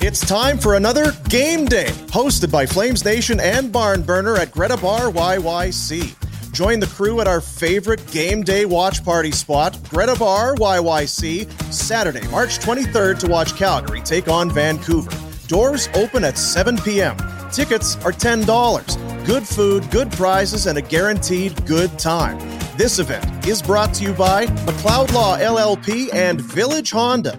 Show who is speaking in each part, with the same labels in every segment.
Speaker 1: It's time for another game day, hosted by Flames Nation and Barn Burner at Greta Bar YYC. Join the crew at our favorite game day watch party spot, Greta Bar YYC, Saturday, March 23rd to watch Calgary take on Vancouver. Doors open at 7 p.m. Tickets are $10. Good food, good prizes, and a guaranteed good time. This event is brought to you by McLeod Law LLP and Village Honda.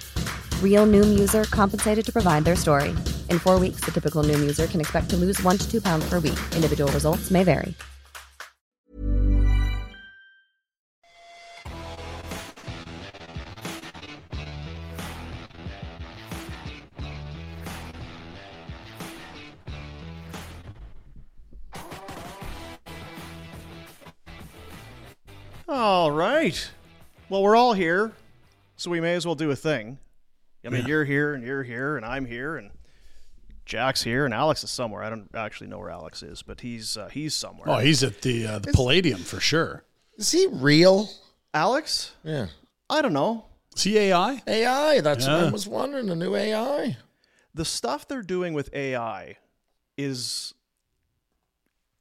Speaker 2: Real Noom user compensated to provide their story. In four weeks, the typical Noom user can expect to lose one to two pounds per week. Individual results may vary.
Speaker 1: All right. Well, we're all here, so we may as well do a thing. I mean, you're here, and you're here, and I'm here, and Jack's here, and Alex is somewhere. I don't actually know where Alex is, but he's uh, he's somewhere.
Speaker 3: Oh, he's at the uh, the Palladium for sure.
Speaker 4: Is he real?
Speaker 1: Alex?
Speaker 4: Yeah.
Speaker 1: I don't know.
Speaker 3: CAI.
Speaker 4: AI. That's what
Speaker 3: Yeah.
Speaker 4: I was wondering. A new AI.
Speaker 1: the stuff they're doing with AI is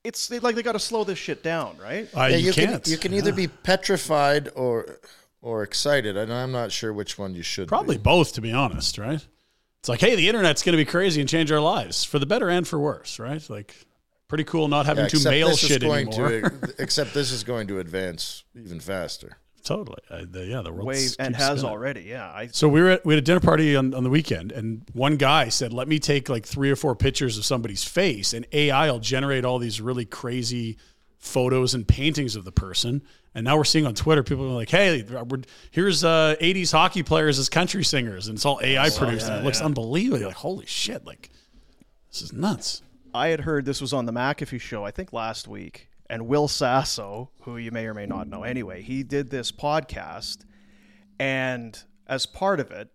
Speaker 1: it's they, like they got to slow this shit down, right?
Speaker 3: Uh,
Speaker 4: yeah,
Speaker 3: you,
Speaker 4: can
Speaker 3: can't.
Speaker 4: you can either be petrified or or excited, and I'm not sure which one you should.
Speaker 3: probably
Speaker 4: be.
Speaker 3: both, to be honest, right? It's like, hey, the internet's going to be crazy and change our lives for the better and for worse, right? Like, pretty cool not having
Speaker 4: Yeah,
Speaker 3: to
Speaker 4: except
Speaker 3: mail
Speaker 4: this is
Speaker 3: shit
Speaker 4: going
Speaker 3: anymore.
Speaker 4: To, except this is going to advance even faster.
Speaker 3: totally. I, the, yeah, the world
Speaker 1: Wave and has already, yeah. I
Speaker 3: So we were at, we had a dinner party on, on the weekend, and one guy said, "Let me take like three or four pictures of somebody's face, and AI will generate all these really crazy photos and paintings of the person." And now we're seeing on Twitter people are like, "Hey, we're, here's uh, '80s hockey players as country singers," and it's all AI produced, and it looks unbelievable. You're like, holy shit! Like, this is nuts.
Speaker 1: I had heard this was on the McAfee show, I think last week, and Will Sasso, who you may or may not know anyway, he did this podcast, and as part of it,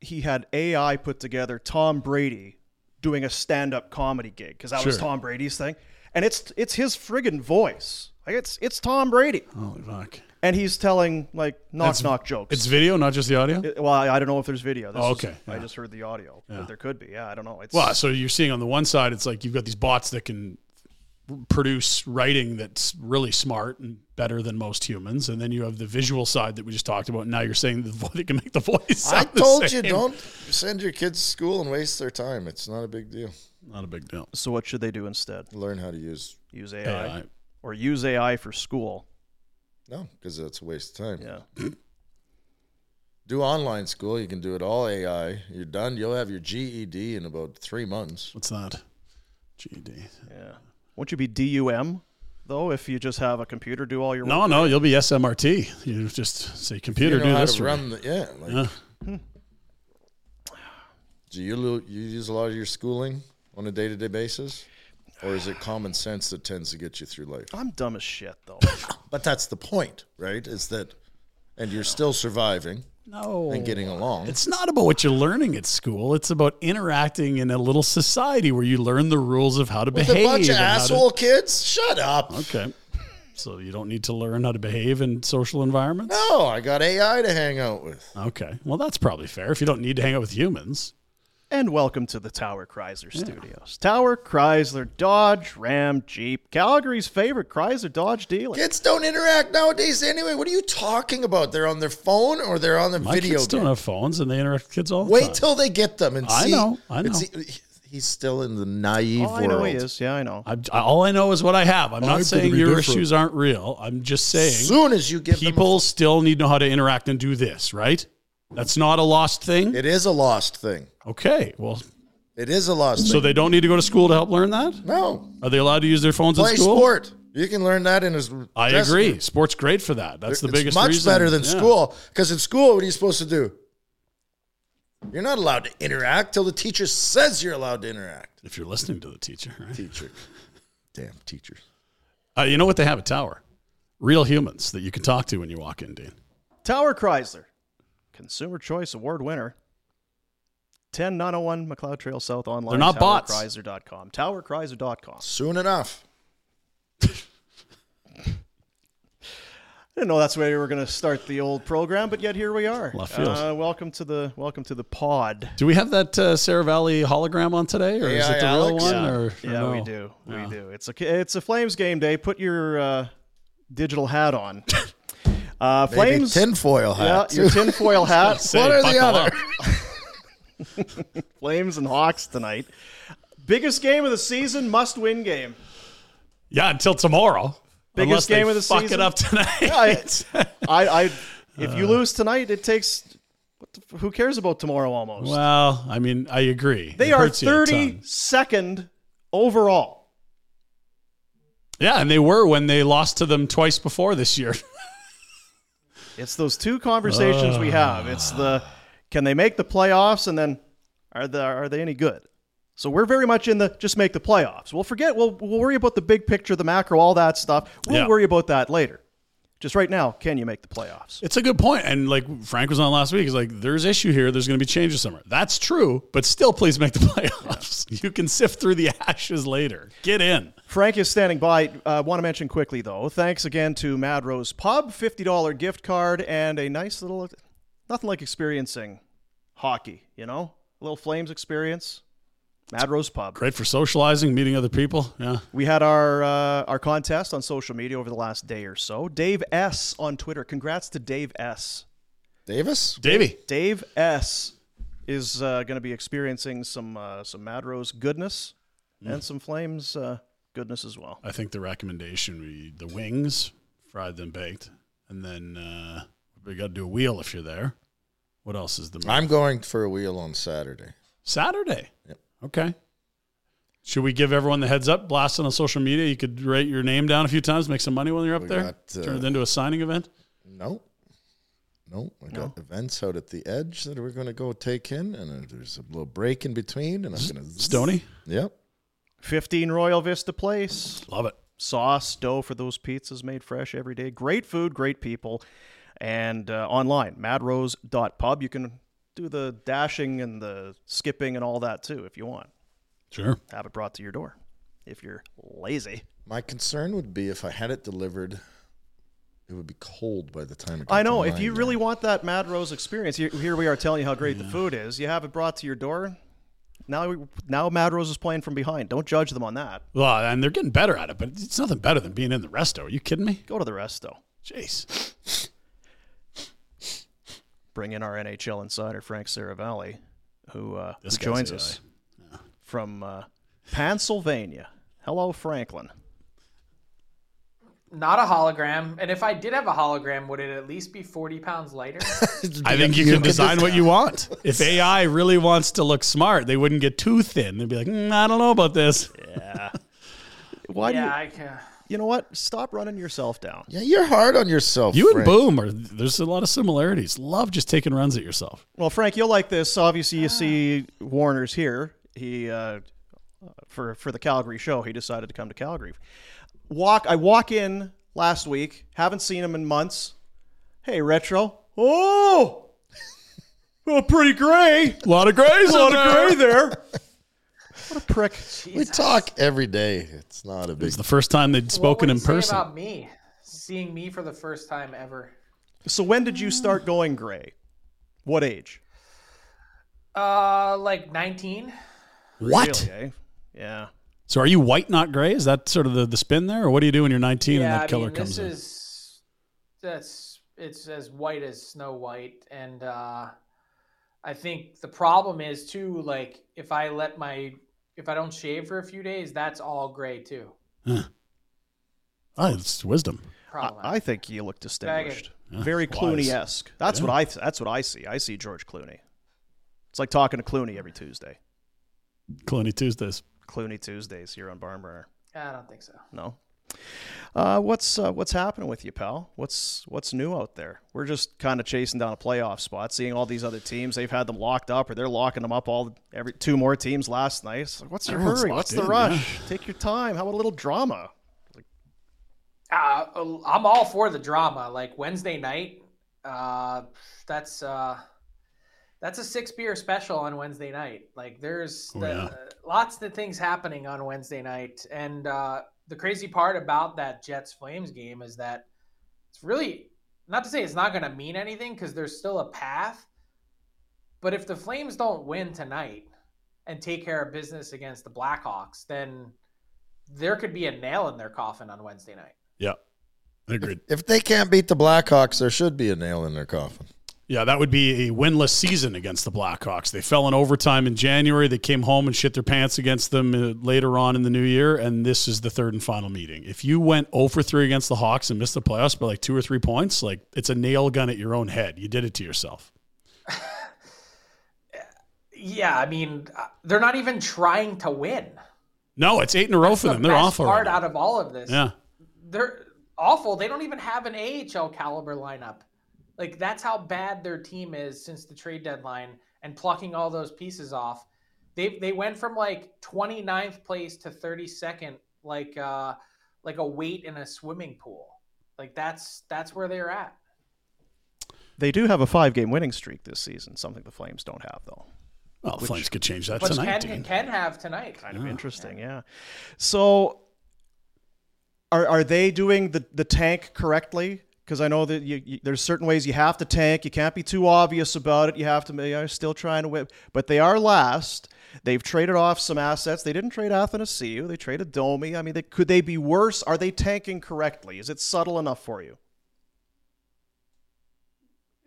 Speaker 1: he had AI put together Tom Brady doing a stand-up comedy gig because that was
Speaker 3: Sure.
Speaker 1: Tom Brady's thing, and it's it's his friggin' voice, like it's it's Tom Brady.
Speaker 3: Holy fuck!
Speaker 1: and he's telling like knock
Speaker 3: That's-
Speaker 1: knock jokes.
Speaker 3: It's video, not just the audio.
Speaker 1: It- well, I I don't know if there's video. This
Speaker 3: Oh,
Speaker 1: is-
Speaker 3: okay,
Speaker 1: I
Speaker 3: yeah.
Speaker 1: just heard the audio,
Speaker 3: Yeah.
Speaker 1: but there could be. Yeah, I don't know. It's
Speaker 3: Well, so you're seeing on the one side, it's like you've got these bots that can produce writing that's really smart and better than most humans, and then you have the visual side that we just talked about. And now you're saying the vo- they can make the voice.
Speaker 4: I
Speaker 3: Sound the
Speaker 4: told you
Speaker 3: same.
Speaker 4: don't send your kids to school and waste their time. It's not a big deal.
Speaker 3: Not a big deal.
Speaker 1: so what should they do instead?
Speaker 4: Learn how to use
Speaker 1: Use
Speaker 3: Yeah,
Speaker 1: AI,
Speaker 3: I-
Speaker 1: or use AI for school.
Speaker 4: no, because it's a waste of time.
Speaker 1: Yeah.
Speaker 4: Do online school. You can do it all AI. You're done. You'll have your GED in about three months.
Speaker 3: what's that? GD.
Speaker 1: Yeah. Won't you be DUM though if you just have a computer do all your work?
Speaker 3: No, no, you'll be SMRT. You just say computer
Speaker 4: you know
Speaker 3: do
Speaker 4: how
Speaker 3: this.
Speaker 4: to
Speaker 3: for me."
Speaker 4: run the yeah. Like, Hmm.
Speaker 3: Yeah.
Speaker 4: Do you lo- you use a lot of your schooling on a day to day basis, or is it common sense that tends to get you through life?
Speaker 1: I'm dumb as shit though.
Speaker 4: But that's the point, right? Is that, and you're still surviving
Speaker 3: No.
Speaker 4: and getting along.
Speaker 3: Oh. It's not about what you're learning at school. It's about interacting in a little society where you learn the rules of how to
Speaker 4: With
Speaker 3: behave.
Speaker 4: a bunch of
Speaker 3: and how to-
Speaker 4: asshole kids. Shut up.
Speaker 3: Okay. So you don't need to learn how to behave in social environments?
Speaker 4: No, I got AI to hang out with.
Speaker 3: Okay. Well, that's probably fair if you don't need to hang out with humans.
Speaker 1: and welcome to the Tower Chrysler Studios. Tower Chrysler Dodge Ram Jeep, Calgary's favorite Chrysler Dodge dealer.
Speaker 4: Kids don't interact nowadays anyway. What are you talking about? They're on their phone or they're on their
Speaker 3: My
Speaker 4: video
Speaker 3: kids
Speaker 4: game.
Speaker 3: don't have phones and they interact with kids all the time.
Speaker 4: Wait till they get them and
Speaker 3: I
Speaker 4: see.
Speaker 3: know, I
Speaker 4: and
Speaker 3: know.
Speaker 4: see- he's still in the naive
Speaker 1: oh, I
Speaker 4: world.
Speaker 1: know he is. Yeah, I know.
Speaker 3: I'm, I- all I know is what I have. I'm
Speaker 4: I'm
Speaker 3: not
Speaker 4: gonna
Speaker 3: saying
Speaker 4: be
Speaker 3: your
Speaker 4: different.
Speaker 3: issues aren't real. I'm just saying
Speaker 4: Soon as you give them a
Speaker 3: people still need to know how to interact and do this, right? That's not a lost thing.
Speaker 4: It is a lost thing.
Speaker 3: okay. Well,
Speaker 4: It is a lost
Speaker 3: so
Speaker 4: thing.
Speaker 3: they don't need to go to school to help learn that?
Speaker 4: no
Speaker 3: Are they allowed to use their phones
Speaker 4: play
Speaker 3: in school?
Speaker 4: sport. You can learn that in his.
Speaker 3: I
Speaker 4: dressing
Speaker 3: agree.
Speaker 4: room.
Speaker 3: Sport's great for that. That's the
Speaker 4: It's
Speaker 3: biggest
Speaker 4: Much
Speaker 3: reason.
Speaker 4: better than
Speaker 3: Yeah.
Speaker 4: school because in school, what are you supposed to do? You're not allowed to interact till the teacher says you're allowed to interact.
Speaker 3: If you're listening to the teacher, right?
Speaker 4: Teacher. Damn teachers.
Speaker 3: Uh, you know what? They have a tower. Real humans that you can talk to when you walk in, Dean.
Speaker 1: Tower Chrysler, Consumer Choice Award winner. 10901 McLeod Trail South online.
Speaker 3: They're not bots.
Speaker 1: TowerChrysler.com. TowerChrysler.com.
Speaker 4: Soon enough.
Speaker 1: I didn't know that's where we were going to start the old program, but yet here we are.
Speaker 3: Left field.
Speaker 1: Uh, welcome to the welcome to the pod.
Speaker 3: Do we have that uh, Sarah Valley hologram on today, or is
Speaker 4: AI
Speaker 3: it the
Speaker 4: Alex?
Speaker 3: real one?
Speaker 1: Yeah,
Speaker 3: Or, or
Speaker 1: yeah we
Speaker 3: no?
Speaker 1: do.
Speaker 3: Yeah.
Speaker 1: We do. It's a it's a Flames game day. Put your uh, digital hat on. Uh,
Speaker 4: Maybe
Speaker 1: Flames.
Speaker 4: tinfoil
Speaker 1: yeah,
Speaker 4: hat.
Speaker 1: your tinfoil hat.
Speaker 3: Say,
Speaker 4: One or the
Speaker 3: buckle
Speaker 4: other.
Speaker 3: up.
Speaker 1: Flames and Hawks tonight. Biggest game of the season, must win game.
Speaker 3: Yeah, until tomorrow.
Speaker 1: Biggest
Speaker 3: Unless they
Speaker 1: game of the
Speaker 3: fuck
Speaker 1: season.
Speaker 3: it up tonight.
Speaker 1: I, I, I if
Speaker 3: Uh.
Speaker 1: you lose tonight, it takes. What the, f- who cares about tomorrow? Almost.
Speaker 3: well, I mean, I agree.
Speaker 1: they
Speaker 3: It
Speaker 1: are
Speaker 3: hurts you a ton.
Speaker 1: thirty second overall.
Speaker 3: Yeah, and they were when they lost to them twice before this year.
Speaker 1: It's those two conversations we have. It's the can they make the playoffs and then are the are they any good? So we're very much in the just make the playoffs. We'll forget we'll we'll worry about the big picture, the macro, all that stuff. We'll
Speaker 3: Yeah.
Speaker 1: worry about that later. Just right now, can you make the playoffs?
Speaker 3: It's a good point. And like Frank was on last week, he's like, there's issue here. There's going to be changes somewhere. That's true, but still, please make the playoffs. You can sift through the ashes later. Get in.
Speaker 1: Frank is standing by. uh, want to mention quickly though. Thanks again to Mad Rose Pub, fifty dollar gift card and a nice little nothing like experiencing hockey. You know, a little Flames experience. Mad Rose Pub.
Speaker 3: Great for socializing, meeting other people. Yeah.
Speaker 1: We had our uh, our contest on social media over the last day or so. Dave S on Twitter. Congrats to Dave S.
Speaker 4: Davis?
Speaker 3: Davey.
Speaker 1: Dave S is uh, going to be experiencing some uh, some Mad Rose goodness and some Flames uh, goodness as well.
Speaker 3: I think the recommendation we the wings, fried then baked, and then uh, we got to do a wheel if you're there. What else is the
Speaker 4: I'm going for a wheel on Saturday.
Speaker 3: Saturday?
Speaker 4: Yep.
Speaker 3: Okay. Should we give everyone the heads up? Blast it on social media. You could write your name down a few times, make some money when you're up
Speaker 4: We
Speaker 3: there.
Speaker 4: got, uh,
Speaker 3: Turn it into a signing event.
Speaker 4: No. No. I got events out at the edge that we're going to go take in, and uh, there's a little break in between, and I'm going to.
Speaker 3: Stony,
Speaker 4: Yep.
Speaker 1: Fifteen Royal Vista Place.
Speaker 3: love it.
Speaker 1: Sauce dough for those pizzas made fresh every day. Great food, great people, and uh, online madrose.pub. You can do the dashing and the skipping and all that too if you want.
Speaker 3: Sure.
Speaker 1: have it brought to your door if you're lazy.
Speaker 4: My concern would be if I had it delivered, it would be cold by the time it got
Speaker 1: I know.
Speaker 4: to
Speaker 1: If
Speaker 4: mine
Speaker 1: you
Speaker 4: now.
Speaker 1: really want that Mad Rose experience, here, here we are telling you how great the food is. You have it brought to your door. Now, we, now Mad Rose is playing from behind. Don't judge them on that.
Speaker 3: Well, and they're getting better at it, but it's nothing better than being in the resto. Are you kidding me?
Speaker 1: Go to the rest though.
Speaker 3: Jeez.
Speaker 1: Bring in our NHL insider Frank Saravalli, who, uh, who
Speaker 3: This guy's
Speaker 1: joins
Speaker 3: AI.
Speaker 1: us from uh, Pennsylvania. Hello, Franklin.
Speaker 5: Not a hologram. And if I did have a hologram, would it at least be 40 pounds lighter?
Speaker 3: I think you, can design what you want. If AI really wants to look smart, they wouldn't get too thin. They'd be like, "Mm, I don't know about this.
Speaker 1: Why do
Speaker 5: yeah,
Speaker 1: you,
Speaker 5: I can.
Speaker 1: you know what? Stop running yourself down.
Speaker 4: Yeah, you're hard on yourself.
Speaker 3: You and
Speaker 4: Frank.
Speaker 3: Boom are there's a lot of similarities. Love just taking runs at yourself.
Speaker 1: Well, Frank, you'll like this. Obviously, you see Warner's here. He uh, for for the Calgary show, he decided to come to Calgary. Walk. I walk in last week. Haven't seen him in months. Hey, retro. Oh, well, pretty gray.
Speaker 3: A lot of grays.
Speaker 1: A lot of gray there. What a prick.
Speaker 4: We talk every day. It's not a big.
Speaker 3: It's the first time they'd
Speaker 5: What
Speaker 3: spoken in
Speaker 5: would you say
Speaker 3: person.
Speaker 5: about me? Seeing me for the first time ever.
Speaker 1: So when did you start going gray? What age?
Speaker 5: Uh, like 19?
Speaker 3: what?
Speaker 1: Really, eh? Yeah.
Speaker 3: So are you white, not gray? Is that sort of the, the spin there, or what do you do when you're 19 and
Speaker 5: yeah,
Speaker 3: that
Speaker 5: I
Speaker 3: color
Speaker 5: mean,
Speaker 3: comes
Speaker 5: this is that's it's as white as Snow White, and uh, I think the problem is too. Like, if I let my if I don't shave for a few days, that's all gray too.
Speaker 3: in? Oh, it's wisdom.
Speaker 1: I,
Speaker 5: Problem.
Speaker 1: I think you look distinguished. Very
Speaker 3: wise.
Speaker 1: Clooney esque. That's what I. That's what I see. I see George Clooney. It's like talking to Clooney every Tuesday.
Speaker 3: Clooney Tuesdays.
Speaker 1: Clooney Tuesdays here on Barnburner.
Speaker 5: I don't think so.
Speaker 1: No, Uh, what's uh, what's happening with you, pal? What's what's new out there? We're just kind of chasing down a playoff spot, seeing all these other teams. They've had them locked up, or they're locking them up. All every two more teams last night. It's like, what's your
Speaker 3: Everyone's
Speaker 1: hurry?
Speaker 3: locked
Speaker 1: What's the
Speaker 3: in,
Speaker 1: rush? Take your time. How about a little drama?
Speaker 5: Uh, I'm all for the drama. Like Wednesday night, uh, that's uh, that's a six beer special on Wednesday night. Like there's
Speaker 3: Oh,
Speaker 5: the,
Speaker 3: yeah.
Speaker 5: lots of things happening on Wednesday night, and uh, the crazy part about that Jets Flames game is that it's really not to say it's not going to mean anything because there's still a path. But if the Flames don't win tonight and take care of business against the Blackhawks, then there could be a nail in their coffin on Wednesday night.
Speaker 3: Yeah. Agreed.
Speaker 4: If they can't beat the Blackhawks, there should be a nail in their coffin.
Speaker 3: Yeah, that would be a winless season against the Blackhawks. They fell in overtime in January. They came home and shit their pants against them uh, later on in the new year. And this is the third and final meeting. If you went 0 for 3 against the Hawks and missed the playoffs by like two or three points, like it's a nail gun at your own head. You did it to yourself.
Speaker 5: Yeah, I mean, uh, they're not even trying to win.
Speaker 3: No, it's eight in a row for
Speaker 5: The
Speaker 3: them. They're
Speaker 5: best
Speaker 3: awful.
Speaker 5: part
Speaker 3: right
Speaker 5: out of all of this.
Speaker 3: now. yeah.
Speaker 5: They're awful. They don't even have an AHL caliber lineup. Like that's how bad their team is since the trade deadline and plucking all those pieces off. They they went from like 29th place to 32nd like uh like a weight in a swimming pool. Like that's that's where they're at.
Speaker 1: They do have a five-game winning streak this season. Something the Flames don't have, though.
Speaker 3: Well, the Flames could change that
Speaker 5: Which
Speaker 3: tonight,
Speaker 5: Ken
Speaker 3: Dean.
Speaker 5: can have tonight.
Speaker 1: Kind of interesting, yeah. So
Speaker 6: Are, are
Speaker 1: they doing the, the tank correctly? Because I know that you, you, there's certain ways you have to tank. You can't be too obvious about it. You have to. They are still trying to whip, but they are last. They've traded off some assets. They didn't trade Athanasiu. They traded Domi. I mean, they, could they be worse? Are they tanking correctly? Is it subtle enough for you?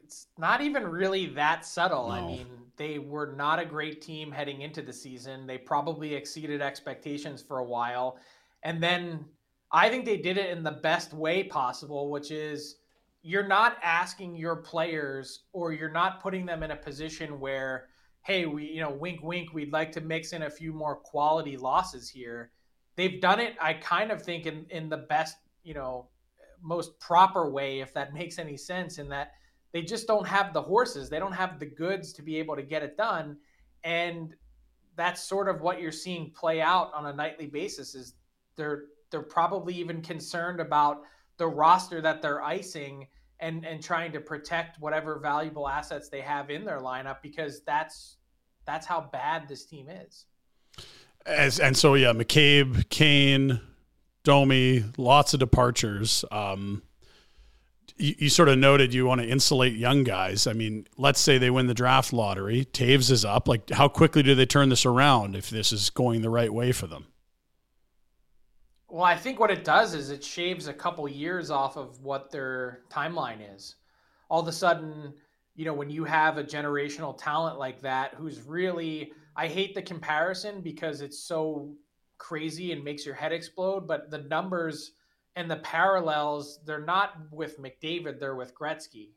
Speaker 5: it's not even really that subtle. I
Speaker 3: No.
Speaker 5: mean, they were not a great team heading into the season. They probably exceeded expectations for a while. And then I think they did it in the best way possible, which is you're not asking your players or you're not putting them in a position where, hey, we, you know, wink, wink, we'd like to mix in a few more quality losses here. They've done it, I kind of think, in, in the best, you know, most proper way, if that makes any sense, in that they just don't have the horses they don't have the goods to be able to get it done and that's sort of what you're seeing play out on a nightly basis is they're they're probably even concerned about the roster that they're icing and and trying to protect whatever valuable assets they have in their lineup because that's that's how bad this team is
Speaker 3: As, and so, yeah, McCabe, Kane, Domi, lots of departures. Um, you, you sort of noted you want to insulate young guys. I mean, let's say they win the draft lottery, Taves is up. Like, how quickly do they turn this around if this is going the right way for them?
Speaker 5: Well, I think what it does is it shaves a couple years off of what their timeline is. All of a sudden, you know, when you have a generational talent like that who's really, I hate the comparison because it's so crazy and makes your head explode, but the numbers and the parallels, they're not with McDavid, they're with Gretzky.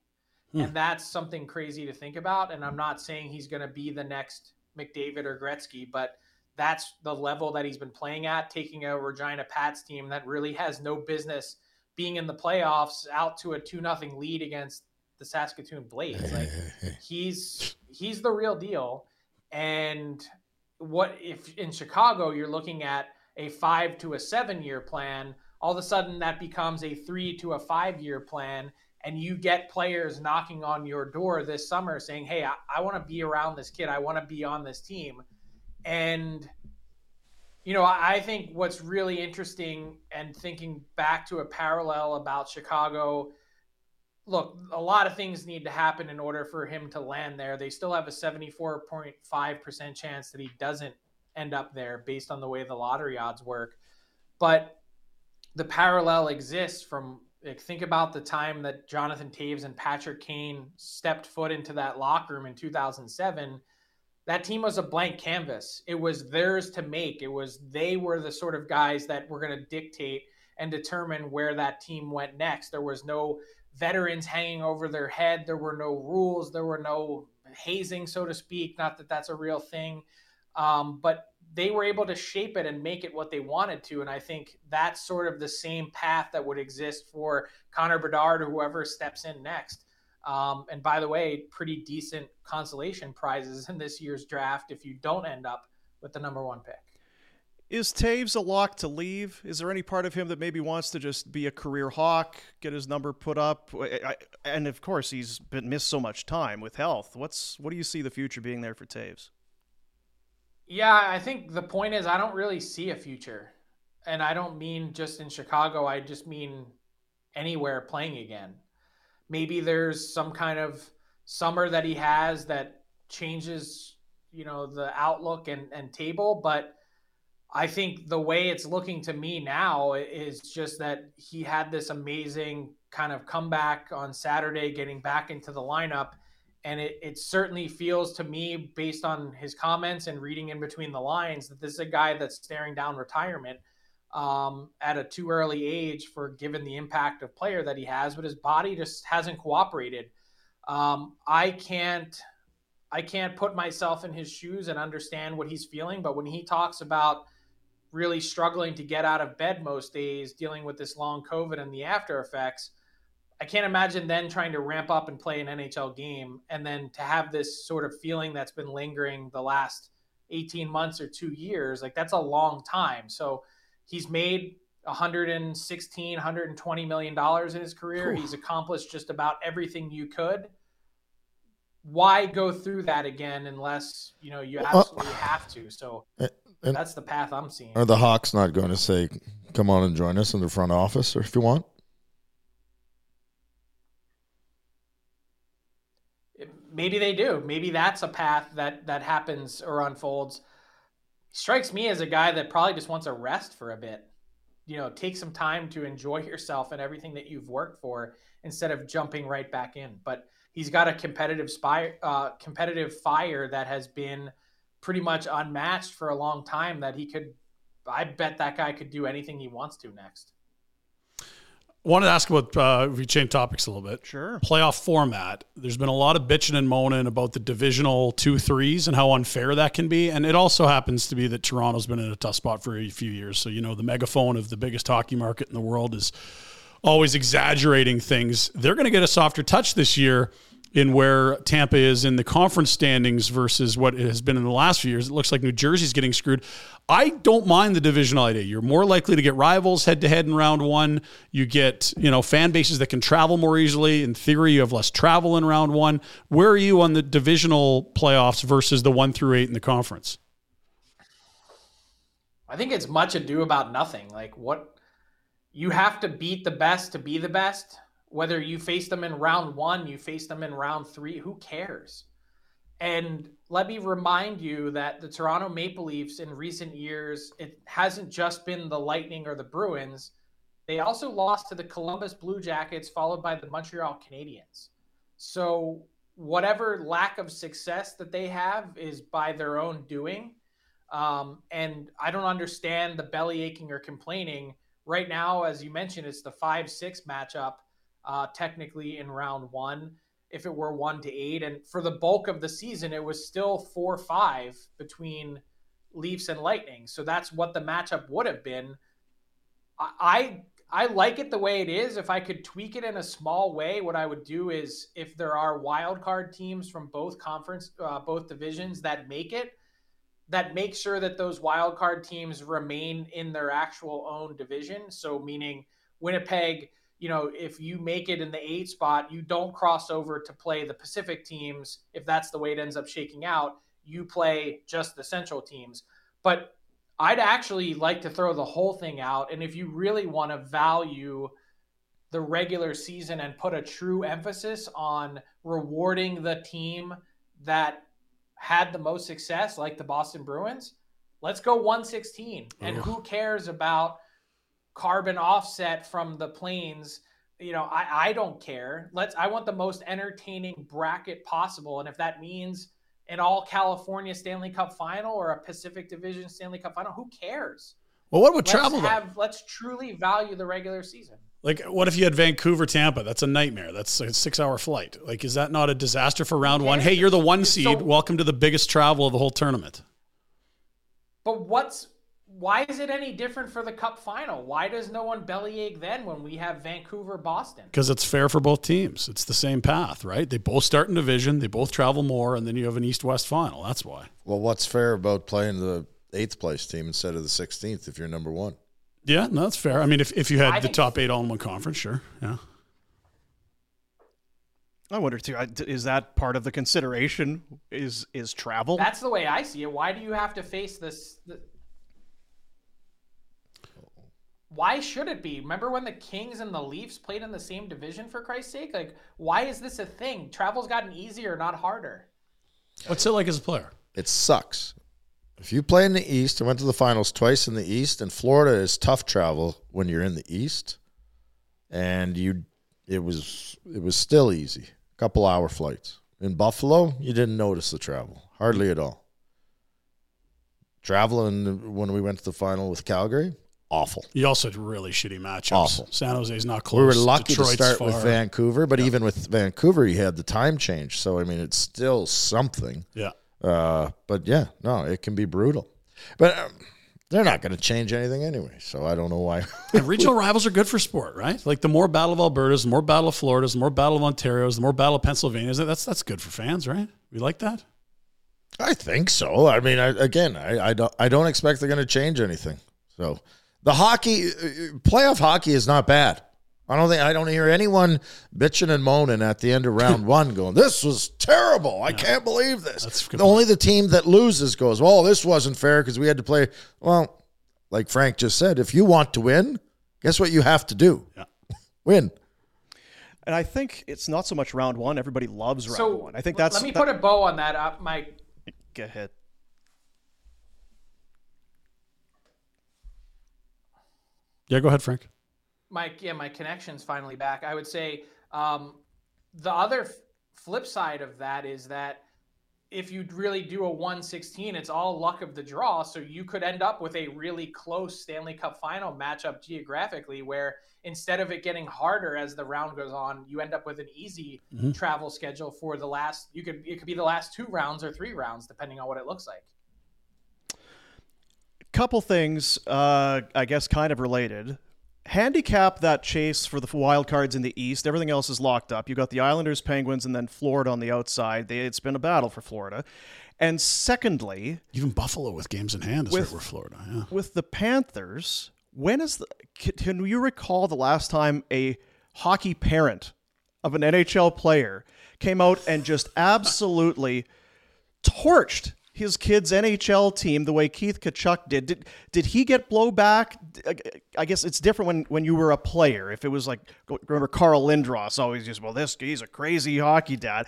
Speaker 5: And that's something crazy to think about. And I'm not saying he's going to be the next McDavid or Gretzky, but that's the level that he's been playing at, taking a Regina Pats team that really has no business being in the playoffs out to a two nothing lead against the Saskatoon Blades. Like he's he's the real deal. And what if in Chicago you're looking at a five to a seven year plan, all of a sudden that becomes a three to a five year plan. And you get players knocking on your door this summer saying, Hey, I, I want to be around this kid. I want to be on this team. And you know, I I think what's really interesting and thinking back to a parallel about Chicago, look, a lot of things need to happen in order for him to land there. They still have a 74.5% chance that he doesn't end up there based on the way the lottery odds work. But the parallel exists from like think about the time that Jonathan Taves and Patrick Kane stepped foot into that locker room in 2007 that team was a blank canvas. It was theirs to make. It was they were the sort of guys that were going to dictate and determine where that team went next. There was no veterans hanging over their head. There were no rules. There were no hazing, so to speak. Not that that's a real thing. Um, but they were able to shape it and make it what they wanted to. And I think that's sort of the same path that would exist for Connor Bedard or whoever steps in next. Um, and by the way, pretty decent consolation prizes in this year's draft if you don't end up with the number one pick.
Speaker 1: Is Taves a lock to leave? Is there any part of him that maybe wants to just be a career hawk, get his number put up? I, I, and of course, he's been missed so much time with health. What's what do you see the future being there for Taves?
Speaker 5: Yeah, I think the point is I don't really see a future. And I don't mean just in Chicago, I just mean anywhere playing again. Maybe there's some kind of summer that he has that changes, you know, the outlook and, and table, but I think the way it's looking to me now is just that he had this amazing kind of comeback on Saturday, getting back into the lineup and it, it certainly feels to me based on his comments and reading in between the lines that this is a guy that's staring down retirement um, at a too early age for given the impact of player that he has but his body just hasn't cooperated um, i can't i can't put myself in his shoes and understand what he's feeling but when he talks about really struggling to get out of bed most days dealing with this long covid and the after effects I can't imagine then trying to ramp up and play an NHL game and then to have this sort of feeling that's been lingering the last 18 months or two years. Like that's a long time. So he's made 116, 120 million dollars in his career. Ooh. He's accomplished just about everything you could. Why go through that again unless you know you absolutely uh, have to? So and, and that's the path I'm seeing.
Speaker 4: Are the Hawks not going to say, "Come on and join us in the front office, or if you want"?
Speaker 5: maybe they do. Maybe that's a path that that happens or unfolds. Strikes me as a guy that probably just wants a rest for a bit. You know, take some time to enjoy yourself and everything that you've worked for instead of jumping right back in. But he's got a competitive spy, uh, competitive fire that has been pretty much unmatched for a long time. That he could, I bet that guy could do anything he wants to next.
Speaker 3: Wanted to ask about uh, if we change topics a little bit.
Speaker 1: Sure.
Speaker 3: Playoff format. There's been a lot of bitching and moaning about the divisional two threes and how unfair that can be. And it also happens to be that Toronto's been in a tough spot for a few years. So you know the megaphone of the biggest hockey market in the world is always exaggerating things. They're going to get a softer touch this year in where Tampa is in the conference standings versus what it has been in the last few years. It looks like New Jersey's getting screwed. I don't mind the divisional idea. You're more likely to get rivals head to head in round one. You get, you know, fan bases that can travel more easily. In theory, you have less travel in round one. Where are you on the divisional playoffs versus the one through eight in the conference?
Speaker 5: I think it's much ado about nothing. Like what you have to beat the best to be the best. Whether you face them in round one, you face them in round three, who cares? And let me remind you that the Toronto Maple Leafs in recent years, it hasn't just been the Lightning or the Bruins. They also lost to the Columbus Blue Jackets, followed by the Montreal Canadiens. So, whatever lack of success that they have is by their own doing. Um, and I don't understand the belly aching or complaining. Right now, as you mentioned, it's the 5 6 matchup, uh, technically in round one if it were one to eight. And for the bulk of the season, it was still four five between Leafs and Lightning. So that's what the matchup would have been. I I like it the way it is. If I could tweak it in a small way, what I would do is if there are wild card teams from both conference, uh, both divisions that make it, that make sure that those wild card teams remain in their actual own division. So meaning Winnipeg you know, if you make it in the eight spot, you don't cross over to play the Pacific teams. If that's the way it ends up shaking out, you play just the Central teams. But I'd actually like to throw the whole thing out. And if you really want to value the regular season and put a true emphasis on rewarding the team that had the most success, like the Boston Bruins, let's go 116. And who cares about carbon offset from the planes you know I, I don't care let's i want the most entertaining bracket possible and if that means an all california stanley cup final or a pacific division stanley cup final who cares
Speaker 3: well what would let's travel
Speaker 5: have, let's truly value the regular season
Speaker 3: like what if you had vancouver tampa that's a nightmare that's a six hour flight like is that not a disaster for round okay. one hey you're the one seed so, welcome to the biggest travel of the whole tournament
Speaker 5: But what's why is it any different for the Cup final? Why does no one bellyache then when we have Vancouver, Boston?
Speaker 3: Because it's fair for both teams. It's the same path, right? They both start in division, they both travel more, and then you have an East West final. That's why.
Speaker 4: Well, what's fair about playing the eighth place team instead of the 16th if you're number one?
Speaker 3: Yeah, no, that's fair. I mean, if, if you had
Speaker 5: I
Speaker 3: the
Speaker 5: think-
Speaker 3: top eight all in one conference, sure. Yeah.
Speaker 1: I wonder too. I- d- Is that part of the consideration? Is is travel?
Speaker 5: That's the way I see it. Why do you have to face this? The... Why should it be? Remember when the Kings and the Leafs played in the same division? For Christ's sake, like why is this a thing? Travel's gotten easier, not harder.
Speaker 3: What's it like as a player?
Speaker 4: It sucks. If you play in the East, I went to the finals twice in the East, and Florida is tough travel when you're in the East, and you, it was it was still easy. couple hour flights in Buffalo, you didn't notice the travel hardly at all. Traveling when we went to the final with Calgary, awful.
Speaker 3: You also had really shitty matchups.
Speaker 4: Awful.
Speaker 3: San Jose's not close.
Speaker 4: We were lucky
Speaker 3: Detroit's
Speaker 4: to start with
Speaker 3: far.
Speaker 4: Vancouver, but even with Vancouver, you had the time change. So I mean, it's still something.
Speaker 3: Yeah.
Speaker 4: Uh, but yeah, no, it can be brutal. But um, they're not going to change anything anyway, so I don't know why.
Speaker 3: And regional rivals are good for sport, right? Like the more Battle of Alberta's, the more Battle of Florida's, the more Battle of Ontario's, the more Battle of Pennsylvania's. That's that's good for fans, right? We like that.
Speaker 4: I think so. I mean, I, again, I, I don't, I don't expect they're going to change anything. So the hockey uh, playoff hockey is not bad. I don't think I don't hear anyone bitching and moaning at the end of round one, going, "This was terrible. I can't believe this."
Speaker 3: That's good.
Speaker 4: Only the team that loses goes, "Well, this wasn't fair because we had to play." Well, like Frank just said, if you want to win, guess what you have to do?
Speaker 3: Yeah.
Speaker 4: win.
Speaker 1: and I think it's not so much round one. Everybody loves round
Speaker 5: So
Speaker 1: one. I think
Speaker 5: l-
Speaker 1: that's.
Speaker 5: Let me put a bow on that, uh, Mike.
Speaker 1: it. Go ahead.
Speaker 3: Yeah, go ahead, Frank.
Speaker 5: my yeah my connection's finally back i would say um, the other f- flip side of that is that if you really do a 116 it's all luck of the draw so you could end up with a really close stanley cup final matchup geographically where instead of it getting harder as the round goes on you end up with an easy travel schedule for the last you could it could be the last two rounds or three rounds depending on what it looks like
Speaker 1: couple things uh, i guess kind of related handicap that chase for the wild cards in the east everything else is locked up you got the islanders penguins and then florida on the outside they, it's been a battle for florida and secondly
Speaker 3: Even Buffalo with games in hand is
Speaker 1: With-
Speaker 3: right where Florida. Yeah.
Speaker 1: with the panthers when is the can, can you recall the last time a hockey parent of an nhl player came out and just absolutely torched his kid's NHL team the way Keith Kachuk did. Did did he get blowback? I- I guess it's different when, when you were a player. If it was like remember Carl Lindros always just well this he's a crazy hockey dad.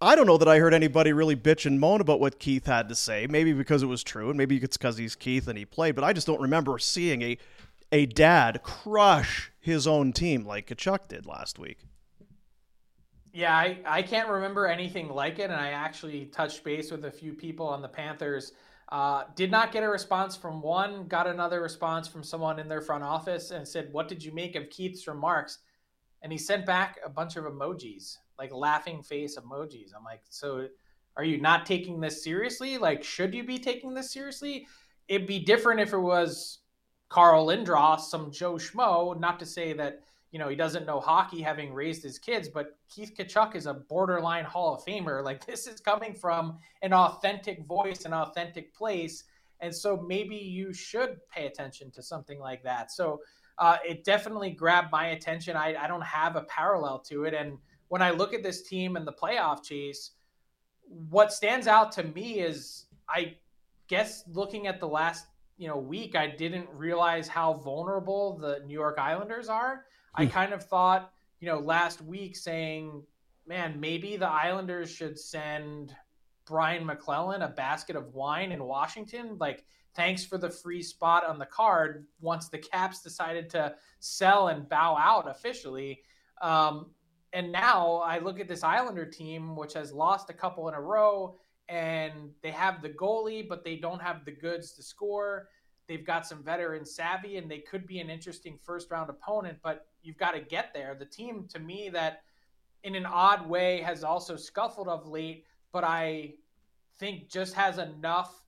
Speaker 1: I don't know that I heard anybody really bitch and moan about what Keith had to say. Maybe because it was true, and maybe it's because he's Keith and he played. But I just don't remember seeing a a dad crush his own team like Kachuk did last week.
Speaker 5: Yeah, I, I can't remember anything like it. And I actually touched base with a few people on the Panthers. Uh, did not get a response from one, got another response from someone in their front office and said, What did you make of Keith's remarks? And he sent back a bunch of emojis, like laughing face emojis. I'm like, So are you not taking this seriously? Like, should you be taking this seriously? It'd be different if it was Carl Lindros, some Joe Schmo, not to say that you know, he doesn't know hockey having raised his kids, but Keith Kachuk is a borderline Hall of Famer. Like this is coming from an authentic voice, an authentic place. And so maybe you should pay attention to something like that. So uh, it definitely grabbed my attention. I, I don't have a parallel to it. And when I look at this team and the playoff chase, what stands out to me is I guess looking at the last you know week, I didn't realize how vulnerable the New York Islanders are. I kind of thought you know last week saying, man, maybe the Islanders should send Brian McClellan a basket of wine in Washington, like. Thanks for the free spot on the card. Once the Caps decided to sell and bow out officially, um, and now I look at this Islander team, which has lost a couple in a row, and they have the goalie, but they don't have the goods to score. They've got some veteran savvy, and they could be an interesting first round opponent, but you've got to get there. The team, to me, that in an odd way has also scuffled of late, but I think just has enough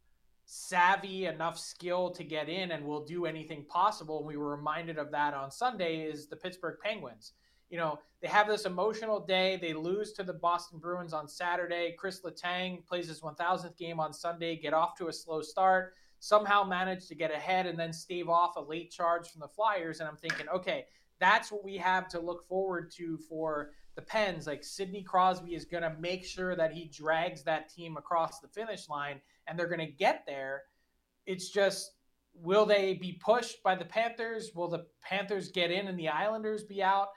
Speaker 5: savvy enough skill to get in and will do anything possible. And we were reminded of that on Sunday is the Pittsburgh Penguins. You know, they have this emotional day. They lose to the Boston Bruins on Saturday. Chris Letang plays his 1000th game on Sunday, get off to a slow start, somehow manage to get ahead and then stave off a late charge from the Flyers. And I'm thinking, okay, that's what we have to look forward to for the Pens. Like Sidney Crosby is going to make sure that he drags that team across the finish line and they're going to get there. It's just, will they be pushed by the Panthers? Will the Panthers get in and the Islanders be out?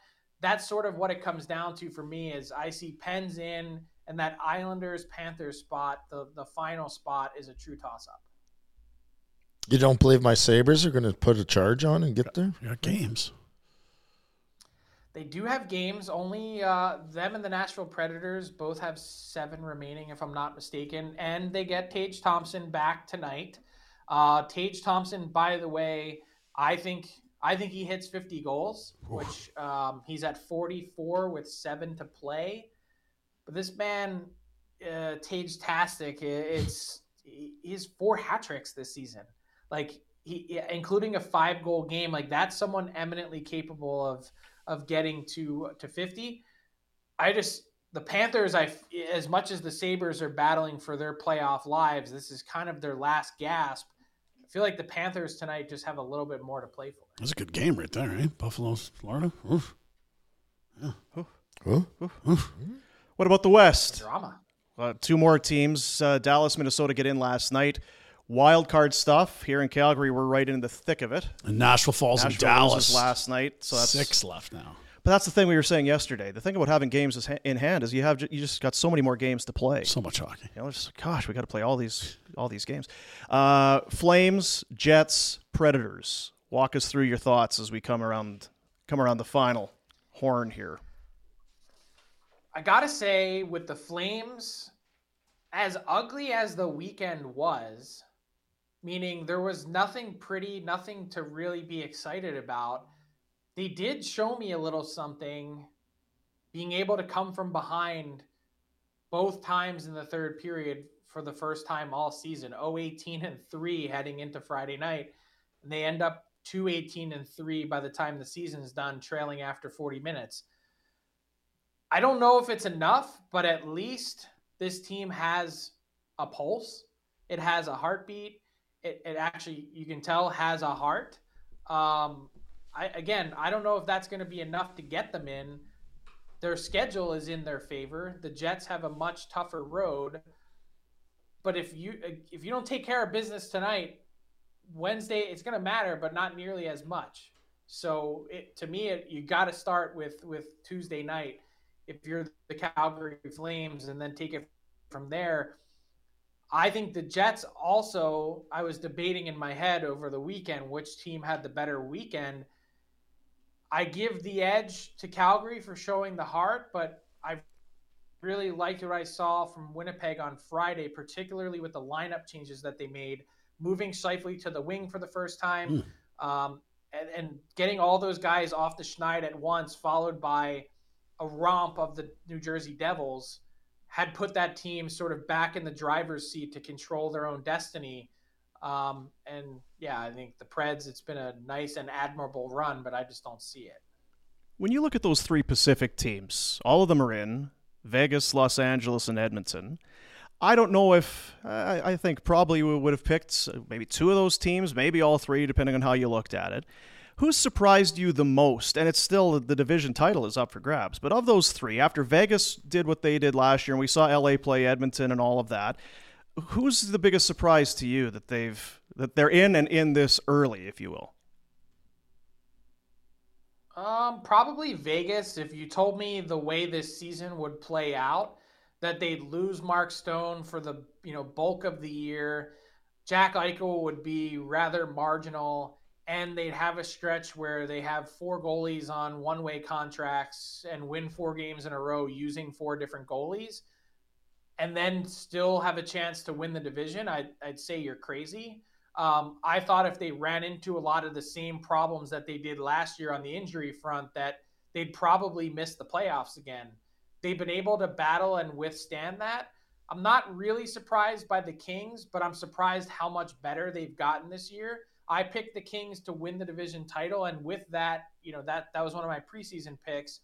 Speaker 5: That's sort of what it comes down to for me is I see Pens in and that Islanders Panthers spot, the, the final spot is a true toss up.
Speaker 4: You don't believe my Sabres are going to put a charge on and get there?
Speaker 3: You got games.
Speaker 5: They do have games. Only uh, them and the Nashville Predators both have seven remaining, if I'm not mistaken. And they get Tage Thompson back tonight. Uh, Tage Thompson, by the way, I think I think he hits 50 goals, which um, he's at 44 with seven to play. But this man, uh, Tage Tastic, it's he's four hat tricks this season. Like he, including a five goal game, like that's someone eminently capable of of getting to to 50 i just the panthers i as much as the sabres are battling for their playoff lives this is kind of their last gasp i feel like the panthers tonight just have a little bit more to play for
Speaker 3: that's a good game right there eh? buffalo's florida Oof.
Speaker 1: Yeah. Oof. Oof. what about the west
Speaker 5: drama
Speaker 1: uh, two more teams uh, dallas minnesota get in last night wild card stuff here in Calgary. We're right in the thick of it.
Speaker 3: And Nashville falls Nashville in Dallas
Speaker 1: last night, so that's
Speaker 3: six left now.
Speaker 1: But that's the thing we were saying yesterday. The thing about having games in hand is you have you just got so many more games to play.
Speaker 3: So much hockey.
Speaker 1: You know, just, gosh, we got to play all these all these games. Uh, Flames, Jets, Predators. Walk us through your thoughts as we come around come around the final horn here.
Speaker 5: I gotta say, with the Flames, as ugly as the weekend was, meaning there was nothing pretty, nothing to really be excited about. They did show me a little something being able to come from behind both times in the third period for the first time all season 018 and 3 heading into Friday night. And they end up 218 and 3 by the time the season's done, trailing after 40 minutes. I don't know if it's enough, but at least this team has a pulse, it has a heartbeat. It, it, actually you can tell has a heart. Um, I again, I don't know if that's going to be enough to get them in. Their schedule is in their favor. The Jets have a much tougher road, but if you if you don't take care of business tonight, Wednesday it's going to matter, but not nearly as much. So it, to me, it, you got to start with with Tuesday night if you're the Calgary Flames, and then take it from there. I think the Jets also, I was debating in my head over the weekend which team had the better weekend. I give the edge to Calgary for showing the heart, but I really liked what I saw from Winnipeg on Friday, particularly with the lineup changes that they made, moving Shifley to the wing for the first time, mm. um, and, and getting all those guys off the schneid at once, followed by a romp of the New Jersey Devils had put that team sort of back in the driver's seat to control their own destiny. Um, and yeah, I think the Preds, it's been a nice and admirable run, but I just don't see it.
Speaker 1: When you look at those three Pacific teams, all of them are in Vegas, Los Angeles, and Edmonton. I don't know if I, I think probably we would have picked uh, maybe two of those teams, maybe all three, depending on how you looked at it. Who surprised you the most? And it's still the division title is up for grabs. But of those three, after Vegas did what they did last year, and we saw LA play Edmonton and all of that, who's the biggest surprise to you that they've that they're in and in this early, if you will?
Speaker 5: Um, probably Vegas. If you told me the way this season would play out, that they'd lose Mark Stone for the you know bulk of the year, Jack Eichel would be rather marginal and they'd have a stretch where they have four goalies on one way contracts and win four games in a row using four different goalies and then still have a chance to win the division i'd, I'd say you're crazy um, i thought if they ran into a lot of the same problems that they did last year on the injury front that they'd probably miss the playoffs again they've been able to battle and withstand that I'm not really surprised by the Kings, but I'm surprised how much better they've gotten this year. I picked the Kings to win the division title, and with that, you know that that was one of my preseason picks.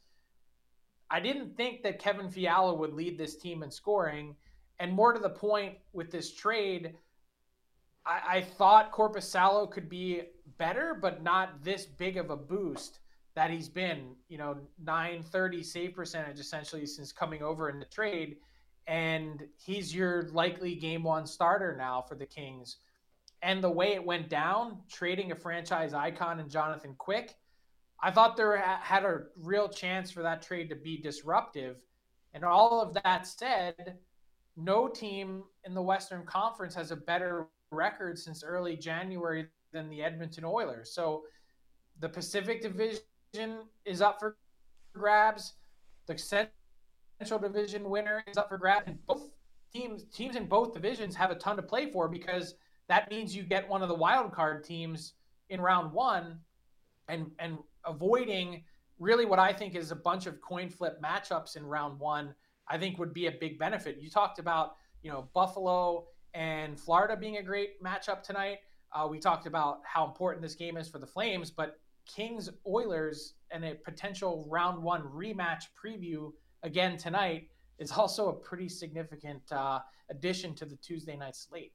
Speaker 5: I didn't think that Kevin Fiala would lead this team in scoring, and more to the point, with this trade, I, I thought Corpus Salo could be better, but not this big of a boost that he's been. You know, nine thirty save percentage essentially since coming over in the trade and he's your likely game one starter now for the Kings. And the way it went down, trading a franchise icon and Jonathan Quick, I thought there had a real chance for that trade to be disruptive. And all of that said, no team in the Western Conference has a better record since early January than the Edmonton Oilers. So the Pacific Division is up for grabs. The Central Division winner is up for grabs, and both teams teams in both divisions have a ton to play for because that means you get one of the wild card teams in round one, and and avoiding really what I think is a bunch of coin flip matchups in round one. I think would be a big benefit. You talked about you know Buffalo and Florida being a great matchup tonight. Uh, we talked about how important this game is for the Flames, but Kings Oilers and a potential round one rematch preview again tonight is also a pretty significant uh, addition to the Tuesday night slate.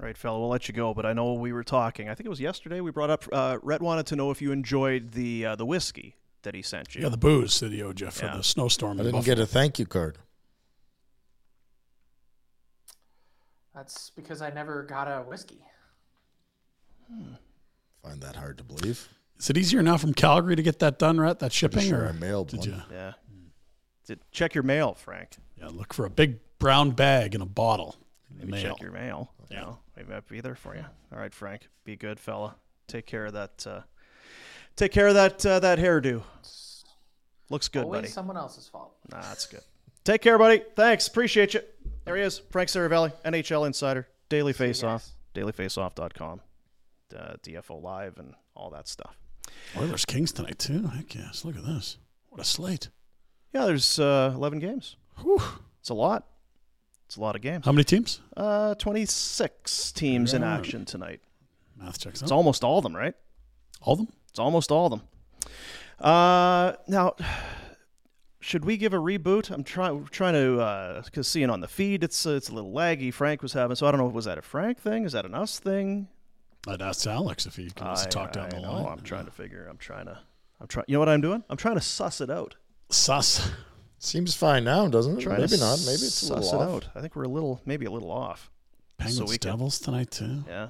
Speaker 1: All right, fella, we'll let you go, but I know we were talking. I think it was yesterday we brought up. Uh, Rhett wanted to know if you enjoyed the uh, the whiskey that he sent you.
Speaker 3: Yeah, the booze that he owed you for the snowstorm.
Speaker 4: I
Speaker 3: in
Speaker 4: didn't
Speaker 3: Buffalo.
Speaker 4: get a thank you card.
Speaker 5: That's because I never got a whiskey.
Speaker 4: Find that hard to believe.
Speaker 3: Is it easier now from Calgary to get that done, right? That shipping,
Speaker 4: Pretty sure
Speaker 3: or
Speaker 4: I mailed
Speaker 3: did
Speaker 4: one.
Speaker 3: you?
Speaker 1: Yeah. Did- Check your mail, Frank.
Speaker 3: Yeah, look for a big brown bag and a bottle. In the
Speaker 1: Maybe
Speaker 3: mail.
Speaker 1: check your mail. You know, maybe that'd be there for you. All right, Frank. Be a good, fella. Take care of that. Uh, take care of that uh, that hairdo. Looks good,
Speaker 5: Always
Speaker 1: buddy.
Speaker 5: someone else's fault.
Speaker 1: Nah, that's good. Take care, buddy. Thanks. Appreciate you. There he is, Frank Saravelli, NHL Insider, Daily Faceoff, dailyfaceoff.com, uh, DFO Live, and all that stuff.
Speaker 3: Oilers Kings tonight too. Heck yes! Look at this. What a slate.
Speaker 1: Yeah, there's uh, 11 games.
Speaker 3: Whew.
Speaker 1: It's a lot. It's a lot of games.
Speaker 3: How many teams?
Speaker 1: Uh, 26 teams in
Speaker 3: Yeah.
Speaker 1: action tonight.
Speaker 3: Math checks
Speaker 1: It's
Speaker 3: out.
Speaker 1: almost all of them, right?
Speaker 3: All of them.
Speaker 1: It's almost all of them. Uh, now, should we give a reboot? I'm trying trying to uh, cause seeing on the feed, it's uh, it's a little laggy. Frank was having, so I don't know. Was that a Frank thing? Is that an us thing?
Speaker 3: I'd ask Alex if he can just talk down the
Speaker 1: know.
Speaker 3: line.
Speaker 1: I'm trying to figure. I'm trying to. I'm trying. You know what I'm doing? I'm trying to suss it out.
Speaker 3: Sus.
Speaker 4: Seems fine now, doesn't it?
Speaker 1: Trying
Speaker 4: Mm, maybe
Speaker 1: to
Speaker 4: not. Maybe it's a
Speaker 1: suss
Speaker 4: little
Speaker 1: it
Speaker 4: off.
Speaker 1: out. I think we're a little, maybe a little off.
Speaker 3: Penguins
Speaker 1: we can-
Speaker 3: Devils tonight too.
Speaker 1: Yeah,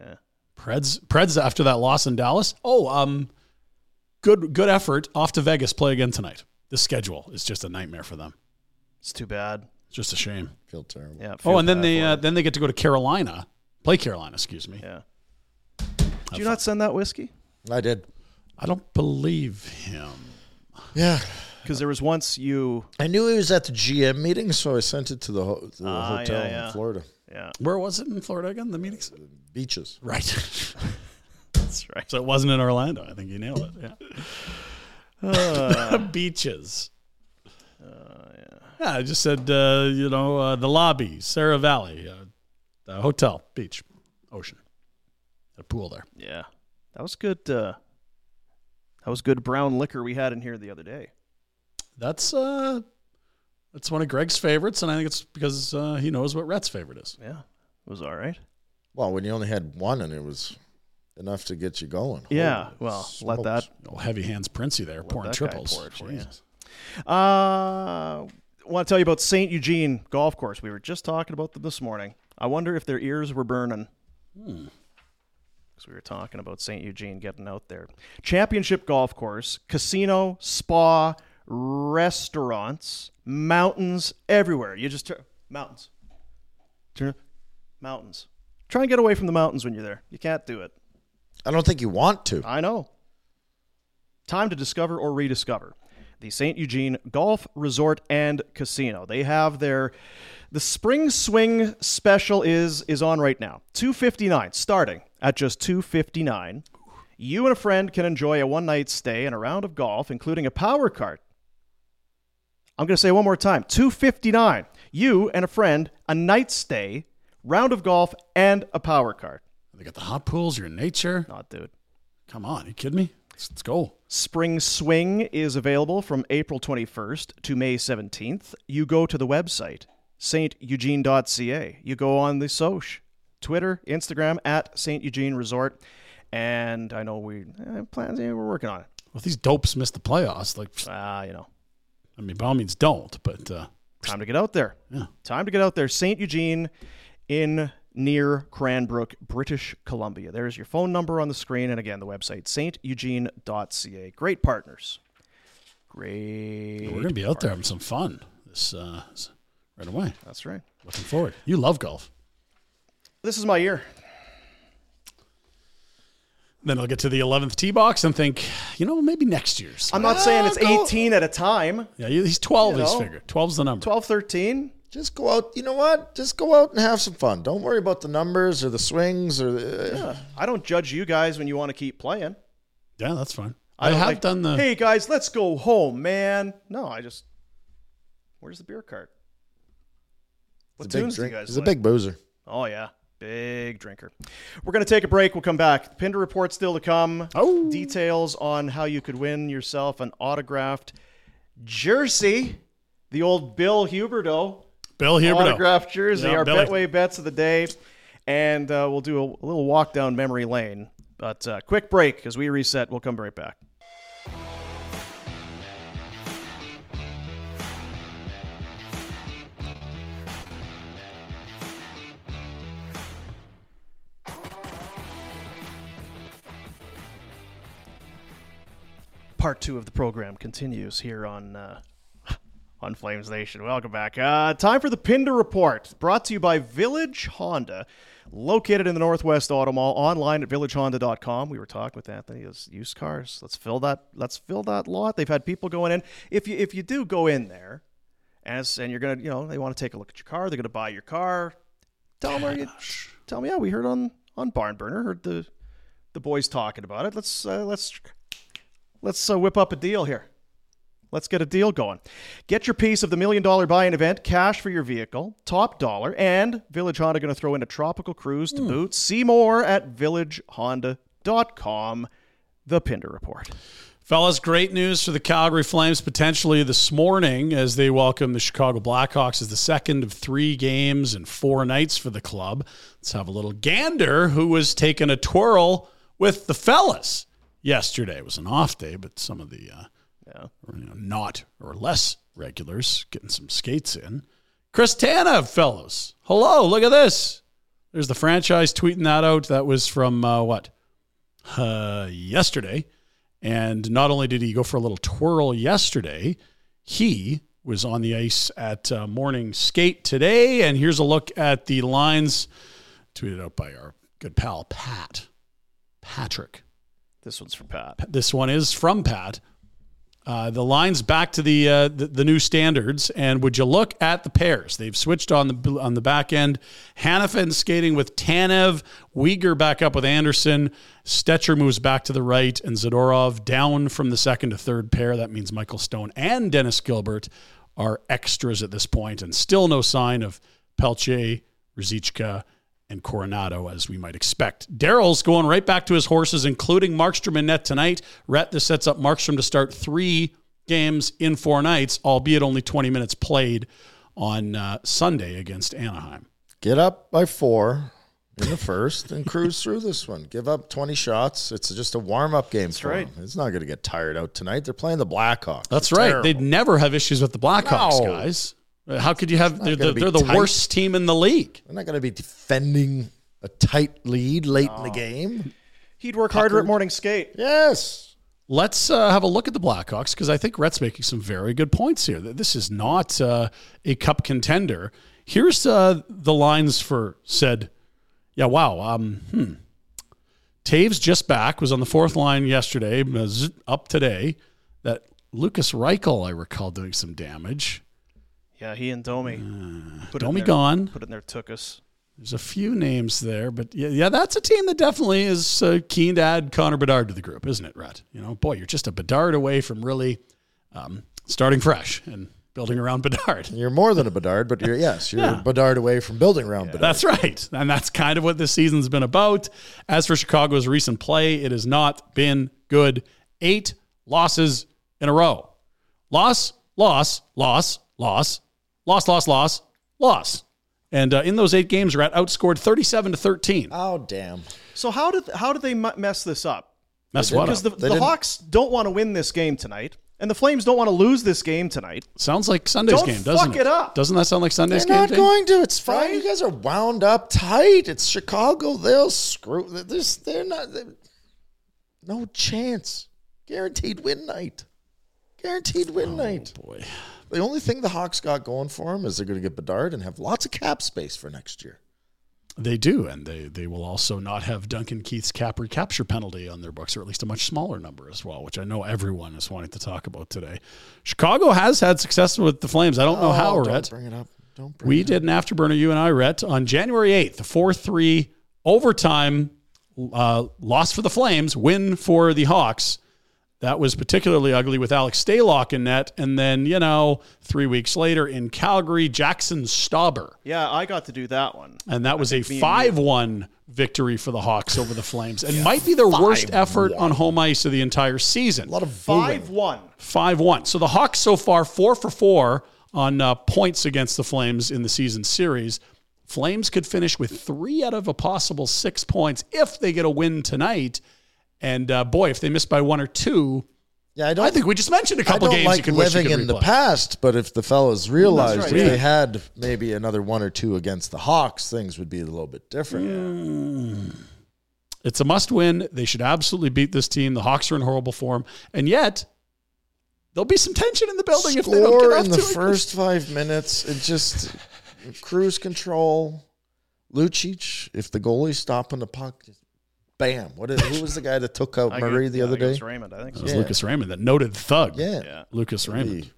Speaker 1: yeah.
Speaker 3: Preds Preds after that loss in Dallas. Oh, um, good good effort. Off to Vegas. Play again tonight. The schedule is just a nightmare for them.
Speaker 1: It's too bad.
Speaker 3: It's just a shame.
Speaker 4: Feel terrible.
Speaker 1: Yeah.
Speaker 3: Oh,
Speaker 1: feel
Speaker 3: and then
Speaker 1: bad
Speaker 3: they
Speaker 1: for
Speaker 3: uh,
Speaker 1: him.
Speaker 3: then they get to go to Carolina. Play Carolina, excuse me.
Speaker 1: yeah. Did you not send that whiskey?
Speaker 4: I did.
Speaker 3: I don't believe him.
Speaker 4: Yeah.
Speaker 1: Because there was once you.
Speaker 4: I knew he was at the GM meeting, so I sent it to the, ho- to the
Speaker 1: Ah,
Speaker 4: hotel
Speaker 1: yeah, yeah.
Speaker 4: in Florida.
Speaker 1: Yeah,
Speaker 3: Where was it in Florida again? The meetings.
Speaker 4: Beaches.
Speaker 3: Right.
Speaker 1: that's right.
Speaker 3: so it wasn't in Orlando. I think you nailed it. Yeah. Beaches. yeah. I just said, uh, you know, uh, the lobby, Sarah Valley, uh, the hotel, beach, ocean, a pool there.
Speaker 1: Yeah, that was good. Uh, that was good brown liquor we had in here the other day.
Speaker 3: That's uh, that's one of Greg's favorites, and I think it's because uh, he knows what Rhett's favorite is.
Speaker 1: Yeah, it was all right.
Speaker 4: Well, when you only had one and it was enough to get you going.
Speaker 1: yeah,
Speaker 4: Holy
Speaker 1: well,
Speaker 4: smokes.
Speaker 1: let that
Speaker 3: Oh, heavy hands, Princey there pouring
Speaker 1: that guy
Speaker 3: triples.
Speaker 1: pour it for you.
Speaker 3: Jesus.
Speaker 1: Uh, want to tell you about St. Eugene Golf Course. We were just talking about them this morning. I wonder if their ears were burning. Because we were talking about St. Eugene getting out there. Championship Golf Course, casino, spa, restaurants, mountains everywhere. You just turn mountains. Turn mountains. Try and get away from the mountains when you're there. You can't do it.
Speaker 4: I don't think you want to.
Speaker 1: I know. Time to discover or rediscover the St. Eugene Golf Resort and Casino. They have their the spring swing special is is on right now. 259 starting at just 259. You and a friend can enjoy a one-night stay and a round of golf including a power cart. I'm going to say it one more time. 259. you and a friend a night stay, round of golf, and a power card.
Speaker 3: They got the hot pools, your nature.
Speaker 1: Not dude.
Speaker 3: Come on, you kidding me? Let's, let's go.
Speaker 1: Spring Swing is available from April 21st to May 17th. You go to the website, steugene.ca. You go on the Soch, Twitter, Instagram, at St. Eugene Resort. And I know we eh, plans, eh, we're working on it.
Speaker 3: Well, if these dopes miss the playoffs, like pfft,
Speaker 1: Ah, you know,
Speaker 3: I mean, by all means, don't. But uh,
Speaker 1: time to get out there.
Speaker 3: Yeah.
Speaker 1: Time to get out there. St. Eugene in near Cranbrook, British Columbia. There's your phone number on the screen. And again, the website, steugene.ca. Great partners. Great.
Speaker 3: we're gonna be out there having some fun this uh, s- right away.
Speaker 1: That's right.
Speaker 3: Looking forward. You love golf.
Speaker 1: This is my year.
Speaker 3: Then I'll get to the eleventh tee box and think, you know, maybe next year's.
Speaker 1: I'm not saying it's
Speaker 3: Let's go.
Speaker 1: 18 at a time.
Speaker 3: Yeah, he's twelve.
Speaker 1: You
Speaker 3: he's
Speaker 1: know?
Speaker 3: figured. Twelve's the number.
Speaker 1: 12, 13.
Speaker 4: Just go out. You know what? Just go out and have some fun. Don't worry about the numbers or the swings or the.
Speaker 1: I don't judge you guys when you want to keep playing.
Speaker 3: Yeah, that's fine.
Speaker 1: I
Speaker 3: I,
Speaker 1: don't
Speaker 3: have
Speaker 1: like-
Speaker 3: done the.
Speaker 1: Hey guys, let's go home, man. No, I just. Where's the beer cart? What
Speaker 4: It's a big
Speaker 1: tunes do you
Speaker 4: drink.
Speaker 1: guys
Speaker 4: He's a
Speaker 1: like?
Speaker 4: big boozer.
Speaker 1: Oh yeah, big drinker. We're gonna take a break. We'll come back. Pinder report still to come.
Speaker 3: Oh.
Speaker 1: Details on how you could win yourself an autographed jersey, the old Bill Huberto
Speaker 3: Bill Huberto.
Speaker 1: autographed jersey.
Speaker 3: Yeah,
Speaker 1: our
Speaker 3: Billy.
Speaker 1: Betway bets of the day, and uh, we'll do a, a little walk down memory lane. But uh, quick break as we reset. We'll come right back. Part two of the program continues here on uh, on Flames Nation. Welcome back. Uh, time for the Pinder Report, brought to you by Village Honda, located in the Northwest Auto Mall, online at villagehonda.com. We were talking with Anthony. It's used cars. Let's fill that. Let's fill that lot. They've had people going in. If you if you do go in there, as and you're gonna you know they want to take a look at your car, they're gonna buy your car. Tell them where you. Tell me, yeah, we heard on on Barn Burner. Heard the the boys talking about it. Let's uh, let's let's uh, whip up a deal here. Let's get a deal going. Get your piece of the million dollar buy in event, cash for your vehicle, top dollar, and Village Honda going to throw in a tropical cruise
Speaker 4: Hmm.
Speaker 1: to boot. See more at villagehonda.com. The Pinder Report.
Speaker 3: Fellas, great news for the Calgary Flames potentially this morning as they welcome the Chicago Blackhawks as the second of three games and four nights for the club. Let's have a little gander who was taking a twirl with the fellas yesterday. It was an off day, but some of the uh, you know, not or less regulars getting some skates in. Chris Tanev, fellows. Hello, look at this. There's the franchise tweeting that out. That was from uh, what? Uh, yesterday. And not only did he go for a little twirl yesterday, he was on the ice at uh, morning skate today. And here's a look at the lines tweeted out by our good pal, Pat. Patrick.
Speaker 1: This one's from Pat.
Speaker 3: This one is from Pat. Uh, the lines back to the, uh, the the new standards, and would you look at the pairs? They've switched on the on the back end. Hannafin skating with Tanev, Uyghur back up with Anderson, Stetcher moves back to the right, and Zadorov down from the second to third pair. That means Michael Stone and Dennis Gilbert are extras at this point, and still no sign of Pelche, Rizicka, and Coronado, as we might expect. Daryl's going right back to his horses, including Markstrom and net tonight. Rhett, this sets up Markstrom to start three games in four nights, albeit only 20 minutes played on uh, Sunday against Anaheim.
Speaker 4: Get up by four in the first and cruise through this one. Give up 20 shots. It's just a warm up game for
Speaker 1: right.
Speaker 4: him. It's not going to get tired out tonight. They're playing the Blackhawks.
Speaker 3: That's
Speaker 4: They're
Speaker 3: right.
Speaker 4: terrible.
Speaker 3: They'd never have issues with the Blackhawks,
Speaker 4: No.
Speaker 3: guys. Uh, How could you have? They're,
Speaker 4: gonna
Speaker 3: the-
Speaker 4: be
Speaker 3: they're the
Speaker 4: tight.
Speaker 3: worst team in the league.
Speaker 4: They're not going to be defending a tight lead late in the game.
Speaker 1: He'd work harder at morning skate.
Speaker 4: Yes.
Speaker 3: Let's uh, have a look at the Blackhawks because I think Rhett's making some very good points here. That This is not uh, a cup contender. Here's uh, the lines for said. Yeah, wow. Um, hmm. Taves just back was on the fourth line yesterday, zzz, up today. That Lucas Reichel, I recall doing some damage.
Speaker 1: Yeah, he and Domi. Put it in
Speaker 3: Domi
Speaker 1: there-
Speaker 3: gone.
Speaker 1: Put it in there, took us.
Speaker 3: There's a few names there, but yeah, yeah that's a team that definitely is uh, keen to add Connor Bedard to the group, isn't it, Rhett? You know, boy, you're just a Bedard away from really um, starting fresh, and building around Bedard.
Speaker 4: You're more than a Bedard, but you're yes, you're a Bedard away from building around Bedard.
Speaker 3: That's right. And that's kind of what this season's been about. As for Chicago's recent play, it has not been good. Eight losses in a row. Loss, loss, loss, loss, loss, loss, loss, loss. And uh, in those eight games, Rat outscored 37 to 13.
Speaker 4: Oh damn!
Speaker 1: So how did how did they mu- mess this up?
Speaker 3: That's what
Speaker 1: Because the,
Speaker 3: up.
Speaker 4: They
Speaker 1: the
Speaker 4: didn't-
Speaker 1: Hawks don't want to win this game tonight, and the Flames don't want to lose this game tonight.
Speaker 3: sounds like Sunday's
Speaker 1: Don't
Speaker 3: game, doesn't
Speaker 1: fuck it up.
Speaker 3: Doesn't that sound like Sunday's
Speaker 4: They're not
Speaker 3: game? Dave?
Speaker 4: going to. It's fine. You guys are wound up tight. It's Chicago. They'll screw. There's they're not. they- no chance. Guaranteed win night. Guaranteed win night.
Speaker 3: Oh, Boy.
Speaker 4: The only thing the Hawks got going for them is they're going to get Bedard and have lots of cap space for next year.
Speaker 3: They do, and they they will also not have Duncan Keith's cap recapture penalty on their books, or at least a much smaller number as well, which I know everyone is wanting to talk about today. Chicago has had success with the Flames. I don't know how,
Speaker 4: Oh, don't
Speaker 3: Rhett.
Speaker 4: bring it up. Don't bring
Speaker 3: We
Speaker 4: it
Speaker 3: did an afterburner, you and I, Rhett, on January 8th, the 4 3 overtime uh, loss for the Flames, win for the Hawks. That was particularly ugly with Alex Stalock in net. And then, you know, three weeks later in Calgary, Jackson Stauber.
Speaker 1: Yeah, I got to do that one.
Speaker 3: And that was a 5 1 victory for the Hawks over the Flames and might be their worst effort on home ice of the entire season.
Speaker 4: A lot of booing.
Speaker 1: Five one.
Speaker 3: 5 1. So the Hawks so far, 4 for 4 on uh, points against the Flames in the season series. Flames could finish with three out of a possible six points if they get a win tonight. And uh, boy, if they miss by one or two,
Speaker 4: Yeah, I don't.
Speaker 3: I think we just mentioned a couple
Speaker 4: I don't
Speaker 3: games
Speaker 4: like
Speaker 3: you can wish you
Speaker 4: living
Speaker 3: could
Speaker 4: in the
Speaker 3: replay.
Speaker 4: past, but if the fellas realized
Speaker 1: right,
Speaker 4: if
Speaker 1: yeah.
Speaker 4: they had maybe another one or two against the Hawks, things would be a little bit different.
Speaker 3: Hmm. It's a must win. They should absolutely beat this team. The Hawks are in horrible form. And yet, therell be some tension in the building if they don't get
Speaker 4: Score
Speaker 3: off
Speaker 4: in
Speaker 3: to
Speaker 4: the
Speaker 3: a-
Speaker 4: first five minutes. It just cruise control. Lucic, if the goalie's stopping the puck, just bam. What is, who was the guy that took out
Speaker 1: I
Speaker 4: Murray
Speaker 1: got-
Speaker 4: the
Speaker 1: yeah,
Speaker 4: other
Speaker 1: I think it
Speaker 4: day?
Speaker 1: was Raymond, I think.
Speaker 3: It
Speaker 1: So.
Speaker 3: was
Speaker 4: Yeah.
Speaker 3: Lucas Raymond, that noted thug.
Speaker 4: Yeah.
Speaker 1: Yeah.
Speaker 3: Lucas Raymond.
Speaker 4: Hey,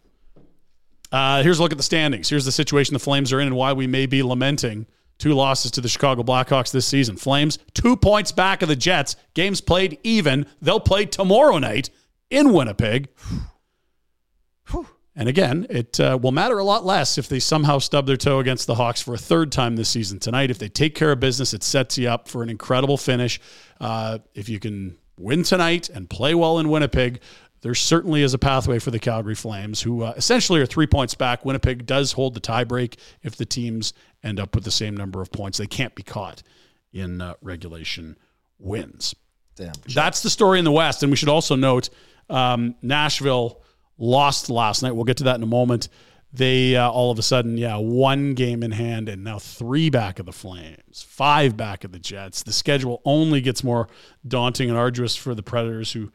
Speaker 3: Uh, here's a look at the standings. Here's the situation the Flames are in and why we may be lamenting two losses to the Chicago Blackhawks this season. Flames, two points back of the Jets. Games played even. They'll play tomorrow night in Winnipeg. And again, it uh, will matter a lot less if they somehow stub their toe against the Hawks for a third time this season tonight. If they take care of business, it sets you up for an incredible finish. Uh, if you can win tonight and play well in Winnipeg, there certainly is a pathway for the Calgary Flames, who uh, essentially are three points back. Winnipeg does hold the tiebreak if the teams end up with the same number of points. They can't be caught in uh, regulation wins.
Speaker 4: Damn.
Speaker 3: That's the story in the West. And we should also note um, Nashville lost last night. We'll get to that in a moment. They uh, all of a sudden, yeah, one game in hand and now three back of the Flames, five back of the Jets. The schedule only gets more daunting and arduous for the Predators, who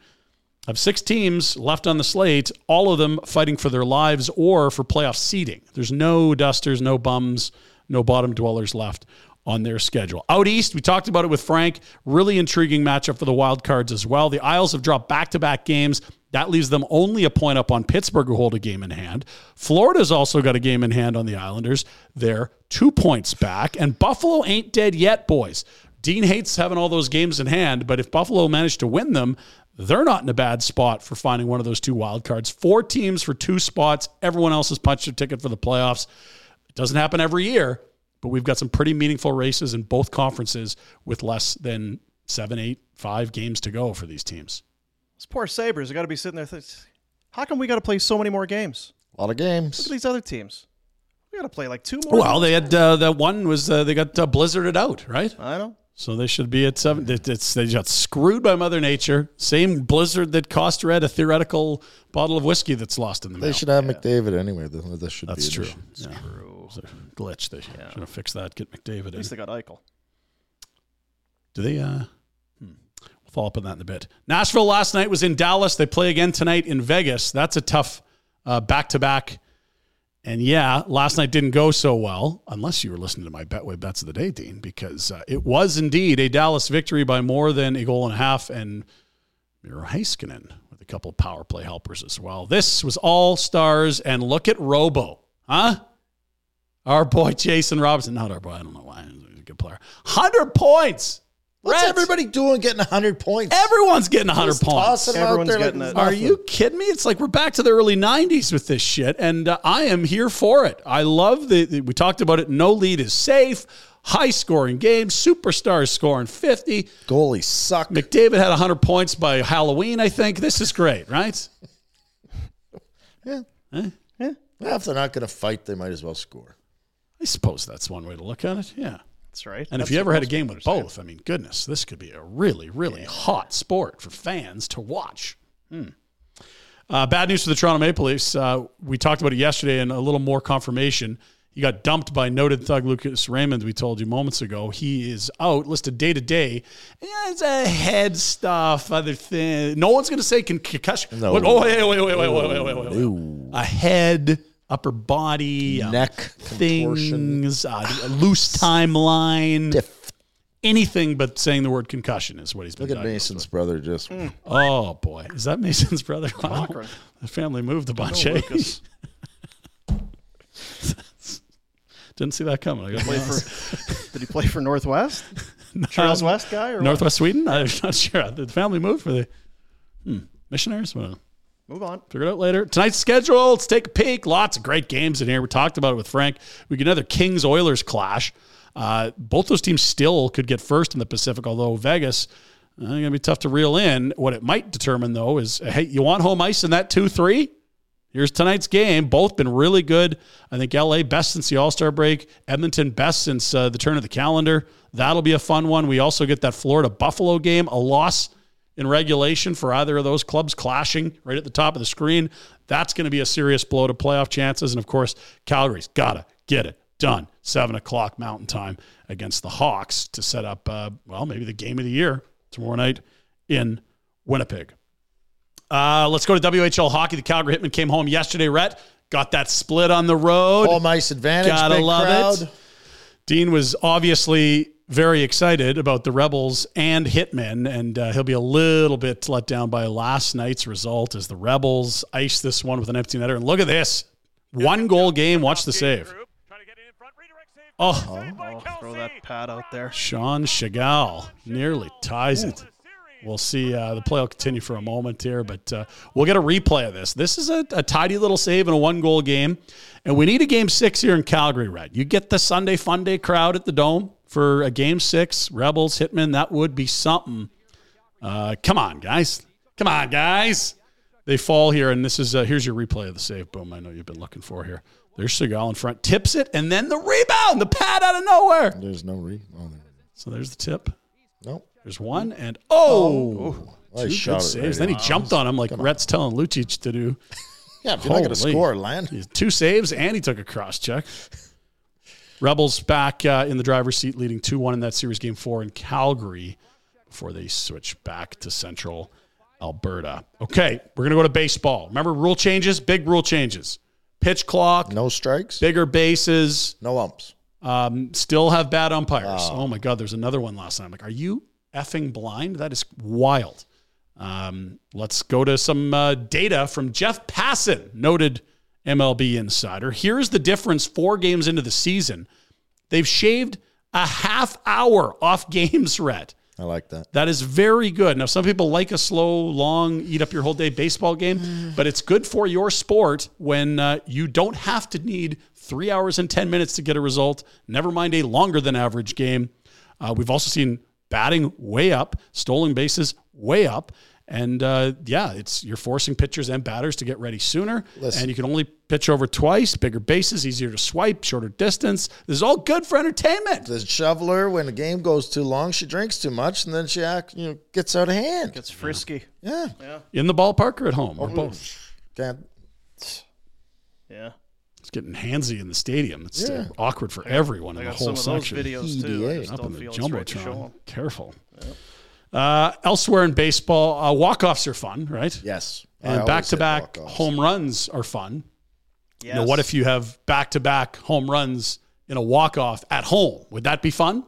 Speaker 3: have six teams left on the slate, all of them fighting for their lives or for playoff seeding. There's no dusters, no bums, no bottom dwellers left on their schedule. Out east, we talked about it with Frank. Really intriguing matchup for the wild cards as well. The Isles have dropped back to back games. That leaves them only a point up on Pittsburgh, who hold a game in hand. Florida's also got a game in hand on the Islanders. They're two points back. And Buffalo ain't dead yet, boys. Dean hates having all those games in hand, but if Buffalo managed to win them, they're not in a bad spot for finding one of those two wild cards. Four teams for two spots. Everyone else has punched their ticket for the playoffs. It doesn't happen every year, but we've got some pretty meaningful races in both conferences with less than seven, eight, five games to go for these teams.
Speaker 1: Those poor Sabres have got to be sitting there. Th- how come we got to play so many more games?
Speaker 4: A lot of
Speaker 1: Look
Speaker 4: games.
Speaker 1: at these other teams. We got to play like two more.
Speaker 3: Well, they had uh, that one was uh, they got uh, blizzarded out, right?
Speaker 1: I know.
Speaker 3: So they should be at seven. It, it's, they got screwed by Mother Nature. Same blizzard that cost Red a theoretical bottle of whiskey that's lost in the mail.
Speaker 4: They should have McDavid anyway. Th- This should
Speaker 3: That's
Speaker 4: be
Speaker 3: true.
Speaker 4: an issue.
Speaker 3: That's true. glitch. They should have fixed that. Get McDavid
Speaker 1: At least
Speaker 3: in.
Speaker 1: they got Eichel.
Speaker 3: Do they? Uh, hmm. We'll follow up on that in a bit. Nashville last night was in Dallas. They play again tonight in Vegas. That's a tough back to back. And yeah, last night didn't go so well, unless you were listening to my Betway Bets of the Day, Dean, because uh, it was indeed a Dallas victory by more than a goal and a half. And Miro Heiskanen with a couple power play helpers as well. This was all stars, and look at Robo, huh? Our boy Jason Robinson, not our boy. I don't know why. He's a good player. Hundred points
Speaker 4: What's
Speaker 3: Reds.
Speaker 4: everybody doing getting 100 points?
Speaker 3: Everyone's getting 100
Speaker 4: Just
Speaker 3: points.
Speaker 4: tossing 'em
Speaker 1: Everyone's
Speaker 4: out there
Speaker 1: getting
Speaker 4: like
Speaker 1: it.
Speaker 4: nothing.
Speaker 3: Are you kidding me? It's like we're back to the early 90s with this shit, and uh, I am here for it. I love the, the- we talked about it. No lead is safe. High scoring games, superstars scoring 50.
Speaker 4: Goalies suck.
Speaker 3: McDavid had 100 points by Halloween, I think. This is great, right?
Speaker 4: Well, if they're not going to fight, they might as well score.
Speaker 3: I suppose that's one way to look at it. Yeah.
Speaker 1: That's right.
Speaker 3: And if you ever had a game with both, I mean, goodness, this could be a really, really hot sport for fans to watch. Hmm. Uh, bad news for the Toronto Maple Leafs. Uh, we talked about it yesterday, and a little more confirmation. He got dumped by noted thug Lucas Raymond. We told you moments ago he is out, listed day to day. Yeah, It's a head stuff, other thing. No one's going to say con- concussion.
Speaker 4: No.
Speaker 3: Wait, oh, wait, wait, wait, wait, wait, wait, wait, wait, wait. A head, upper body, a
Speaker 4: Neck contortion.
Speaker 3: things, uh, a loose timeline, anything but saying the word concussion is what he's been
Speaker 4: Look at
Speaker 3: diagnosed
Speaker 4: Mason's brother just.
Speaker 1: Hmm.
Speaker 3: with. Oh boy, is that Mason's brother? Wow. The family moved a bunch. eh? Didn't see that coming. I got
Speaker 1: Play for, did he play for Northwest? Charles West guy or
Speaker 3: Um, Northwest Sweden. I'm not sure. The family moved for the hmm, missionaries. Well,
Speaker 1: What? Move on.
Speaker 3: Figure it out later. Tonight's schedule. Let's take a peek. Lots of great games in here. We talked about it with Frank. We get another Kings Oilers clash. Uh, both those teams still could get first in the Pacific, although Vegas uh, going to be tough to reel in. What it might determine though is, hey, you want home ice in that two three? Here's tonight's game. Both been really good. I think LA best since the All Star break. Edmonton best since uh, the turn of the calendar. That'll be a fun one. We also get that Florida Buffalo game. A loss in regulation for either of those clubs clashing right at the top of the screen. That's going to be a serious blow to playoff chances. And of course, Calgary's gotta get it done. Seven o'clock Mountain Time against the Hawks to set up. Uh, well, maybe the game of the year tomorrow night in Winnipeg. Uh, let's go to WHL hockey. The Calgary Hitmen came home yesterday. Rhett got that split on the road.
Speaker 4: Home ice advantage.
Speaker 3: Gotta
Speaker 4: big
Speaker 3: love
Speaker 4: crowd.
Speaker 3: it. Dean was obviously very excited about the Rebels and Hitmen, and uh, he'll be a little bit let down by last night's result as the Rebels ice this one with an empty netter. And look at this one goal game. Watch the save.
Speaker 4: Uh-huh.
Speaker 3: Oh,
Speaker 1: Oh, throw that pad out there.
Speaker 3: Sean Chagall nearly ties it. We'll see. Uh, the play will continue for a moment here, but uh, we'll get a replay of this. This is a, a tidy little save in a one goal game, and we need a game six here in Calgary, right? You get the Sunday fun day crowd at the Dome for a game six, Rebels, Hitmen. That would be something. Uh, come on, guys. Come on, guys. They fall here, and this is uh, here's your replay of the save. Boom! I know you've been looking for here. There's Seagal in front, tips it, and then the rebound, the pad out of nowhere.
Speaker 4: There's no re. Oh, there-
Speaker 3: So there's the tip.
Speaker 4: Nope.
Speaker 3: There's one and oh,
Speaker 4: Well,
Speaker 3: two
Speaker 4: he shot
Speaker 3: good
Speaker 4: it
Speaker 3: saves.
Speaker 4: right
Speaker 3: then he
Speaker 4: in.
Speaker 3: jumped on him like Rhett's telling Lucic to do.
Speaker 4: Yeah, if you're not going to
Speaker 3: Holy.
Speaker 4: score, land.
Speaker 3: He's two saves and he took a cross check. Rebels back uh, in the driver's seat, leading two one in that series game four in Calgary before they switch back to Central Alberta. Okay, we're gonna go to baseball. Remember rule changes, big rule changes. Pitch clock,
Speaker 4: No strikes.
Speaker 3: bigger bases.
Speaker 4: No umps.
Speaker 3: Um, still have bad umpires. Oh. my God, there's another one last night. I'm like, are you effing blind? That is wild. Um, let's go to some uh, data from Jeff Passan, noted MLB insider. Here's the difference four games into the season. They've shaved a half hour off games, Rhett.
Speaker 4: I like that.
Speaker 3: That is very good. Now, some people like a slow, long, eat up your whole day baseball game, but it's good for your sport when uh, you don't have to need three hours and 10 minutes to get a result, never mind a longer than average game. Uh, we've also seen batting way up, stolen bases way up. And uh, yeah, it's you're forcing pitchers and batters to get ready sooner, and you can only pitch over twice. Bigger bases, easier to swipe, shorter distance. This is all good for entertainment.
Speaker 4: The shoveler, when a game goes too long, she drinks too much, and then she act, you know, gets out of hand.
Speaker 1: Gets frisky.
Speaker 4: Yeah.
Speaker 3: In the ballpark or at home, or both.
Speaker 4: Can't-
Speaker 1: Yeah.
Speaker 3: It's getting handsy in the stadium. It's uh, awkward for everyone in
Speaker 1: I
Speaker 3: the
Speaker 1: got
Speaker 3: whole
Speaker 1: some of those
Speaker 3: section. E
Speaker 1: videos too. I
Speaker 4: PDA.
Speaker 1: just
Speaker 3: Up in
Speaker 1: don't
Speaker 3: the
Speaker 1: feel it's right to show
Speaker 3: jumbotron.
Speaker 1: 'em.
Speaker 3: Careful. Uh, elsewhere in baseball, uh, walk-offs are fun, right?
Speaker 4: Yes. I
Speaker 3: And
Speaker 4: always
Speaker 3: back-to-back
Speaker 4: hit walk-offs.
Speaker 3: home runs are fun.
Speaker 1: Yes.
Speaker 3: You know, what if you have back-to-back home runs in a walk-off at home? Would that be fun?
Speaker 4: I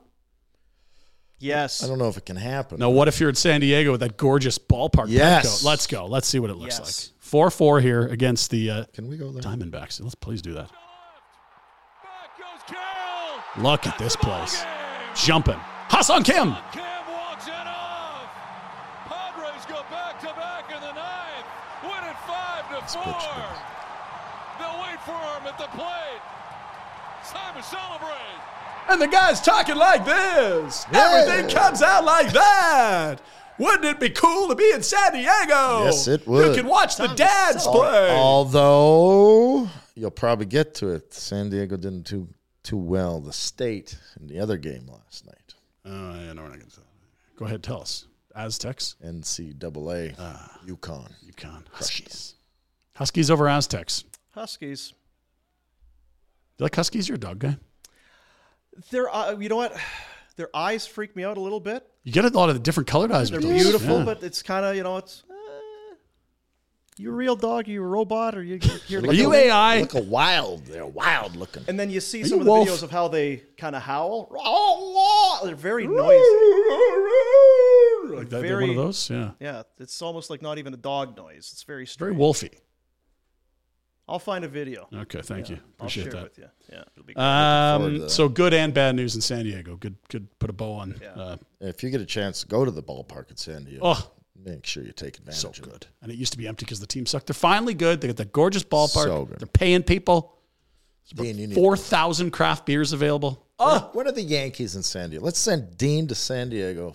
Speaker 1: Yes.
Speaker 4: don't know if it can happen.
Speaker 3: Now, what if you're in San Diego with that gorgeous ballpark?
Speaker 4: Yes.
Speaker 3: Petco? Let's go. Let's see what it looks
Speaker 1: Yes.
Speaker 3: like. 4-4 here against the uh,
Speaker 4: Can we go there?
Speaker 3: Diamondbacks. Let's please do that. Look at this place. Jumping. Hassan Kim.
Speaker 4: It's Pittsburgh.
Speaker 7: They'll wait for him at the plate. It's time to celebrate.
Speaker 3: And the guy's talking like this. Everything comes out like that. Wouldn't it be cool to be in San Diego?
Speaker 4: Yes, it would.
Speaker 3: You can watch the dads play.
Speaker 4: Although you'll probably get to it. San Diego didn't do too well. The state in the other game last night.
Speaker 3: Uh, yeah, no, we're not going to tell. Go ahead, tell us. Aztecs,
Speaker 4: NCAA,
Speaker 3: Ah.
Speaker 4: UConn.
Speaker 3: UConn, Huskies. Huskies over Aztecs.
Speaker 1: Huskies.
Speaker 3: You like Huskies? You're a dog guy.
Speaker 1: Their, uh, you know what? Their eyes freak me out a little bit.
Speaker 3: You get a lot of the different colored eyes.
Speaker 1: They're
Speaker 3: with those.
Speaker 1: beautiful,
Speaker 3: Yeah.
Speaker 1: but it's kind of you know it's. Uh, you a real dog? You a robot? Or you? You're
Speaker 3: are you AI?
Speaker 4: Look a wild. They're wild looking.
Speaker 1: And then you see
Speaker 3: Are
Speaker 1: some
Speaker 3: you
Speaker 1: of the
Speaker 3: wolf?
Speaker 1: videos of how they kind of howl. Oh, They're very noisy.
Speaker 3: like that, they're
Speaker 1: very-
Speaker 3: one of those. Yeah,
Speaker 1: Yeah, it's almost like not even a dog noise. It's very strange.
Speaker 3: very wolfy.
Speaker 1: I'll find a video.
Speaker 3: Okay, thank you.
Speaker 1: I'll share
Speaker 3: Appreciate
Speaker 1: it
Speaker 3: that.
Speaker 1: with you. Yeah, it'll be
Speaker 4: forward to
Speaker 3: Um,
Speaker 4: that.
Speaker 3: so good and bad news in San Diego. Good, good. Put a bow on. Uh,
Speaker 4: If you get a chance to go to the ballpark in San Diego,
Speaker 3: oh,
Speaker 4: make sure you take advantage
Speaker 3: so
Speaker 4: of it.
Speaker 3: good. And it used to be empty because the team sucked. They're finally good. They got that gorgeous ballpark.
Speaker 4: So good.
Speaker 3: They're paying people.
Speaker 4: Dean, you need
Speaker 3: Four thousand craft beers available.
Speaker 4: Oh. When are the Yankees in San Diego? Let's send Dean to San Diego.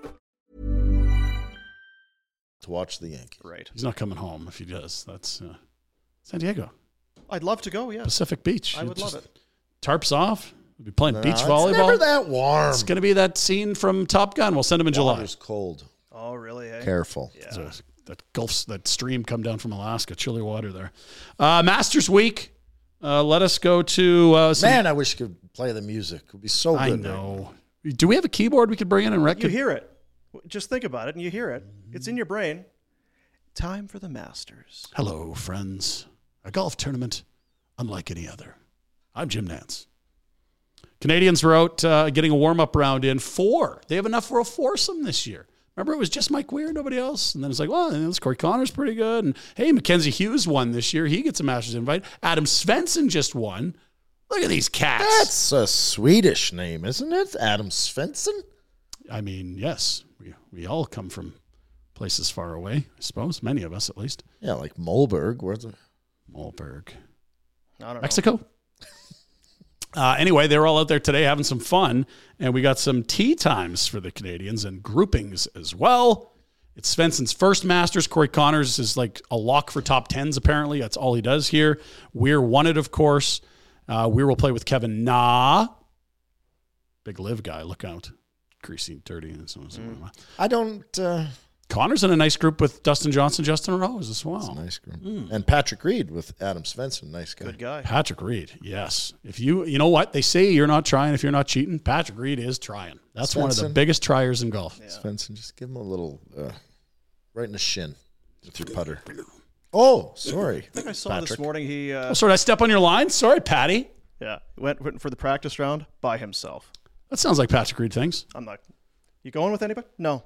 Speaker 4: to watch the Yankees.
Speaker 1: great.
Speaker 3: He's not coming home if he does. That's uh, San Diego,
Speaker 1: I'd love to go. Yeah,
Speaker 3: Pacific Beach.
Speaker 1: I would
Speaker 3: It's
Speaker 1: love
Speaker 3: just-
Speaker 1: it.
Speaker 3: Tarps off. We'll be playing
Speaker 4: No,
Speaker 3: beach
Speaker 4: Uh, it's
Speaker 3: volleyball.
Speaker 4: Never that warm.
Speaker 3: It's going to be that scene from Top Gun. We'll send him in July.
Speaker 4: Water's cold.
Speaker 1: Oh, really? eh?
Speaker 4: Careful.
Speaker 3: So that Gulf, that stream come down from Alaska, chilly water there. Uh, Masters week. Uh, let us go to uh, some-
Speaker 4: Man, I wish you could play the music. It would be so good.
Speaker 3: I
Speaker 4: right now.
Speaker 3: know. Do we have a keyboard we could bring in and rec?
Speaker 1: You hear it. W- Just think about it, and you hear it. It's in your brain. Time for the Masters.
Speaker 3: Hello, friends. A golf tournament unlike any other. I'm Jim Nance. Canadians were out uh, getting a warm up round in four. They have enough for a foursome this year. Remember, it was just Mike Weir, nobody else. And then it's like, well, and this Corey Connor's pretty good. And hey, Mackenzie Hughes won this year. He gets a Masters invite. Adam Svensson just won. Look at these cats.
Speaker 4: That's a Swedish name, isn't it? Adam Svensson?
Speaker 3: I mean, yes, we, we all come from places far away, I suppose. Many of us, at least.
Speaker 4: Yeah, like Moberg. Where's it?
Speaker 3: Malberg.
Speaker 1: I don't know.
Speaker 3: Mexico. Uh, anyway, they were all out there today having some fun, and we got some tea times for the Canadians and groupings as well. It's Svensson's first Masters. Corey Connors is like a lock for top tens, apparently. That's all he does here. Weir won it, of course. Uh, Weir will play with Kevin Na. Big live guy, look out. Greasy, dirty, and so on. and so on.
Speaker 4: I don't. Uh,
Speaker 3: Connors in a nice group with Dustin Johnson, Justin Rose as well.
Speaker 4: it's a nice group. And Patrick Reed with Adam Svensson. Nice guy.
Speaker 1: Good guy.
Speaker 3: Patrick Reed, yes. If you you know what they say, you're not trying if you're not cheating. Patrick Reed is trying. That's one of the
Speaker 4: Svensson.
Speaker 3: biggest triers in golf.
Speaker 4: Svensson, just give him a little uh, right in the shin with your putter. Oh, sorry.
Speaker 1: I think I saw this morning. He
Speaker 3: Oh,
Speaker 1: uh,
Speaker 3: sorry, did I step on your line. Sorry, Patty.
Speaker 1: yeah went, went for the practice round by himself.
Speaker 3: That sounds like Patrick Reed things.
Speaker 1: I'm not. You going with anybody? No.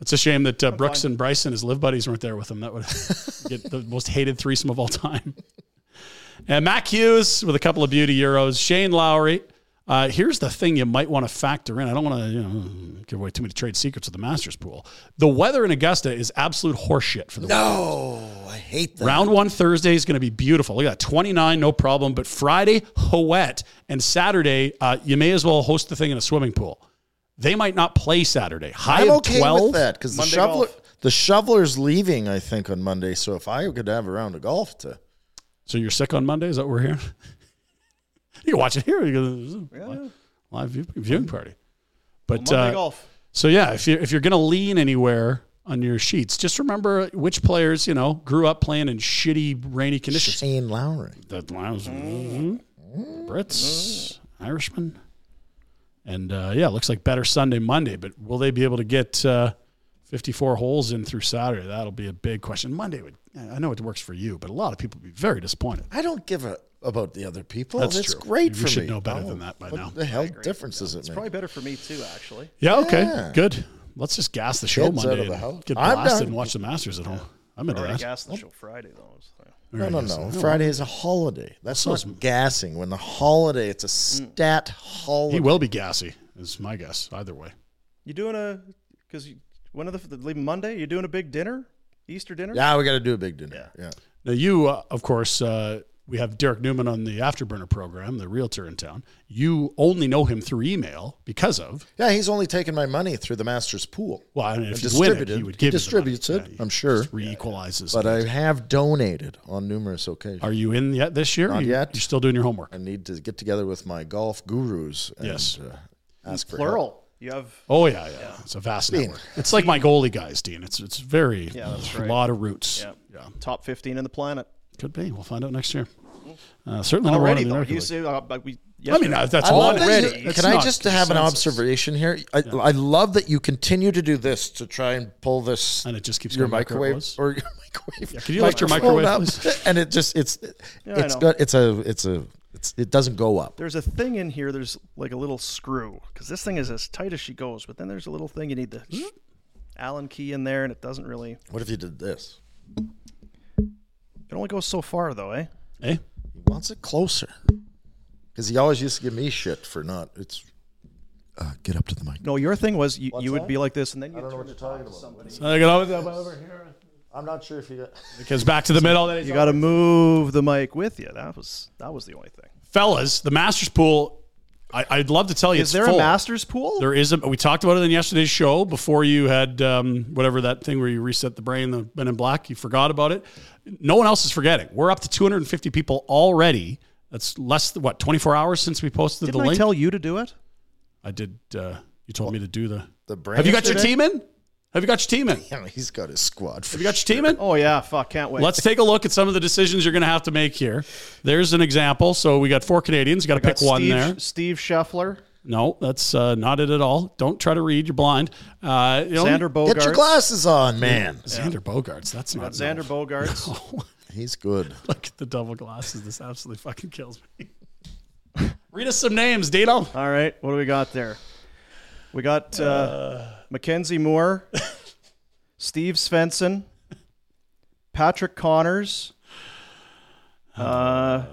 Speaker 3: It's a shame that uh, Brooks and Bryson, his live buddies, weren't there with him. That would get the most hated threesome of all time. And Mac Hughes with a couple of beauty euros. Shane Lowry. Uh, here's the thing you might want to factor in. I don't want to you know, give away too many trade secrets of the Masters pool. The weather in Augusta is absolute horseshit for the
Speaker 4: No, I hate that.
Speaker 3: Round one Thursday is going to be beautiful. Look at that, 29, no problem. But Friday, wet, and Saturday, uh, you may as well host the thing in a swimming pool. They might not play Saturday. High
Speaker 4: I'm
Speaker 3: of
Speaker 4: okay
Speaker 3: 12.
Speaker 4: with that because the
Speaker 1: Monday
Speaker 4: shoveler
Speaker 1: golf.
Speaker 4: the shoveler's leaving, I think, on Monday. So if I could have a round of golf to
Speaker 3: So you're sick on Monday? Is that what we're hearing? you can watch it here. You can- live, live view- viewing party. But
Speaker 1: Monday
Speaker 3: uh,
Speaker 1: golf.
Speaker 3: so yeah, if you're if you're gonna lean anywhere on your sheets, just remember which players you know grew up playing in shitty rainy conditions.
Speaker 4: Shane Lowry,
Speaker 3: that lounge. Brits, Irishmen, and uh, yeah, it looks like better Sunday, Monday. But will they be able to get uh, 54 holes in through Saturday. That'll be a big question. Monday would, I know it works for you, but a lot of people would be very disappointed.
Speaker 4: I don't give a about the other people.
Speaker 3: That's
Speaker 4: That's,
Speaker 3: true.
Speaker 4: great
Speaker 3: You
Speaker 4: for
Speaker 3: should
Speaker 4: me.
Speaker 3: know better
Speaker 4: Oh,
Speaker 3: than that by
Speaker 4: what
Speaker 3: now.
Speaker 4: the hell difference does it
Speaker 1: It's
Speaker 4: make?
Speaker 1: probably better for me too, actually.
Speaker 3: Yeah, okay,
Speaker 4: Yeah.
Speaker 3: good. Let's just gas the show
Speaker 4: Kids out
Speaker 3: Monday.
Speaker 4: of the
Speaker 3: and
Speaker 4: house.
Speaker 3: Get
Speaker 4: I'm
Speaker 3: blasted
Speaker 4: done.
Speaker 3: and watch the Masters at home. I'm into
Speaker 1: Already
Speaker 3: that.
Speaker 1: gassed the show Friday though. so-
Speaker 4: no, no, no. Friday is a holiday. That's
Speaker 3: So is-
Speaker 4: not gassing. When the holiday, it's a stat holiday.
Speaker 3: Mm. He will be gassy, is my guess. Either way,
Speaker 1: You doing a because when are the, the leaving Monday? You doing a big dinner, Easter dinner?
Speaker 4: Yeah, we got to do a big dinner. Yeah.
Speaker 3: now you, uh, of course, uh, we have Derek Newman on the Afterburner program, the realtor in town. You only know him through email because of
Speaker 4: yeah, He's only taking my money through the Masters pool.
Speaker 3: well, I mean,
Speaker 4: And
Speaker 3: if you win it,
Speaker 4: distributed-
Speaker 3: he would
Speaker 4: he
Speaker 3: give
Speaker 4: distributes
Speaker 3: you the
Speaker 4: it,
Speaker 3: money. he
Speaker 4: I'm sure.
Speaker 3: just re-equalizes.
Speaker 4: But
Speaker 3: it.
Speaker 4: I have donated on numerous occasions.
Speaker 3: are you in yet this year?
Speaker 4: Not
Speaker 3: you,
Speaker 4: yet.
Speaker 3: You're still doing your homework.
Speaker 4: I need to get together with my golf gurus. And,
Speaker 3: Yes.
Speaker 4: uh, ask for help.
Speaker 1: Plural. You have
Speaker 3: Oh yeah, yeah, It's a vast
Speaker 4: Dean.
Speaker 3: network. It's like my goalie guys, Dean. It's it's very
Speaker 1: Yeah, that's
Speaker 3: a
Speaker 1: right.
Speaker 3: lot of roots.
Speaker 1: Yeah.
Speaker 3: yeah,
Speaker 1: top fifteen in the planet
Speaker 3: could be. We'll find out next year. Uh, certainly not
Speaker 1: already.
Speaker 3: one in the
Speaker 1: Though
Speaker 3: American
Speaker 1: you
Speaker 3: League.
Speaker 1: say, uh, but we.
Speaker 3: I mean, uh,
Speaker 1: yesterday-
Speaker 3: that's
Speaker 4: Mm-hmm. I love
Speaker 3: one.
Speaker 4: that you-
Speaker 3: That's
Speaker 4: can I
Speaker 3: not
Speaker 4: just have an
Speaker 3: consensus.
Speaker 4: observation here? I, I love that you continue to do this to try and pull this
Speaker 3: And it just keeps
Speaker 4: your
Speaker 3: going back where it
Speaker 4: microwave
Speaker 3: was.
Speaker 4: or your microwave.
Speaker 3: Yeah, could you lift your
Speaker 4: microphone
Speaker 3: microwave,
Speaker 4: up? And it just it's
Speaker 1: I
Speaker 4: it's
Speaker 1: know.
Speaker 4: got it's a it's a it's, it doesn't go up.
Speaker 1: there's a thing in here. There's like a little screw because this thing is as tight as she goes. But then there's a little thing you need the
Speaker 3: Hmm?
Speaker 1: Allen key in there, and it doesn't really. It
Speaker 4: What if you did this?
Speaker 1: only goes so far though, eh?
Speaker 3: Eh?
Speaker 4: He wants it closer because he always used to give me shit for not. It's uh, get up to the mic.
Speaker 1: No, your thing was you, you would be like this, and then you.
Speaker 4: I don't know what you're talking about.
Speaker 3: So I got over there, over here.
Speaker 4: I'm not sure if you. Got,
Speaker 3: Because back to the middle. then it's
Speaker 1: You
Speaker 3: over.
Speaker 1: got to move the mic with you. That was that was the only thing.
Speaker 3: fellas. The Masters pool. I, I'd love to tell you.
Speaker 1: Is
Speaker 3: it's
Speaker 1: there
Speaker 3: full.
Speaker 1: a Masters pool?
Speaker 3: There is a. We talked about it in yesterday's show before you had um, whatever that thing where you reset the brain, the Men in Black. You forgot about it. No one else is forgetting. We're up to 250 people already. That's less than what 24 hours since we posted
Speaker 1: Didn't
Speaker 3: the
Speaker 1: I
Speaker 3: link.
Speaker 1: tell you to do it?
Speaker 3: I did. Uh, you told me to do the.
Speaker 4: the brand
Speaker 3: Have you got your
Speaker 4: today?
Speaker 3: team in? Have you got your team in? Have
Speaker 4: You know, he's got his squad. For
Speaker 3: you got your team in?
Speaker 1: Oh yeah, fuck, can't wait.
Speaker 3: Let's take a look at some of the decisions you're going to have to make here. There's an example. So we got four Canadians. Got to pick
Speaker 1: Got
Speaker 3: one
Speaker 1: Steve,
Speaker 3: there.
Speaker 1: Steve Scheffler,
Speaker 3: No, that's uh, not it at all. Don't try to read. You're blind. Uh, you know-
Speaker 1: Xander Bogarts.
Speaker 4: Get your glasses on, man.
Speaker 3: Xander Bogarts. That's not
Speaker 1: Xander
Speaker 3: no.
Speaker 1: Bogarts.
Speaker 4: He's good.
Speaker 3: Look at the double glasses. This absolutely fucking kills me. Read us some names, Dino.
Speaker 1: All right, what do we got there? We got uh, Mackenzie Moore, Steve Svensson, Patrick Connors, uh,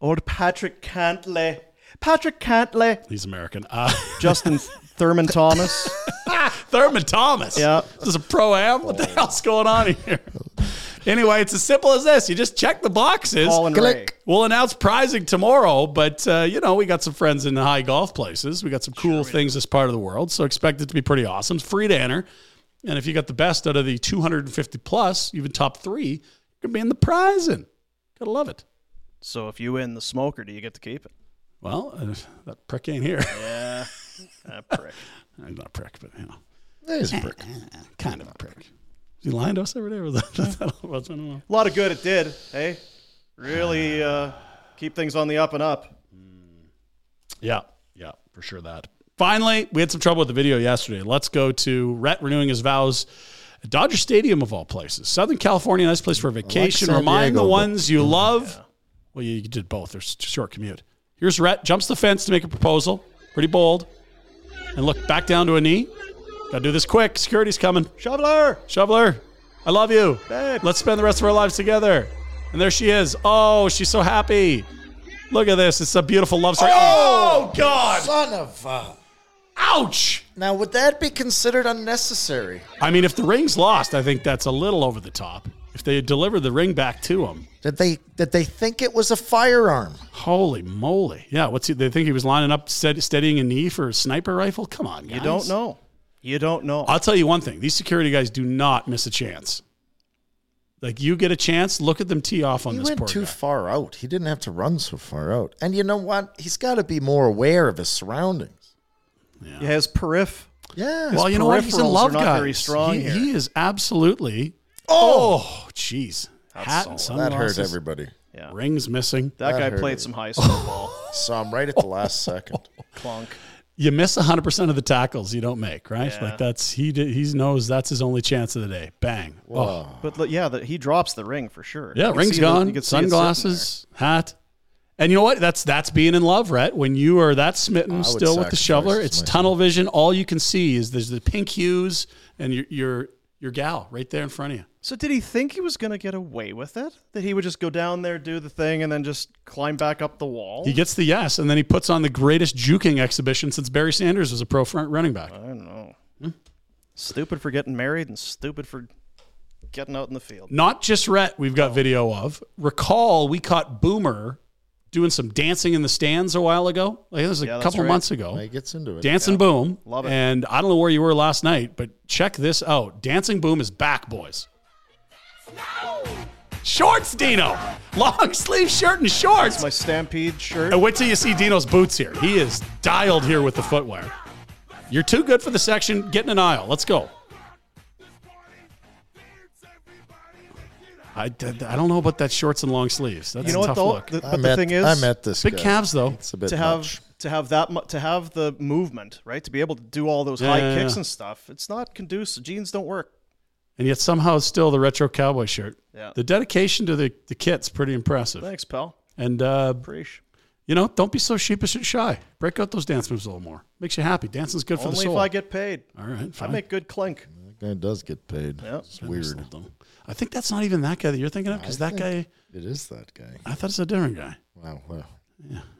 Speaker 1: old Patrick Cantley, Patrick Cantley,
Speaker 3: He's American. Uh,
Speaker 1: Justin Thurman Thomas.
Speaker 3: Thurman Thomas.
Speaker 1: Yeah. Oh.
Speaker 3: This is a pro am. What the hell's going on here? Anyway, it's as simple as this. You just check the boxes.
Speaker 1: Paul and Ray.
Speaker 4: Click.
Speaker 3: We'll announce prizing tomorrow, but uh, you know we got some friends in the high golf places. We got some cool things this part of the world, so expect it to be pretty awesome. It's free to enter, and if you got the best out of the 250 plus, even top three, you could be in the prizing. Gotta love it.
Speaker 1: So if you win the smoker, do you get to keep it?
Speaker 3: Well, uh, that prick ain't here.
Speaker 1: Ah, prick.
Speaker 3: I'm not a prick, but you know, Eh,
Speaker 4: He's a prick.
Speaker 3: kind of a prick. Is he lying to us every day? Or was that, what's going on?
Speaker 1: A lot of good it did, hey? Really uh, keep things on the up and up.
Speaker 3: Yeah, yeah, for sure that. Finally, we had some trouble with the video yesterday. Let's go to Rhett renewing his vows at Dodger Stadium of all places. Southern California, nice place for a vacation.
Speaker 4: San
Speaker 3: Remind
Speaker 4: Diego,
Speaker 3: the
Speaker 4: but-
Speaker 3: ones you love. Well, you, you did both. There's a short commute. Here's Rhett, jumps the fence to make a proposal. Pretty bold. And look, back down to a knee. Gotta do this quick. Security's coming.
Speaker 1: Shoveler!
Speaker 3: Shoveler, I love you.
Speaker 1: Babe.
Speaker 3: Let's spend the rest of our lives together. And there she is. Oh, she's so happy. Look at this. It's a beautiful love story. Oh, God.
Speaker 4: Son of a.
Speaker 3: Ouch!
Speaker 4: Now, would that be considered unnecessary?
Speaker 3: I mean, if the ring's lost, I think that's a little over the top. If they deliver the ring back to him,
Speaker 4: Did they did they think it was a firearm?
Speaker 3: holy moly! Yeah, what's he, they think he was lining up, stead, steadying a knee for a sniper rifle? Come on, guys.
Speaker 1: You don't know. You don't know.
Speaker 3: I'll tell you one thing: these security guys do not miss a chance. Like you get a chance, look at them tee off on
Speaker 4: He
Speaker 3: this
Speaker 4: went
Speaker 3: poor
Speaker 4: too
Speaker 3: guy.
Speaker 4: far out. He didn't have to run so far out. And you know what? He's got to be more aware of his surroundings.
Speaker 1: He has perif.
Speaker 4: Yeah.
Speaker 3: well, you know what?
Speaker 1: peripherals
Speaker 3: He's in love,
Speaker 1: are not
Speaker 3: guys.
Speaker 1: very strong
Speaker 3: he,
Speaker 1: here.
Speaker 3: he is absolutely. Oh, jeez! Hat and
Speaker 4: that hurt
Speaker 3: sunglasses.
Speaker 4: everybody.
Speaker 1: Yeah.
Speaker 3: Rings missing.
Speaker 1: That,
Speaker 4: That
Speaker 1: guy
Speaker 4: hurt
Speaker 1: played
Speaker 4: it.
Speaker 1: some high school ball.
Speaker 4: Saw him right at the last second.
Speaker 1: Clunk.
Speaker 3: you miss 100% of the tackles you don't make, right? Like that's he did, he knows that's his only chance of the day. Bang. Oh.
Speaker 1: But look, yeah, the, he drops the ring for sure.
Speaker 3: Yeah,
Speaker 1: You can
Speaker 3: ring's
Speaker 1: see the-
Speaker 3: gone,
Speaker 1: you can see it sitting
Speaker 3: sunglasses, hat. And you know what? That's that's being in love, Rhett. When you are that
Speaker 4: I
Speaker 3: smitten
Speaker 4: would
Speaker 3: still with the
Speaker 4: sacrifice
Speaker 3: shoveler, it's
Speaker 4: myself.
Speaker 3: tunnel vision. All you can see is there's the pink hues and your your your gal right there in front of you.
Speaker 1: So did he think he was going to get away with it? That he would just go down there, do the thing, and then just climb back up the wall?
Speaker 3: He gets the yes, and then he puts on the greatest juking exhibition since Barry Sanders was a pro front running back.
Speaker 1: I don't know. Stupid for getting married and stupid for getting out in the field.
Speaker 3: Not just Rhett, we've
Speaker 1: Oh.
Speaker 3: got video of. Recall, we caught Boomer doing some dancing in the stands a while ago. Like this was a
Speaker 1: Yeah, that's
Speaker 3: couple
Speaker 1: right.
Speaker 3: months ago.
Speaker 4: He gets into it.
Speaker 3: Dancing Boom.
Speaker 1: Love it.
Speaker 3: And I don't know where you were last night, but check this out. Dancing Boom is back, boys. Shorts, Dino. Long sleeve shirt and shorts.
Speaker 1: My stampede shirt.
Speaker 3: And wait till you see Dino's boots here. He is dialed here with the footwear. You're too good for the section. Get in an aisle. Let's go. I, I don't know about that shorts and long sleeves. That's
Speaker 1: you know
Speaker 3: a
Speaker 1: what
Speaker 3: tough
Speaker 1: though?
Speaker 3: look.
Speaker 1: The,
Speaker 4: I
Speaker 1: but
Speaker 4: met,
Speaker 1: the thing is,
Speaker 4: I met this
Speaker 3: Big
Speaker 4: guy.
Speaker 3: calves though.
Speaker 4: It's a bit
Speaker 1: to have
Speaker 4: much.
Speaker 1: to have that mu- to have the movement right to be able to do all those high
Speaker 3: Yeah.
Speaker 1: kicks and stuff. It's not conducive. Jeans don't work.
Speaker 3: And yet somehow still the retro cowboy shirt.
Speaker 1: Yeah.
Speaker 3: The dedication to the, the kit's pretty impressive.
Speaker 1: Thanks, pal.
Speaker 3: And uh,
Speaker 1: Preach.
Speaker 3: you know, don't be so sheepish and shy. Break out those dance moves a little more. Makes you happy. Dancing's good for the
Speaker 1: Only if
Speaker 3: soul.
Speaker 1: I get paid.
Speaker 3: All right,
Speaker 1: I
Speaker 3: fine.
Speaker 1: make good clink.
Speaker 4: That guy does get paid.
Speaker 1: Yep.
Speaker 4: It's weird.
Speaker 3: I think that's not even that guy that you're thinking of, because that guy,
Speaker 4: It is that guy.
Speaker 3: I thought it's a different guy.
Speaker 4: Wow. wow.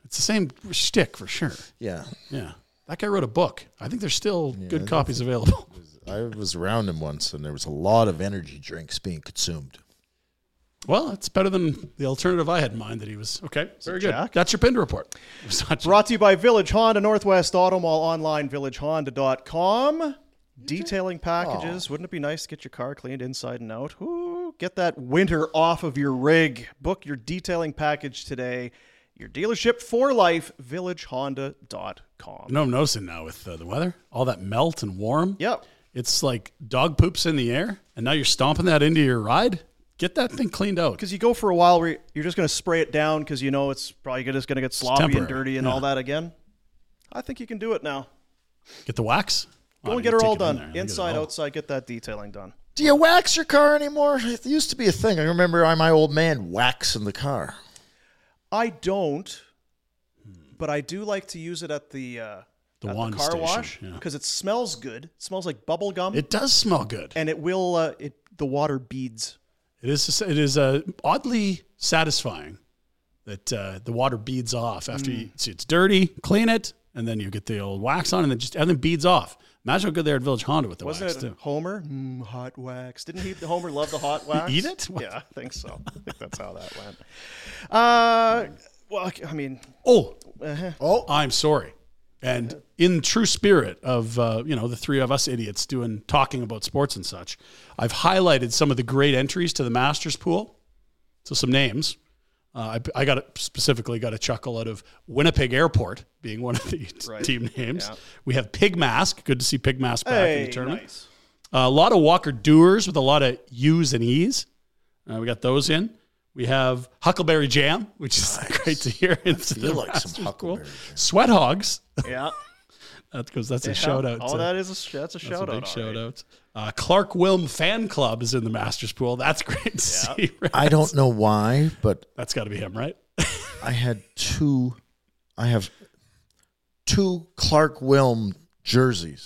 Speaker 3: It's the same shtick for sure.
Speaker 4: Yeah.
Speaker 3: Yeah, that guy wrote a book. I think there's still good copies available.
Speaker 4: I was around him once, and there was a lot of energy drinks being consumed.
Speaker 3: Well, it's better than the alternative I had in mind that he was okay. Very good.
Speaker 1: Jack?
Speaker 3: That's your pin report. It was not-
Speaker 1: Brought to you by Village Honda Northwest Auto Mall online villagehonda.com. Detailing packages. Wouldn't it be nice to get your car cleaned inside and out? Ooh, get that winter off of your rig. Book your detailing package today. Your dealership for life, villagehonda.com.
Speaker 3: You know, I'm noticing now with uh, the weather, all that melt and warm.
Speaker 1: Yep.
Speaker 3: It's like dog poops in the air, and now you're stomping that into your ride. Get that thing cleaned out.
Speaker 1: Because you go for a while where you're just going to spray it down because you know it's probably just going to get sloppy and
Speaker 3: temporary,
Speaker 1: dirty and
Speaker 3: yeah.
Speaker 1: all that again. I think you can do it now.
Speaker 3: Get the wax.
Speaker 1: Go
Speaker 3: Wow,
Speaker 1: and
Speaker 3: you
Speaker 1: get her
Speaker 3: take
Speaker 1: all
Speaker 3: it in
Speaker 1: done.
Speaker 3: there and get it
Speaker 1: Inside,
Speaker 3: all-
Speaker 1: outside, get that detailing done.
Speaker 4: Do you wax your car anymore? It used to be a thing. I remember I- my old man waxing the car.
Speaker 1: I don't, but I do like to use it at the uh,
Speaker 3: The
Speaker 1: at
Speaker 3: wand
Speaker 1: car
Speaker 3: station,
Speaker 1: wash
Speaker 3: yeah.
Speaker 1: because it smells good. It smells like bubble gum,
Speaker 3: It does smell good.
Speaker 1: and it will uh, it the water beads.
Speaker 3: It is. It is uh, oddly satisfying that uh, the water beads off after you,
Speaker 1: Mm.
Speaker 3: so it's dirty. Clean it, and then you get the old wax on, and then just everything beads off. Imagine how good they are at Village Honda with the
Speaker 1: Wasn't
Speaker 3: wax
Speaker 1: it
Speaker 3: too.
Speaker 1: Homer? Mm, hot wax. Didn't he? Homer love the hot wax.
Speaker 3: eat it? What?
Speaker 1: Yeah, I think so. I think that's how that went. Uh, well, I mean,
Speaker 3: Oh,
Speaker 1: Uh-huh.
Speaker 3: oh, I'm sorry. And in true spirit of uh, you know the three of us idiots doing talking about sports and such, I've highlighted some of the great entries to the Masters pool. So some names. Uh, I, I got a, specifically got a chuckle out of Winnipeg Airport being one of the team names. We have Pig Mask. Good to see Pig Mask back in
Speaker 1: hey,
Speaker 3: the tournament.
Speaker 1: nice.
Speaker 3: Uh, a lot of Walker Doers with a lot of U's and E's. Uh, we got those in. We have Huckleberry Jam, which is great to hear. I
Speaker 4: feel like some Huckleberry Jam.
Speaker 3: Sweat Hogs.
Speaker 1: Yeah.
Speaker 3: That goes. That's
Speaker 1: yeah.
Speaker 3: a shout out.
Speaker 1: Oh,
Speaker 3: to-
Speaker 1: that is a sh- that's a
Speaker 3: that's a
Speaker 1: shout out.
Speaker 3: big shout out. Uh, Clark Wilm Fan Club is in the Masters pool. That's great to see.
Speaker 4: I don't know why, but
Speaker 3: That's got to be him, right?
Speaker 4: I had two. I have two Clark Wilm jerseys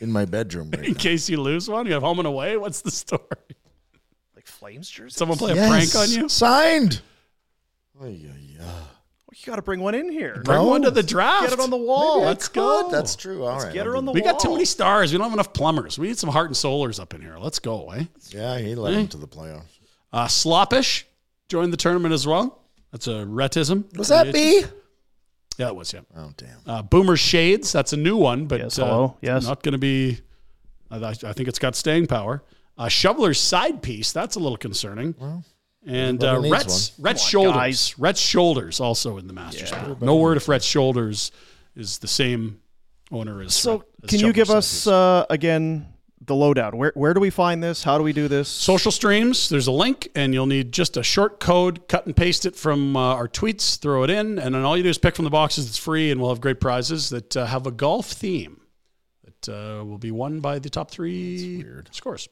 Speaker 4: in my bedroom right
Speaker 3: In case you lose one, you have home and away. What's the story?
Speaker 1: Like Flames jersey.
Speaker 3: Someone play
Speaker 4: now.
Speaker 3: a prank on you? Oh,
Speaker 4: Signed. Ay, ay, ay.
Speaker 1: you got to bring one in here.
Speaker 3: Bring
Speaker 4: No.
Speaker 3: one to the draft.
Speaker 1: Get it on the wall.
Speaker 3: Maybe I
Speaker 1: Let's
Speaker 3: could. Oh, go.
Speaker 4: That's true. All right,
Speaker 1: Get her
Speaker 4: I'll
Speaker 1: on the
Speaker 4: do
Speaker 3: We
Speaker 1: wall.
Speaker 3: got too many stars. We don't have enough plumbers. We need some heart and solars up in here. Let's go, eh?
Speaker 4: that. Yeah, he led him to the playoffs.
Speaker 3: Uh, Sloppish joined the tournament as well. That's a retism.
Speaker 4: Was that me?
Speaker 3: Yeah, it was, yeah.
Speaker 4: Oh damn.
Speaker 3: Uh, Boomer Shades, that's a new one, but
Speaker 1: Yes,
Speaker 3: uh,
Speaker 1: hello, yes.
Speaker 3: not going to be, I, I think it's got staying power. Uh, Shoveler's side piece, that's a little concerning. and uh,
Speaker 4: everybody needs
Speaker 3: Rhett's, Rhett's Shoulders.
Speaker 1: guys.
Speaker 3: Rhett's Shoulders also in the Masters. pool. No word if Rhett's Shoulders is the same owner as
Speaker 1: So,
Speaker 3: Rhett- as
Speaker 1: can you
Speaker 3: Shoveler's
Speaker 1: give
Speaker 3: side
Speaker 1: us
Speaker 3: piece.
Speaker 1: uh, again the lowdown. Where where do we find this? How do we do this?
Speaker 3: Social streams, there's a link, and you'll need just a short code, cut and paste it from uh, our tweets, throw it in, and then all you do is pick from the boxes. It's free, and we'll have great prizes that uh, have a golf theme that uh, will be won by the top three scores.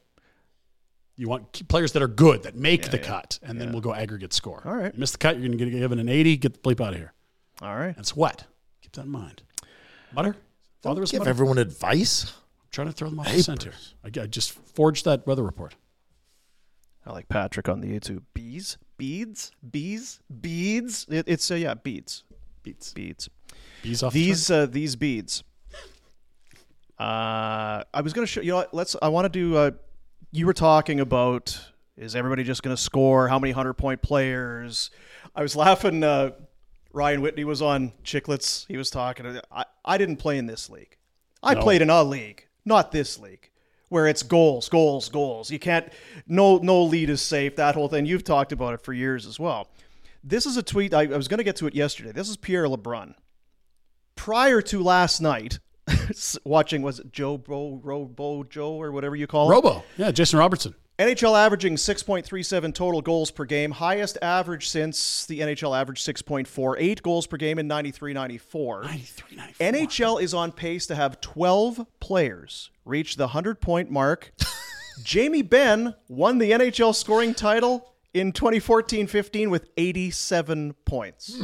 Speaker 3: You want key- players that are good, that make the cut, and then we'll go aggregate score.
Speaker 1: All right.
Speaker 3: You miss the cut, you're going to get given an 80, get the bleep out of here.
Speaker 1: All right.
Speaker 3: That's what. Keep that in mind. Mutter? Father was
Speaker 4: Give
Speaker 3: mutter.
Speaker 4: everyone advice.
Speaker 3: trying to throw them off the center. I, I just forged that weather report.
Speaker 1: I like Patrick on the YouTube. Bees, beads, bees, beads. It, it's uh, yeah, beads, beads, beads.
Speaker 3: Bees off the
Speaker 1: These uh, these beads. Uh, I was gonna show you. Know, what, let's. I want to do. Uh, you were talking about is everybody just gonna score? How many hundred point players? I was laughing. Uh, Ryan Whitney was on Chicklets. He was talking. I I didn't play in this league. I played in a league, not this league, where it's goals, goals, goals. You can't. No no lead is safe. That whole thing. You've talked about it for years as well. This is a tweet. I, I was gonna get to it yesterday. This is Pierre LeBrun prior to last night, watching was it Joe Bo Robo Joe or whatever you call it?
Speaker 3: Robo. Yeah, Jason Robertson.
Speaker 1: NHL averaging 6.37 total goals per game, highest average since the NHL averaged 6.48 goals per game in 93 94.
Speaker 3: 93, 94.
Speaker 1: NHL is on pace to have 12 players reach the 100 point mark. Jamie Benn won the NHL scoring title in 2014 15 with 87 points.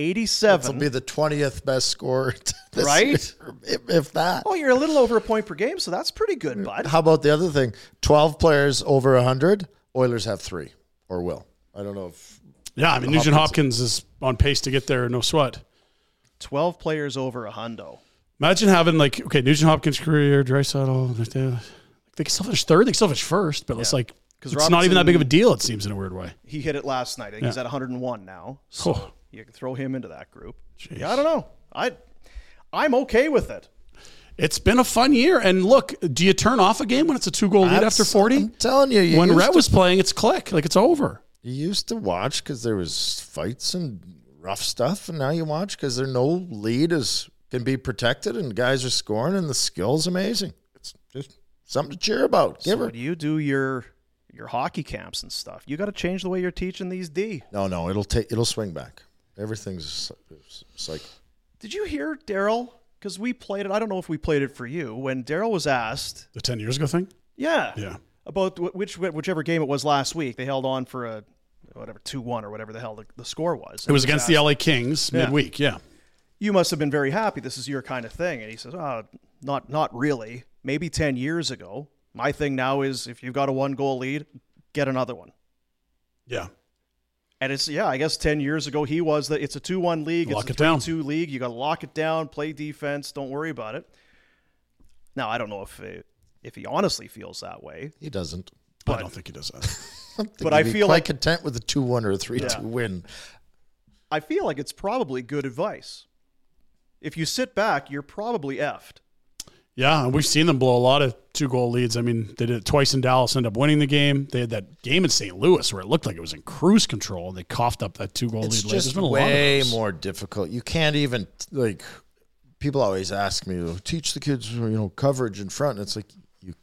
Speaker 1: 87.
Speaker 4: This will be the twentieth best scorer, this
Speaker 1: Right?
Speaker 4: year, If, if that.
Speaker 1: Oh, you're a little over a point per game, so that's pretty good, bud.
Speaker 4: How about the other thing? Twelve players over hundred. Oilers have three, or will. I don't know if
Speaker 3: Yeah, I mean, Nugent Hopkins is on pace to get there, no sweat.
Speaker 1: 12 players over a hundo.
Speaker 3: Imagine having, like, okay, Nugent Hopkins' career, Dry Saddle. They can still finish third, they can still finish first, but it's like, it's
Speaker 1: 'Cause
Speaker 3: not even that big of a
Speaker 1: Robinson-
Speaker 3: deal, it seems, in a weird way.
Speaker 1: He hit it last night. I think he's
Speaker 3: Yeah.
Speaker 1: at 101 now. So
Speaker 3: Oh,
Speaker 1: you can throw him into that group. Yeah, I don't know. I I'm okay with it.
Speaker 3: it's been a fun year. And look, do you turn off a game when it's a two goal lead
Speaker 4: That's-
Speaker 3: after 40?
Speaker 4: I'm telling you, you
Speaker 3: when
Speaker 4: used
Speaker 3: Rhett
Speaker 4: to-
Speaker 3: was playing, it's click. Like, it's over.
Speaker 4: you used to watch because there was fights and rough stuff, and now you watch because there no lead is can be protected, and guys are scoring, and the skill's amazing. It's just something to cheer about. Give
Speaker 1: So
Speaker 4: her.
Speaker 1: when you do your your hockey camps and stuff, you got to change the way you're teaching these D.
Speaker 4: No, no, it'll take. It'll swing back. Everything's like
Speaker 1: Did you hear Daryl? Because we played it. I don't know if we played it for you when Daryl was asked.
Speaker 3: The 10 years ago thing?
Speaker 1: Yeah.
Speaker 3: Yeah.
Speaker 1: About wh- which whichever game it was last week, they held on for a whatever two one or whatever the hell the, the score was.
Speaker 3: It was against the LA Kings
Speaker 1: Yeah.
Speaker 3: midweek. Yeah.
Speaker 1: you must have been very happy. This is your kind of thing. And he says, oh, not, not really. Maybe 10 years ago. My thing now is if you've got a one goal lead, get another one.
Speaker 3: Yeah.
Speaker 1: And it's, yeah, I guess 10 years ago, he was that it's a 2 1 league.
Speaker 3: Lock
Speaker 1: it's
Speaker 3: it
Speaker 1: a
Speaker 3: down.
Speaker 1: 2 league. You got to lock it down, play defense. Don't worry about it. Now, I don't know if, uh, if he honestly feels that way.
Speaker 4: he doesn't.
Speaker 3: I don't think he does that.
Speaker 4: but
Speaker 1: I
Speaker 4: I feel
Speaker 1: feel
Speaker 4: quite
Speaker 1: like-
Speaker 4: content with a two one or a three two win.
Speaker 1: I feel like it's probably good advice. If you sit back, you're probably effed.
Speaker 3: Yeah, and we've seen them blow a lot of two goal leads. I mean, they did it twice in Dallas, ended up winning the game. They had that game in St. Louis where it looked like it was in cruise control, and they coughed up that two goal lead.
Speaker 4: It's
Speaker 3: late. There's
Speaker 4: just
Speaker 3: been a lot of
Speaker 4: way
Speaker 3: those.
Speaker 4: more difficult. You can't even like. People always ask me, teach the kids, you know, coverage in front. And it's like you,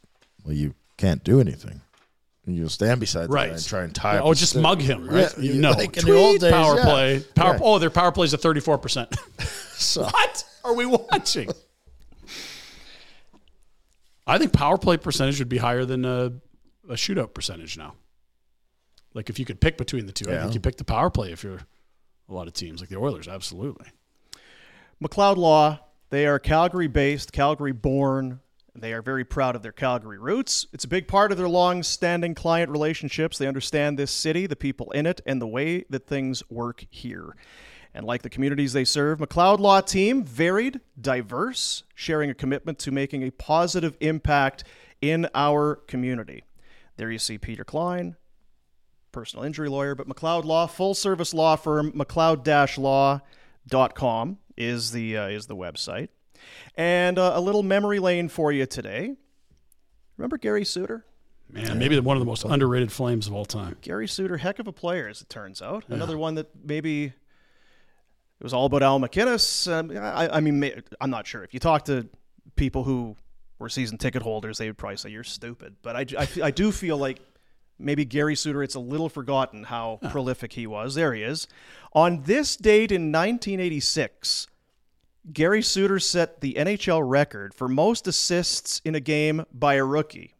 Speaker 4: well, you can't do anything. And You'll stand beside the guy
Speaker 3: Right.
Speaker 4: and try and tie. up
Speaker 3: Oh,
Speaker 4: his
Speaker 3: just
Speaker 4: stick.
Speaker 3: mug him, right?
Speaker 4: Yeah,
Speaker 3: you
Speaker 4: you-
Speaker 3: know,
Speaker 4: like in the
Speaker 3: Tweet,
Speaker 4: old days,
Speaker 3: power
Speaker 4: yeah.
Speaker 3: play. Power.
Speaker 4: Right.
Speaker 3: Oh, their power plays at thirty four percent.
Speaker 4: So
Speaker 3: What are we watching? I think power play percentage would be higher than a, a shootout percentage now. Like if you could pick between the two, I
Speaker 4: Yeah.
Speaker 3: think you pick the power play if you're a lot of teams like the Oilers, absolutely.
Speaker 1: McLeod Law, they are Calgary based, Calgary born. They are very proud of their Calgary roots. It's a big part of their long standing client relationships. They understand this city, the people in it, and the way that things work here. And like the communities they serve, McLeod Law team, varied, diverse, sharing a commitment to making a positive impact in our community. There you see Peter Klein, personal injury lawyer, but McLeod Law, full service law firm, McLeod Law.com is the uh, is the website. And uh, a little memory lane for you today. Remember Gary Suter?
Speaker 3: Man, maybe one of the most underrated Flames of all time.
Speaker 1: Gary Suter, heck of a player, as it turns out. Another one that maybe it was all about Al McInnes. Um, I, I mean, ma- I'm not sure. If you talk to people who were season ticket holders, they would probably say you're stupid. But I, I f- I do feel like maybe Gary Suter, it's a little forgotten how prolific he was. There he is. On this date in 1986, Gary Suter set the NHL record for most assists in a game by a rookie.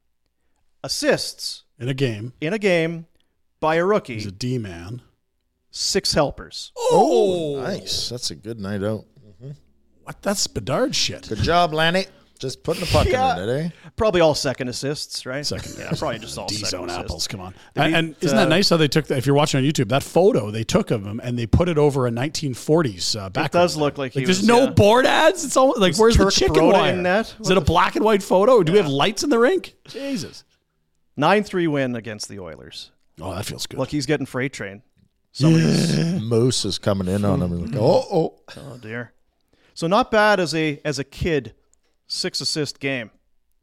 Speaker 1: Assists
Speaker 3: in a game.
Speaker 1: in a game by a rookie,
Speaker 3: He's a D man.
Speaker 1: six helpers.
Speaker 4: Oh, nice. That's a good night out.
Speaker 3: What? That's Bedard shit.
Speaker 4: Good job, Lanny. Just putting the puck
Speaker 1: Yeah.
Speaker 4: in it, eh?
Speaker 1: Probably all second assists, right?
Speaker 3: Second,
Speaker 1: yeah, probably just all
Speaker 3: D
Speaker 1: second
Speaker 3: zone
Speaker 1: assists.
Speaker 3: apples. Come on,
Speaker 1: They
Speaker 3: and,
Speaker 1: beat,
Speaker 3: and isn't that
Speaker 1: uh,
Speaker 3: nice how they took that? If you're watching on YouTube, that photo they took of him and they put it over a 1940s uh, background.
Speaker 1: does look like he
Speaker 3: there's
Speaker 1: was-
Speaker 3: no
Speaker 1: yeah.
Speaker 3: board ads. It's almost like
Speaker 1: Was
Speaker 3: where's
Speaker 1: Turk
Speaker 3: the chicken
Speaker 1: Broda
Speaker 3: wire?
Speaker 1: in that?
Speaker 3: Is it a black and white photo? Do we have lights in the rink? Jesus.
Speaker 1: 9 3 win against the Oilers.
Speaker 3: Oh, that feels good.
Speaker 1: Look, he's getting freight train. Somebody's.
Speaker 4: eh? Moose is coming in on him. He's Like, oh, oh.
Speaker 1: Oh dear. So not bad as a as a kid, six assist game,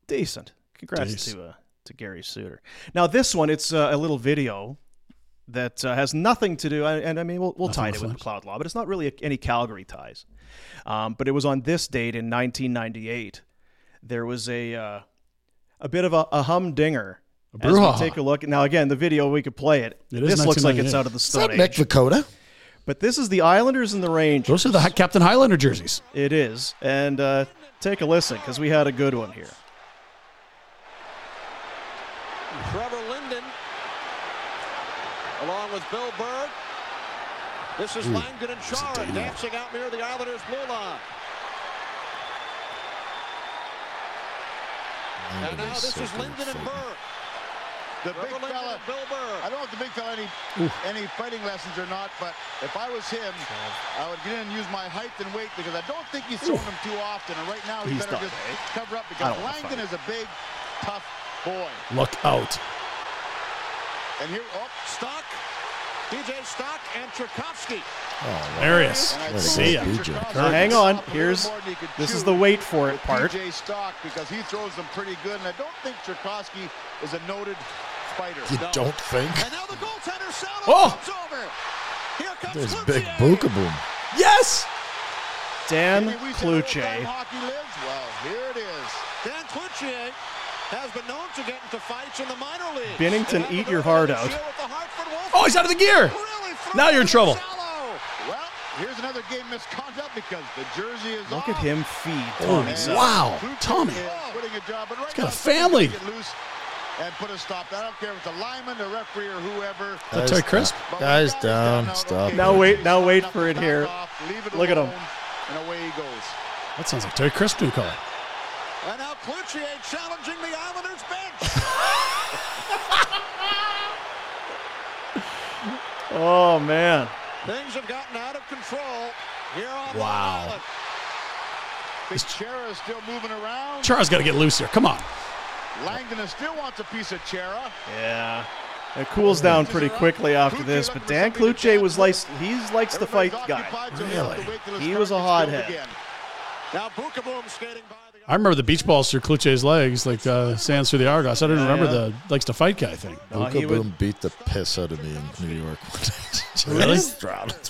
Speaker 1: decent. Congrats
Speaker 3: Jeez.
Speaker 1: to uh, to Gary Suter. Now this one, it's uh, a little video that uh, has nothing to do, and, and I mean we'll, we'll tie it with McLeod Law, but it's not really any Calgary ties. Um, but it was on this date in 1998. There was a uh, a bit of a, a humdinger.
Speaker 3: A
Speaker 1: As we
Speaker 3: brouhaha.
Speaker 1: take a look now. Again, the video we could play it.
Speaker 3: It is
Speaker 1: this looks like it's
Speaker 3: 1998.
Speaker 1: out of the
Speaker 4: Is that
Speaker 1: Stone Age.
Speaker 4: Nick Vakota?
Speaker 1: But this is the Islanders and the Rangers.
Speaker 3: Those are the Hi- Captain Highlander jerseys.
Speaker 1: It is. And uh, take a listen because we had a good one here.
Speaker 7: Trevor Linden, along with Bill Berg. This is Langdon and Chara dancing out near the Islanders' blue line. And now this is Linden and Berg. The big fella. Bill Burr. I don't know if the big fella any any fighting lessons or not, but if I was him, I would get in and use my height and weight because I don't think he's throwing them too often. And right now he
Speaker 1: He's
Speaker 7: better
Speaker 1: done,
Speaker 7: just
Speaker 1: eh?
Speaker 7: cover
Speaker 1: I
Speaker 7: up because
Speaker 1: don't wanna
Speaker 7: Langdon
Speaker 1: fight.
Speaker 7: is a big, tough boy.
Speaker 3: Look out.
Speaker 7: And here, oh, Stock, DJ Stock, and Tchaikovsky.
Speaker 3: There he is.
Speaker 7: And I
Speaker 3: See ya.
Speaker 7: think Tchaikovsky
Speaker 4: DJ.
Speaker 7: is
Speaker 1: hang on.
Speaker 7: a little
Speaker 1: Here's
Speaker 7: more than he could
Speaker 1: this is the
Speaker 7: chew
Speaker 1: wait for it
Speaker 7: with
Speaker 1: part.
Speaker 7: DJ Stock because he throws them pretty good, and I don't think Tchaikovsky is a noted fighter.
Speaker 4: You
Speaker 7: No.
Speaker 4: don't think?
Speaker 7: And now the goaltender Sato
Speaker 3: Oh!
Speaker 7: comes over. Here comes
Speaker 4: There's
Speaker 7: Cloutier.
Speaker 4: big bookaboom.
Speaker 3: Yes.
Speaker 1: Dan
Speaker 7: Maybe we should know if
Speaker 1: Cluche.
Speaker 7: hockey lives. Well, here it is. Dan Cluche has been known to get into fights in the minor leagues.
Speaker 1: Bennington,
Speaker 7: And
Speaker 1: eat
Speaker 7: happened
Speaker 1: your
Speaker 7: earlier
Speaker 1: heart
Speaker 7: this
Speaker 1: out.
Speaker 7: year with the Hartford Wolfpack.
Speaker 3: Oh, he's out of the gear.
Speaker 7: Really thrown
Speaker 3: Now you're in trouble.
Speaker 7: shallow. Well, here's another game misconduct because the jersey is
Speaker 1: Look at
Speaker 7: off.
Speaker 1: him feed
Speaker 3: Oh,
Speaker 1: Tommy. Sutton.
Speaker 3: wow.
Speaker 7: Cluche
Speaker 3: Tommy.
Speaker 7: is quitting a job, but right
Speaker 3: He's got a
Speaker 7: now,
Speaker 3: family.
Speaker 7: Get loose and put a stop. I don't care if it's a lineman, the referee, or whoever.
Speaker 3: That's Terry Crisp.
Speaker 7: But when
Speaker 4: Guys
Speaker 7: the
Speaker 4: down,
Speaker 7: out,
Speaker 4: stop
Speaker 7: okay,
Speaker 4: it.
Speaker 1: Now wait- now wait
Speaker 7: back
Speaker 1: for it here.
Speaker 7: off, leave it
Speaker 1: Look at him.
Speaker 7: alone, And away he goes.
Speaker 3: That sounds like Terry Crisp new color.
Speaker 7: And now Cloutier challenging the Islanders bench.
Speaker 1: Oh man.
Speaker 7: Things have gotten out of control here on
Speaker 3: Wow.
Speaker 7: Long Island. Chera is still moving around.
Speaker 3: Charles got to get loose here. Come on.
Speaker 7: Langdon is still wants a piece of Chera.
Speaker 1: Yeah. It cools down pretty quickly after this, but Dan Cluche was like he's likes the fight guy. He was a hothead.
Speaker 7: Now Bookaboom skating by the.
Speaker 3: I remember the beach balls through Cluche's legs, like uh, sands through the Argos. I didn't remember
Speaker 1: Yeah.
Speaker 3: the likes to fight guy thing.
Speaker 1: No, Uh, he
Speaker 4: Bookaboom
Speaker 1: would-
Speaker 4: beat the piss out of me in New York one night.
Speaker 3: Really?
Speaker 4: Just dropped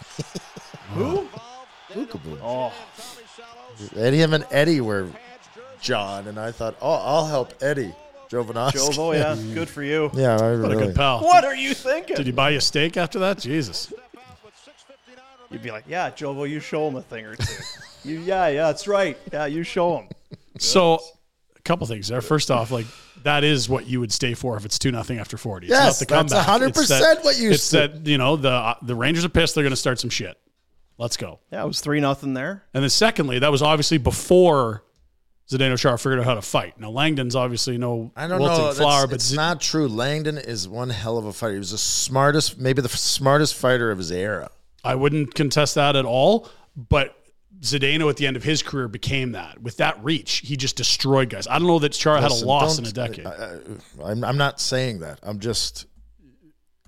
Speaker 1: Who?
Speaker 4: Bookaboom.
Speaker 1: Oh,
Speaker 4: Eddie him and Eddie were John, and I thought, oh, I'll help Eddie. Jovanovski.
Speaker 1: Jovo, yeah, good for you.
Speaker 4: Yeah, I
Speaker 3: What a
Speaker 4: really.
Speaker 3: good pal.
Speaker 1: What are you
Speaker 3: Did
Speaker 1: thinking?
Speaker 3: he buy you a steak after that? Jesus.
Speaker 1: You'd be like, yeah, Jovo, you show him a thing or two. you, yeah, yeah, that's right. Yeah, you show him.
Speaker 3: So, a couple things there. First off, like that is what you would stay for if it's two nothing after forty. It's
Speaker 4: Yes,
Speaker 3: not the
Speaker 4: that's
Speaker 3: comeback.
Speaker 4: 100%
Speaker 3: It's that-
Speaker 4: what you
Speaker 3: It's
Speaker 4: said.
Speaker 3: that you know the uh, the Rangers are pissed. They're going to start some shit. Let's go.
Speaker 1: Yeah, it was three nothing there.
Speaker 3: And then secondly, that was obviously before Zdeno Chara figured out how to fight. Now Langdon's obviously no
Speaker 4: I don't
Speaker 3: wilting
Speaker 4: know.
Speaker 3: flower,
Speaker 4: That's,
Speaker 3: but
Speaker 4: it's
Speaker 3: Z-
Speaker 4: not true. Langdon is one hell of a fighter. He was the smartest, maybe the smartest fighter of his era.
Speaker 3: I wouldn't contest that at all. But Zdeno at the end of his career became that. With that reach, he just destroyed guys. I don't know that Chara had a
Speaker 4: Listen,
Speaker 3: loss in
Speaker 4: don't-
Speaker 3: a decade.
Speaker 4: I'm, I'm not saying that. I'm just.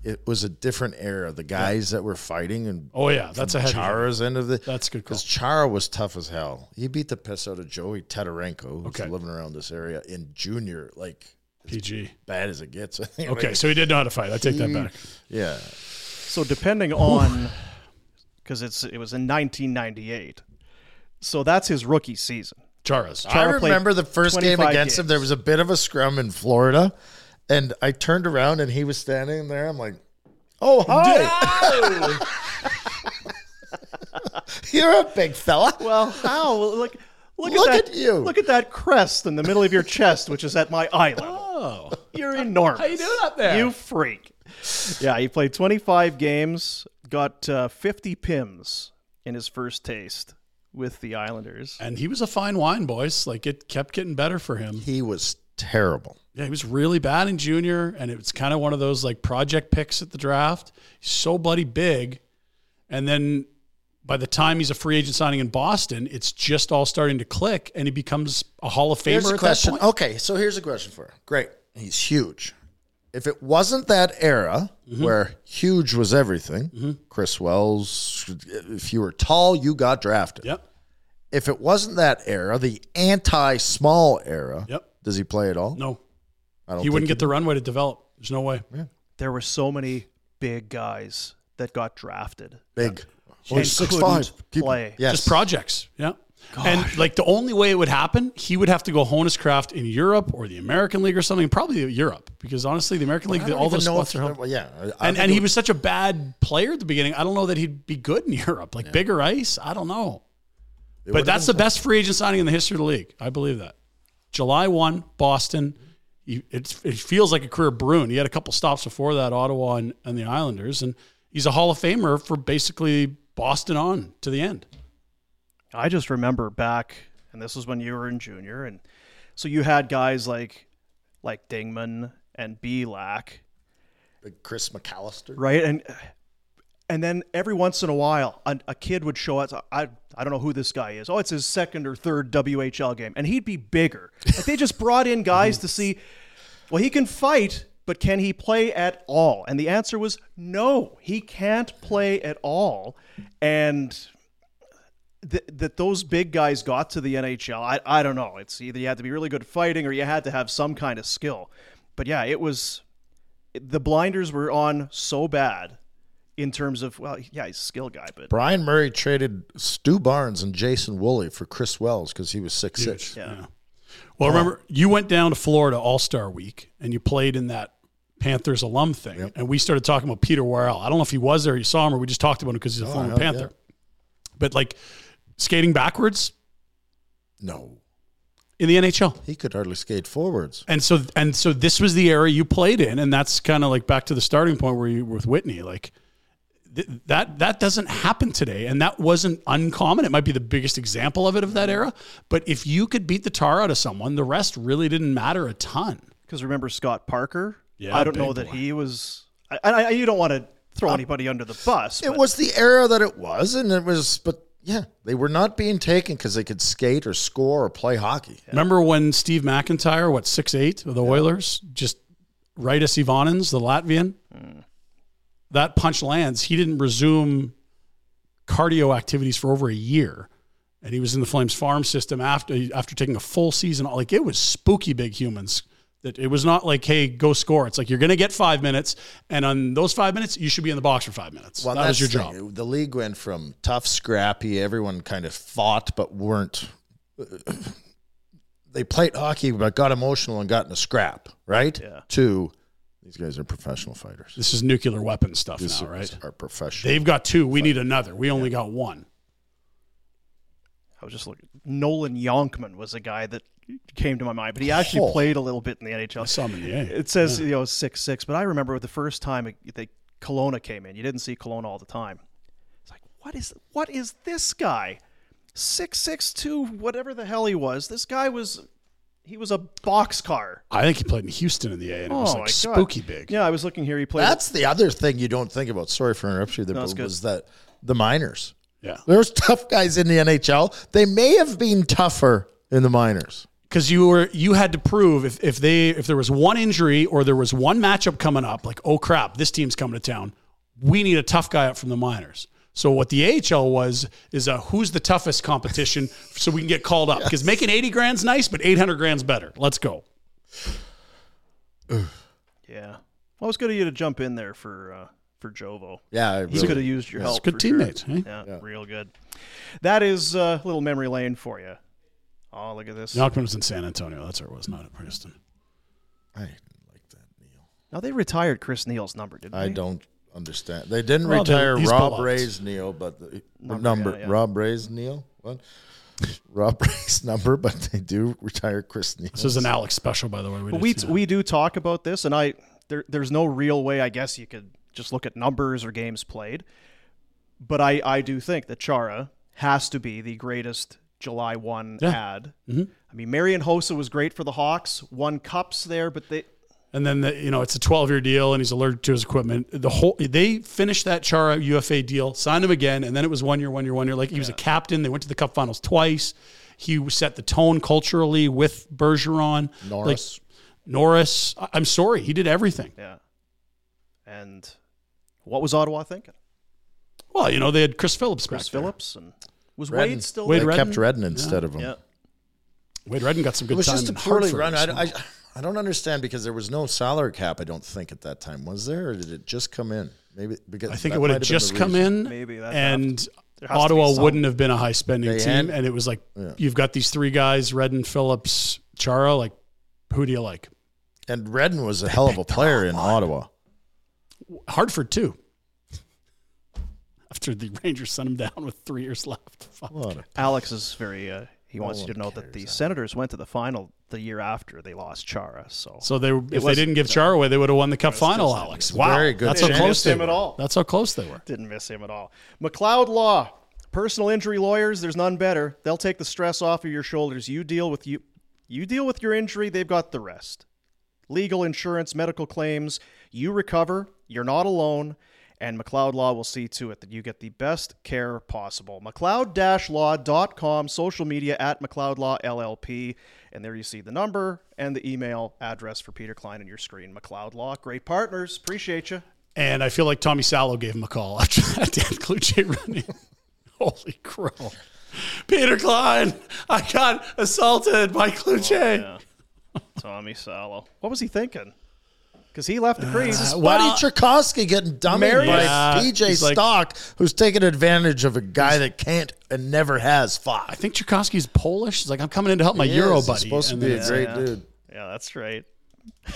Speaker 4: It was a different era. The guys that were fighting and
Speaker 3: oh yeah, that's a heavy.
Speaker 4: Chara's end of the.
Speaker 3: That's a good call.
Speaker 4: Because Chara was toff as hell. He beat the piss out of Joey Tedarenko, who's
Speaker 3: Okay.
Speaker 4: living around this area in junior, like
Speaker 3: PG.
Speaker 4: bad as it gets. I think.
Speaker 3: Okay, so he did know how to fight. I take that back.
Speaker 4: yeah.
Speaker 1: So depending on, because it's it was in 1998, so that's his rookie season.
Speaker 3: Charas.
Speaker 4: I
Speaker 1: Chara played
Speaker 4: remember the first game
Speaker 1: 25
Speaker 4: against him.
Speaker 1: games.
Speaker 4: There was a bit of a scrum in Florida, and I turned around and he was standing there. I'm like, "Oh hi, you're a big fella."
Speaker 1: Well, how? Look, look,
Speaker 4: Look
Speaker 1: at, that,
Speaker 4: at you.
Speaker 1: Look at that crest in the middle of your chest, which is at my eye level.
Speaker 3: Oh,
Speaker 1: You're enormous.
Speaker 3: how you doing up there?
Speaker 1: You freak. Yeah, he played 25 games, got uh, 50 pims in his first taste with the Islanders.
Speaker 3: and he was a fine wine, boys. Like it kept getting better for him.
Speaker 4: He was terrible.
Speaker 3: Yeah, he was really bad in junior, and it was kind of one of those like project picks at the draft. He's so bloody big, and then by the time he's a free agent signing in Boston, it's just all starting to click, and he becomes a Hall of
Speaker 4: Here's
Speaker 3: Famer at
Speaker 4: a
Speaker 3: that
Speaker 4: question.
Speaker 3: point.
Speaker 4: Okay, so here's a question for you. Great, he's huge. If it wasn't that era
Speaker 3: Mm-hmm.
Speaker 4: where huge was everything, Chris Wells, if you were tall, you got drafted.
Speaker 3: Yep.
Speaker 4: If it wasn't that era, the anti-small era,
Speaker 3: Yep.
Speaker 4: does he play at all?
Speaker 3: No,
Speaker 4: I don't
Speaker 3: he wouldn't get
Speaker 4: think
Speaker 3: the runway to develop. There's no way.
Speaker 1: There were so many big guys that got drafted.
Speaker 4: big.
Speaker 1: and couldn't play.
Speaker 4: Yes.
Speaker 3: Just projects. Yeah. And like the only way it would happen, he would have to go Honuscraft in Europe or the American League or something, probably Europe, because honestly, the American League,
Speaker 4: I don't
Speaker 3: all
Speaker 4: even
Speaker 3: those
Speaker 4: know
Speaker 3: spots
Speaker 4: if-
Speaker 3: are held.
Speaker 4: Yeah, I- I
Speaker 3: and
Speaker 4: think
Speaker 3: and
Speaker 4: it
Speaker 3: he was such a bad player at the beginning. I don't know that he'd be good in Europe, like bigger ice. I don't know.
Speaker 4: it
Speaker 3: but
Speaker 4: would've
Speaker 3: that's the
Speaker 4: been-
Speaker 3: best free agent signing in the history of the league. I believe that. July one, Boston. He, it's, it feels like a career Bruin. He had a couple stops before that, Ottawa and, and the Islanders, and he's a Hall of Famer for basically Boston on to the end.
Speaker 1: I just remember back, and this was when you were in junior, and so you had guys like like Dingman and Belak,
Speaker 4: Big Chris McAllister.
Speaker 1: right? And and then every once in a while, a, a kid would show up. I I don't know who this guy is. Oh, it's his second or third WHL game, and he'd be bigger. Like they just brought in guys to see. Well, he can fight, but can he play at all? And the answer was no. He can't play at all, and. Th- that those big guys got to the NHL, I, I don't know. It's either you had to be really good at fighting or you had to have some kind of skill. But yeah, it was the blinders were on so bad in terms of well, yeah, he's a skill guy, but
Speaker 4: Brian Murray traded Stu Barnes and Jason Woolley for Chris Wells because he was six six.
Speaker 1: yeah.
Speaker 3: Well,
Speaker 4: uh,
Speaker 3: remember you went down to Florida All Star Week and you played in that Panthers alum thing, and we started talking about Peter Warrell. I don't know if he was there, you saw him, or we just talked about him because he's a former
Speaker 4: Oh, hell yeah.
Speaker 3: Panther. But like skating backwards
Speaker 4: No,
Speaker 3: in the NHL,
Speaker 4: he could hardly skate forwards.
Speaker 3: and so and so this was the era you played in, and that's kind of like back to the starting point where you were with Whitney, like. th- That that doesn't happen today, and that wasn't uncommon. It might be the biggest example of it of that era. But if you could beat the tar out of someone, the rest really didn't matter a ton.
Speaker 1: because remember Scott Parker?
Speaker 3: Yeah,
Speaker 1: I don't
Speaker 3: big
Speaker 1: know that
Speaker 3: boy.
Speaker 1: he was. I, I, I- you don't want to throw anybody under the bus.
Speaker 4: It
Speaker 1: but
Speaker 4: was the era that it was, and it was. But yeah, they were not being taken because they could skate or score or play hockey.
Speaker 3: Remember when Steve McIntyre, what six eight, the Oilers, just Rightus Ivanins, the Latvian,
Speaker 4: Mm.
Speaker 3: that punch lands. He didn't resume cardio activities for over a year, and he was in the Flames farm system after after taking a full season. Like it was spooky big humans. That it was not like, hey, go score. It's like you're going to get five minutes, and on those five minutes, you should be in the box for five minutes.
Speaker 4: Well,
Speaker 3: that was your
Speaker 4: that's
Speaker 3: job.
Speaker 4: the thing. The league went from tough, scrappy. Everyone kind of fought, but weren't. uh, they played hockey, but got emotional and got in a scrap. Right? Yeah. To these guys are professional fighters.
Speaker 3: This is nuclear weapon stuff
Speaker 4: These
Speaker 3: now, right?
Speaker 4: are professional.
Speaker 3: They've got two. We need another. We only got one.
Speaker 1: I was just looking. Nolan Yonkman was a guy that came to my mind, but he actually
Speaker 4: Oh.
Speaker 1: played a little bit in the NHL.
Speaker 3: I saw him in the A.
Speaker 1: It says you know six six, but I remember the first time it- they Kelowna came in. You didn't see Kelowna all the time. It's like what is what is this guy? Six six two, whatever the hell he was. This guy was he was a boxcar.
Speaker 3: I think he played in Houston in the A, and it was
Speaker 1: Oh
Speaker 3: like
Speaker 1: my God.
Speaker 3: spooky big.
Speaker 1: Yeah, I was looking here. He played.
Speaker 4: That's the other thing you don't think about. Sorry for interrupting you. There,
Speaker 1: No, it's
Speaker 4: but
Speaker 1: good.
Speaker 4: was that the minors?
Speaker 3: Yeah,
Speaker 4: There's tough guys in the NHL. They may have been tougher in the minors.
Speaker 3: because you were you had to prove if, if they if there was one injury or there was one matchup coming up, like oh crap, this team's coming to town. We need a tough guy up from the minors. So what the AHL was is a who's the toughest competition, so we can get called up. Because making eighty grand's nice, but eight hundred grand's better. Let's go.
Speaker 1: yeah. Well, it was good of you to jump in there for uh, for Jovo.
Speaker 4: Yeah, I
Speaker 1: He
Speaker 4: really-
Speaker 1: could have used your help.
Speaker 3: good
Speaker 1: for sure.
Speaker 3: teammates, eh?
Speaker 1: Yeah, real good. That is a uh, little memory lane for you Oh, look at this.
Speaker 3: Knockman was in San Antonio. That's where it was, not at Princeton.
Speaker 4: I didn't like that, Neil.
Speaker 1: Now they retired Chris Neal's number, didn't
Speaker 4: I
Speaker 1: they?
Speaker 4: don't understand. They didn't
Speaker 3: Well, then
Speaker 4: retire
Speaker 3: he's
Speaker 4: Rob
Speaker 3: beloved.
Speaker 4: Ray's Neil, but the number,
Speaker 1: yeah, yeah.
Speaker 4: Rob Ray's Neil. What? Rob Ray's number, but they do retire Chris Neal.
Speaker 3: This is an Alex special, by the way.
Speaker 1: But
Speaker 3: did
Speaker 1: we
Speaker 3: see that.
Speaker 1: we do talk about this, and I there there's no real way. I guess you could just look at numbers or games played, but I I do think that Chara has to be the greatest July one
Speaker 3: Yeah. Mm-hmm.
Speaker 1: ad. I mean, Marion Hossa was great for the Hawks, won cups there, but they
Speaker 3: And then the, you know it's a 12 year deal, and he's allergic to his equipment. The whole they finished that Chara UFA deal, signed him again, and then it was one year, one year, one year. Like he was a captain. They went to the Cup Finals twice. He set the tone culturally with Bergeron,
Speaker 4: Norris.
Speaker 3: Like, Norris. I- I'm sorry, he did everything.
Speaker 1: yeah. And what was Ottawa thinking?
Speaker 3: Well, you know they had Chris Phillips.
Speaker 1: Chris
Speaker 3: back there.
Speaker 1: Phillips and was
Speaker 4: Redden.
Speaker 1: Wade still
Speaker 3: Wade
Speaker 4: they
Speaker 1: there?
Speaker 4: kept
Speaker 3: Redden?
Speaker 4: Redden
Speaker 3: Yeah.
Speaker 4: instead of him.
Speaker 1: Yeah.
Speaker 3: Wade Redden got some good
Speaker 4: it was
Speaker 3: time.
Speaker 4: just a
Speaker 3: in
Speaker 4: poorly
Speaker 3: Hartford
Speaker 4: run.
Speaker 3: or
Speaker 4: I, I,
Speaker 3: something.
Speaker 4: I don't understand because there was no salary cap. I don't think at that time was there, or did it just come in? Maybe because
Speaker 3: I think
Speaker 4: that
Speaker 3: it would
Speaker 4: might
Speaker 3: have
Speaker 4: been the
Speaker 3: just come
Speaker 4: reason.
Speaker 3: in,
Speaker 1: Maybe that
Speaker 3: and
Speaker 1: There has to be
Speaker 3: Ottawa
Speaker 1: some.
Speaker 3: wouldn't have been a high spending
Speaker 4: They
Speaker 3: team.
Speaker 4: had-
Speaker 3: and it was like
Speaker 4: Yeah.
Speaker 3: you've got these three guys: Redden, Phillips, Chara. Like, who do you like?
Speaker 4: And Redden was a hell of a player in Ottawa.
Speaker 3: Hartford too. After the Rangers sent him down with three years left. Fuck.
Speaker 4: What a-
Speaker 1: Alex is very. Uh, he wants
Speaker 4: one
Speaker 1: you to know
Speaker 4: cares,
Speaker 1: that the
Speaker 4: Alex.
Speaker 1: Senators went to the final the year after they lost Chara. So,
Speaker 3: So they, if they
Speaker 1: wasn't-
Speaker 3: didn't give Chara away, they would have won the Cup final.
Speaker 1: still
Speaker 3: Alex,
Speaker 4: It's
Speaker 3: wow,
Speaker 4: very good.
Speaker 3: that's how
Speaker 4: They didn't
Speaker 3: close
Speaker 1: miss
Speaker 3: they
Speaker 1: him
Speaker 3: were.
Speaker 1: at all.
Speaker 3: That's how close they were.
Speaker 1: Didn't miss him at all. McLeod Law, personal injury lawyers. There's none better. They'll take the stress off of your shoulders. You deal with you, you deal with your injury. They've got the rest. Legal insurance, medical claims. You recover. You're not alone. And McLeod Law will see to it that you get the best care possible. McLeod-law.com, social media at McLeod Law LLP. And there you see the number and the email address for Peter Klein on your screen. McLeod Law, great partners. Appreciate you.
Speaker 3: And I feel like Tommy Sallow gave him a call after that Dan Cluche running. Holy crow. Peter Klein, I got assaulted by Cluche.
Speaker 1: Tommy Salo. What was he thinking? Because he
Speaker 3: Uh,
Speaker 1: left the crease.
Speaker 4: Buddy Tchaikovsky getting dummied
Speaker 3: Marius-
Speaker 4: by
Speaker 3: Yeah,
Speaker 4: PJ
Speaker 3: he's like-
Speaker 4: Stock, who's taking advantage of a guy that can't and never has fought.
Speaker 3: I think Tchaikovsky's Polish. He's like, I'm coming in to help my
Speaker 4: He
Speaker 3: Euro
Speaker 4: is. He's
Speaker 3: buddy.
Speaker 4: supposed to
Speaker 3: And
Speaker 4: be
Speaker 3: then "Oh,
Speaker 4: a great dude.
Speaker 1: yeah, that's right.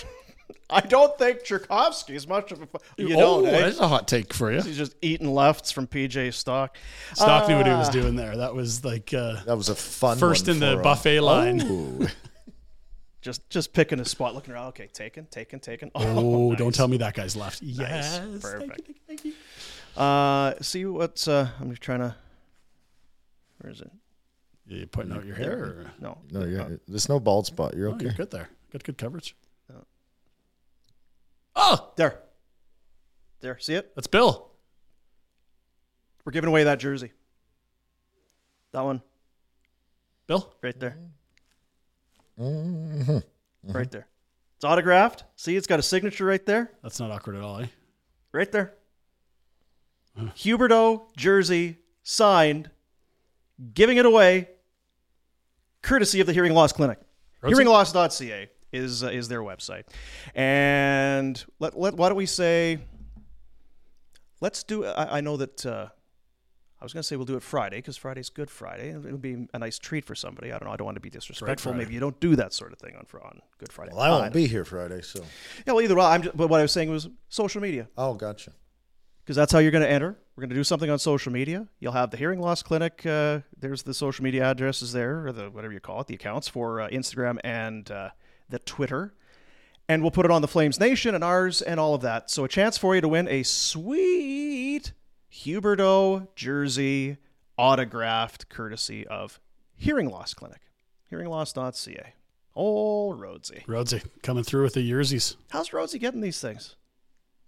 Speaker 1: I don't think Tchaikovsky is much of a. You
Speaker 3: oh,
Speaker 1: don't. eh?
Speaker 3: that's a hot take for you.
Speaker 1: He's just eating lefts from PJ Stock.
Speaker 3: Stock knew what he was doing there. That was like uh,
Speaker 4: That was a fun
Speaker 3: first
Speaker 4: one
Speaker 3: in the
Speaker 4: for him.
Speaker 3: buffet line.
Speaker 4: Ooh.
Speaker 1: Just just picking a spot, looking around. Okay, taken, taken, taken.
Speaker 3: Oh,
Speaker 1: nice.
Speaker 3: don't tell me that guy's left. Yes.
Speaker 1: Perfect.
Speaker 3: Thank you, thank you.
Speaker 1: Uh, see what's. Uh, I'm just trying to. Where is it?
Speaker 3: You putting out your hair? Or?
Speaker 1: No.
Speaker 4: No, you're, there's no bald spot. You're
Speaker 3: Oh,
Speaker 4: okay.
Speaker 3: you're good there. Got good coverage. Oh,
Speaker 1: There. There. See it?
Speaker 3: that's Bill.
Speaker 1: We're giving away that jersey. That one
Speaker 3: Bill.
Speaker 1: right there. Right there. It's autographed. See, it's got a signature right there.
Speaker 3: That's not awkward at all, eh?
Speaker 1: Right there. Huberto jersey signed, giving it away, courtesy of the Hearing Loss Clinic. Hearingloss.ca is uh, is their website, and let, let why don't we say, let's do. I, I know that uh, I was going to say we'll do it Friday because Friday's Good Friday. It'll be a nice treat for somebody. I don't know. I don't want to be disrespectful.
Speaker 3: Friday.
Speaker 1: Maybe you don't do that sort of thing on Fr- on Good Friday.
Speaker 4: Well, I
Speaker 1: But-
Speaker 4: won't be here Friday, so.
Speaker 1: yeah, well, either way, I'm just, but what I was saying was social media,
Speaker 4: Oh, gotcha.
Speaker 1: because that's how you're going to enter. We're going to do something on social media. You'll have the hearing loss clinic. Uh, there's the social media addresses there, or the whatever you call it, the accounts for uh, Instagram and uh, the Twitter. And we'll put it on the Flames Nation and ours and all of that. So a chance for you to win a sweet Huberto jersey autographed, courtesy of Hearing Loss Clinic, hearingloss.ca. Oh, Rhodesy.
Speaker 3: Rhodesy coming through with the Yersies.
Speaker 1: How's Rhodesy getting these things?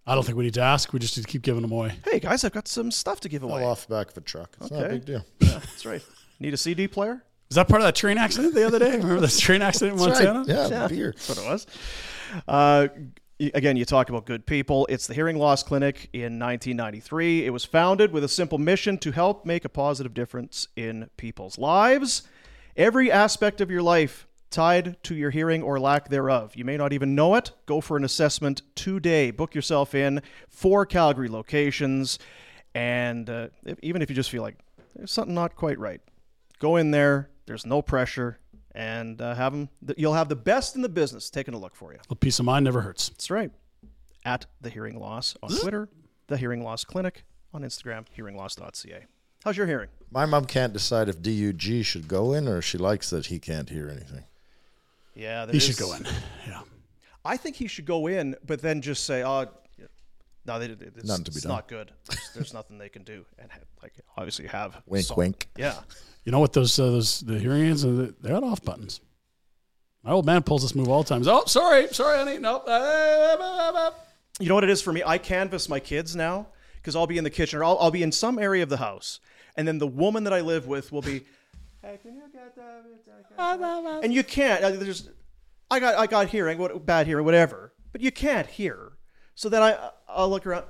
Speaker 3: I don't think we need to ask. We just need to keep giving them away.
Speaker 1: hey guys, I've got some stuff to give away.
Speaker 4: Fell off the back of a truck. It's not a
Speaker 1: Okay.
Speaker 4: big deal.
Speaker 1: That's right. Need a CD player?
Speaker 3: Is that part of that train accident the other day? Remember this train accident in Montana?
Speaker 4: Yeah, beer.
Speaker 1: That's what it was. Uh, y- again, you talk about good people. It's the Hearing Loss Clinic in 1993. It was founded with a simple mission to help make a positive difference in people's lives. Every aspect of your life tied to your hearing or lack thereof. You may not even know it. Go for an assessment today. Book yourself in for Calgary locations. And uh, if, even if you just feel like there's something not quite right, go in there. There's no pressure, and uh, have them. You'll have the best in the business taking a look for you.
Speaker 3: Well, peace of mind never hurts.
Speaker 1: That's right. At the hearing loss on Twitter, the hearing loss clinic on Instagram, hearingloss.ca. How's your hearing?
Speaker 4: My mom can't decide if DUG should go in or if she likes that he can't hear anything.
Speaker 1: Yeah,
Speaker 3: He should go in. Yeah.
Speaker 1: I think he should go in, but then just say, "Oh, yeah, no, they, did- it's,
Speaker 4: Nothing to be
Speaker 1: it's
Speaker 4: done.
Speaker 1: not good. There's, there's nothing they can do." And have, like, obviously, have
Speaker 4: Wink,
Speaker 1: some-
Speaker 4: wink.
Speaker 1: Yeah,
Speaker 3: You know what? Those uh, those the hearing aids, uh, they got off buttons. My old man pulls this move all the time. He's, Oh, sorry, sorry, honey. Nope.
Speaker 1: you know what it is for me? I canvass my kids now because I'll be in the kitchen or I'll, I'll be in some area of the house, and then the woman that I live with will be, "Hey, can you get that?" And you can't. uh, There's, I got, I got hearing, what bad hearing, whatever. But you can't hear. So then I, I'll look around.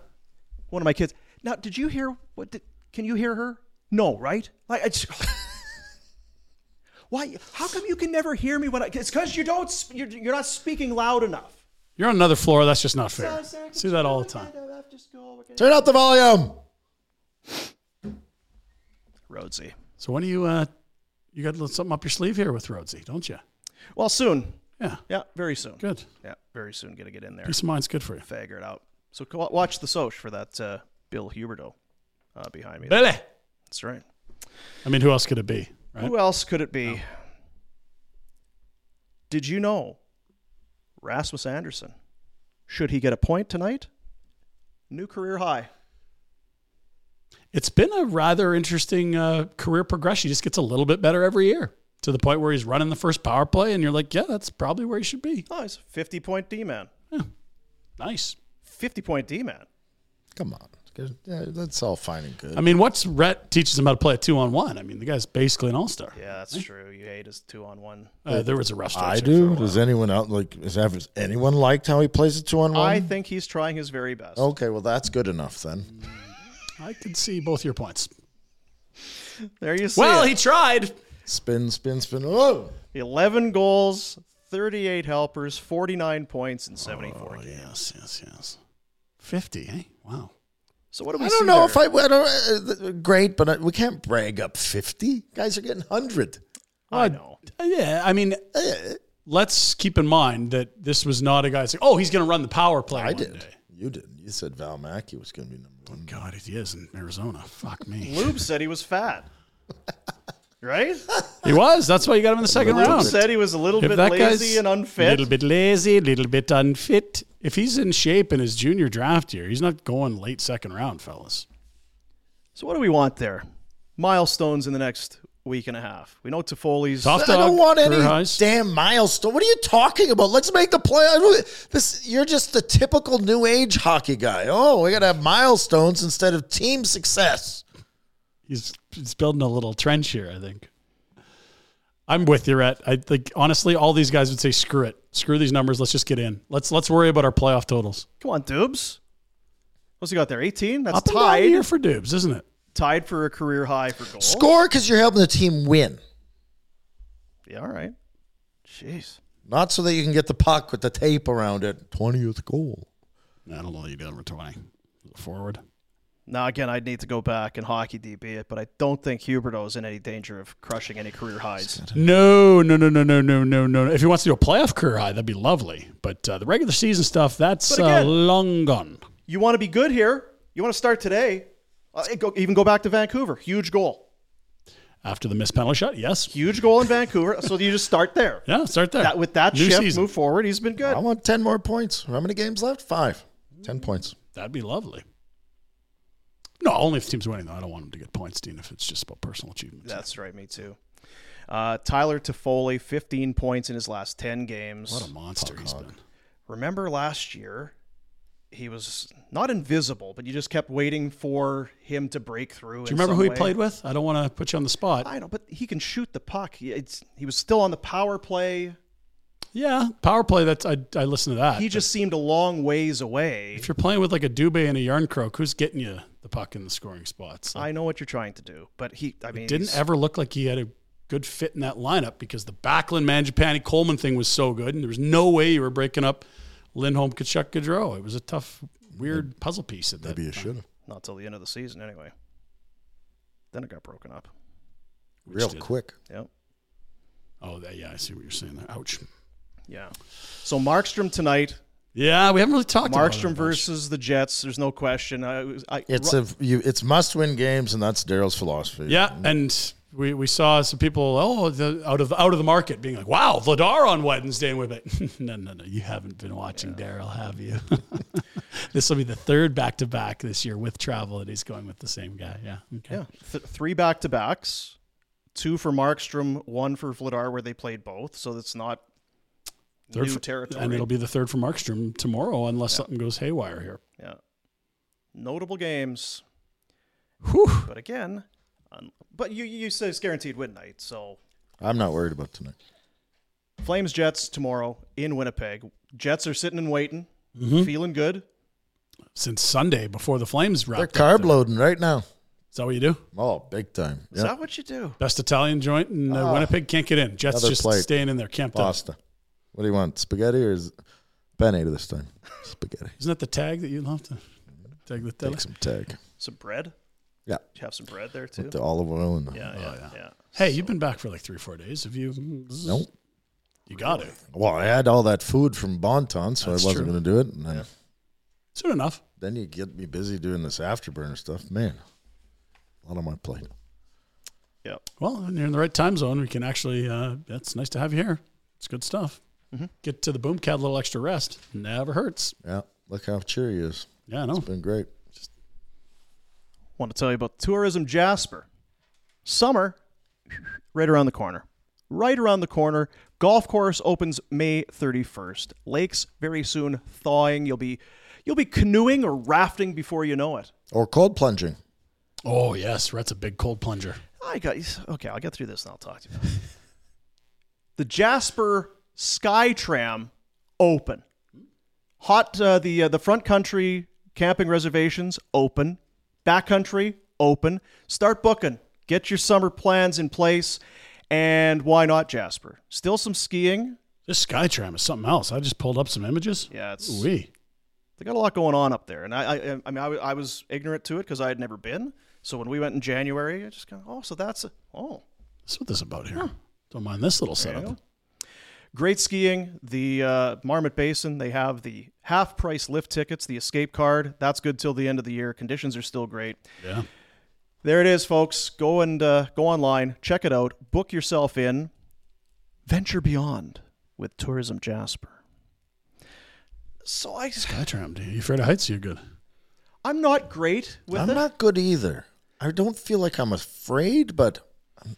Speaker 1: One of my kids. Now, did you hear? What did? Can you hear her? No, right? Like, I just, why? How come you can never hear me when I? It's because you don't. sp- You're, you're not speaking loud enough.
Speaker 3: You're on another floor. That's just not fair. See that all the time.
Speaker 4: Turn up the volume.
Speaker 1: Rhodesy.
Speaker 3: So when do you uh, you got a little something up your sleeve here with Rhodesy, don't you?
Speaker 1: Well, soon.
Speaker 3: Yeah.
Speaker 1: Yeah, very soon.
Speaker 3: Good.
Speaker 1: Yeah, very soon. Gonna get in there,
Speaker 3: Peace of mind's good for you.
Speaker 1: figure it out. So go, watch the Soch for that uh, Bill Huberto uh, behind me.
Speaker 3: Billy.
Speaker 1: That's right.
Speaker 3: I mean, who else could it be? Right.
Speaker 1: Who else could it be? Did you know Rasmus Anderson? Should he get a point tonight? New career high.
Speaker 3: It's been a rather interesting uh, career progression. He just gets a little bit better every year to the point where he's running the first power play, and you're like, yeah, that's probably where he should be.
Speaker 1: Oh, he's a 50 point D man.
Speaker 3: Nice.
Speaker 1: 50 point D man.
Speaker 4: Come on. Good. Yeah, that's all fine and good.
Speaker 3: I mean, what's Rhett teaches him how to play a two on one? I mean, the guy's basically an all star.
Speaker 1: Yeah, that's true. You hate his two on one.
Speaker 3: Uh, there was a rough
Speaker 4: I
Speaker 3: stretch there for a
Speaker 4: do.
Speaker 3: while.
Speaker 4: Does anyone out like is ever- has anyone liked how he plays a two on one?
Speaker 1: I think he's trying his very best.
Speaker 4: Okay, well that's good enough then.
Speaker 3: I can see both your points.
Speaker 1: There you see.
Speaker 3: Well,
Speaker 1: it.
Speaker 3: he tried.
Speaker 4: Spin, spin, spin. Oh, Whoa.
Speaker 1: 11 goals, 38 helpers, 49 points in
Speaker 4: Oh.
Speaker 1: 74 games.
Speaker 3: Oh, Yes, yes, yes. 50, eh? Wow.
Speaker 1: So what do we
Speaker 4: I don't
Speaker 1: see there?
Speaker 4: know if I. I don't, uh, great, but I, we can't brag up fifty. Guys are getting hundred.
Speaker 1: I know.
Speaker 3: Uh, Yeah, I mean, let's keep in mind that this was not a guy saying, oh, he's going to run the power play.
Speaker 4: I
Speaker 3: one
Speaker 4: did.
Speaker 3: day."
Speaker 4: You did. You said Val Mackey was going to be number one.
Speaker 3: God, he is in Arizona. Fuck me.
Speaker 1: Lube said he was fat. Right?
Speaker 3: he was. That's why you got him in the second
Speaker 1: Lube
Speaker 3: round.
Speaker 1: said he was a little bit lazy and
Speaker 3: A
Speaker 1: unfit.
Speaker 3: little bit lazy, a little bit unfit. If he's in shape in his junior draft year, he's not going late second round, fellas.
Speaker 1: So what do we want there? Milestones in the next week and a half. We know Toffoli's.
Speaker 3: Tough
Speaker 4: I don't
Speaker 3: dog,
Speaker 4: want any
Speaker 3: career highs.
Speaker 4: damn milestone. What are you talking about? Let's make the play. I really- This you're just the typical new age hockey guy. Oh, we got to have milestones instead of team success.
Speaker 3: he's he's building a little trench here. I think. I'm with you, Rhett. I think honestly, all these guys would say, "Screw it, screw these numbers. Let's just get in. Let's let's worry about our playoff totals."
Speaker 1: Come on, Dubes. What's he got there? 18? That's
Speaker 3: Up and down
Speaker 1: tied.
Speaker 3: here for Dubes, isn't it?
Speaker 1: Tied for a career high for goals.
Speaker 4: Score because you're helping the team win,
Speaker 1: Yeah, all right. Jeez.
Speaker 4: not so that you can get the puck with the tape around it. Twentieth goal.
Speaker 3: I don't know. You got over twenty forward.
Speaker 1: Now, again, I'd need to go back and hockey DB it, but I don't think Huberto is in any danger of crushing any career highs.
Speaker 3: No, no, no, no, no, no, no, no. If he wants to do a playoff career high, that'd be lovely. But uh, the regular season stuff, that's
Speaker 1: But again-
Speaker 3: uh, long gone.
Speaker 1: You want to be good here. You want to start today. Uh, go, even go back to Vancouver. Huge goal.
Speaker 3: After the missed penalty shot, yes,
Speaker 1: Huge goal in Vancouver. So you just start there.
Speaker 3: yeah, start there.
Speaker 1: That, with that
Speaker 3: New
Speaker 1: shift,
Speaker 3: season.
Speaker 1: move forward. He's been good.
Speaker 4: I want ten more points. How many games left? Five. Ten points.
Speaker 3: That'd be lovely. No, only if the team's winning though. I don't want him to get points, Dean. If it's just about personal achievements.
Speaker 1: That's right. Me too. Uh, Tyler Toffoli, 15 points in his last 10 games.
Speaker 3: What a monster he's been.
Speaker 1: Remember last year, he was not invisible, but you just kept waiting for him to break through.
Speaker 3: Do you remember who he played with? I don't want to put you on the spot.
Speaker 1: I know, but he can shoot the puck. He, it's, he was still on the power play.
Speaker 3: Yeah, power play. That's I, I listen to that.
Speaker 1: He
Speaker 3: But
Speaker 1: just seemed a long ways away.
Speaker 3: if you're playing with like a Dubé and a Yarn Croak, who's getting you the puck in the scoring spots? Like,
Speaker 1: I know what you're trying to do, but he, I mean,
Speaker 3: didn't
Speaker 1: he's-
Speaker 3: ever look like he had a good fit in that lineup because the Backlund, Manjapani, Coleman thing was so good, and there was no way you were breaking up Lindholm, Kachuk, Gaudreau. It was a tough, weird puzzle piece at that.
Speaker 4: Maybe you should have.
Speaker 1: not till the end of the season anyway. Then it got broken up.
Speaker 4: Real
Speaker 3: did.
Speaker 4: quick.
Speaker 1: Yep.
Speaker 3: Oh, that, yeah, I see what you're saying there. Ouch.
Speaker 1: Yeah. So Markstrom tonight.
Speaker 3: Yeah, we haven't really talked about it
Speaker 1: Markstrom
Speaker 3: much.
Speaker 1: versus the Jets. There's no question. I, was- I,
Speaker 4: It's
Speaker 1: Ru-
Speaker 4: a you. It's must win games, and that's Daryl's philosophy.
Speaker 3: Yeah, and we, we saw some people oh the, out of out of the market being like, "Wow, Vladar on Wednesday," and we're like, "No, no, no, you haven't been watching Daryl, have you?" this will be the third back to back this year with travel that he's going with the same guy. Yeah, okay.
Speaker 1: yeah, th- three back to backs, two for Markstrom, one for Vladar, where they played both. So that's not
Speaker 3: Third
Speaker 1: new
Speaker 3: for-
Speaker 1: territory.
Speaker 3: and it'll be the third for Markstrom tomorrow, unless something goes haywire here.
Speaker 1: yeah. Notable games,
Speaker 3: Whew.
Speaker 1: but again, um, but you you say it's guaranteed win night. So
Speaker 4: I'm not worried about tonight.
Speaker 1: Flames Jets tomorrow in Winnipeg. Jets are sitting and waiting,
Speaker 4: Mm-hmm.
Speaker 1: feeling good.
Speaker 3: Since Sunday before the Flames wrap,
Speaker 4: They're carb loading right now.
Speaker 3: is that what you do?
Speaker 4: Oh, big time.
Speaker 1: Is
Speaker 4: Yep.
Speaker 1: that what you do?
Speaker 3: Best Italian joint in uh, Winnipeg can't get in. Jets
Speaker 4: another
Speaker 3: just
Speaker 4: plate.
Speaker 3: staying in there, camped up.
Speaker 4: Pasta. What do you want? Spaghetti or is penne to this time? Spaghetti.
Speaker 3: Isn't that the tag that you love to tag the
Speaker 4: Take
Speaker 3: tag?
Speaker 4: some tag.
Speaker 1: Some bread.
Speaker 4: Yeah.
Speaker 1: Did you have some bread there too?
Speaker 4: With the Oh, olive oil and the,
Speaker 1: yeah, yeah, yeah,
Speaker 3: Hey, you've been back for like three, four days. Have you?
Speaker 4: nope.
Speaker 3: You got it.
Speaker 4: Well, I had all that food from Bonton, so
Speaker 3: That's
Speaker 4: I wasn't
Speaker 3: true.
Speaker 4: going to do it. And then,
Speaker 3: Soon enough.
Speaker 4: then you get me busy doing this afterburner stuff. Man, a lot on my plate.
Speaker 1: Yep.
Speaker 3: Well, when you're in the right time zone. We can actually, uh, that's nice to have you here. It's good stuff.
Speaker 4: Mm-hmm.
Speaker 3: Get to the boom cat, a little extra rest. Never hurts.
Speaker 4: Yeah. Look how cheery he is.
Speaker 3: Yeah, I know.
Speaker 4: It's been great.
Speaker 1: want to tell you about Tourism Jasper. Summer, right around the corner. Right around the corner. Golf course opens May 31st. Lakes very soon thawing. You'll be you'll be canoeing or rafting before you know it.
Speaker 4: Or cold plunging.
Speaker 3: Oh, yes. Rhett's a big cold plunger.
Speaker 1: I got okay. I'll get through this and I'll talk to you. About it. the Jasper Sky Tram open. Hot uh, the uh, the front country camping reservations open. Backcountry open. Start booking. Get your summer plans in place. And why not Jasper? Still some skiing.
Speaker 3: This Skytram is something else. I just pulled up some images.
Speaker 1: Yeah, it's
Speaker 3: We.
Speaker 1: they got a lot going on up there. And I, I, I mean, I, wa- I was ignorant to it because I had never been. So when we went in January, I just kind of, oh, so that's a, oh,
Speaker 3: That's what this is about here. Don't mind this little
Speaker 1: you
Speaker 3: setup.
Speaker 1: great skiing. The uh, Marmot Basin, they have the half price lift tickets, the escape card. That's good till the end of the year. Conditions are still great.
Speaker 3: Yeah.
Speaker 1: There it is, folks. Go and uh, go online, check it out, book yourself in. Venture beyond with Tourism Jasper. So I,
Speaker 3: Skytram, dude. You afraid of heights? You're good.
Speaker 1: I'm not great with
Speaker 4: I'm
Speaker 1: it.
Speaker 4: not good either. I don't feel like I'm afraid, but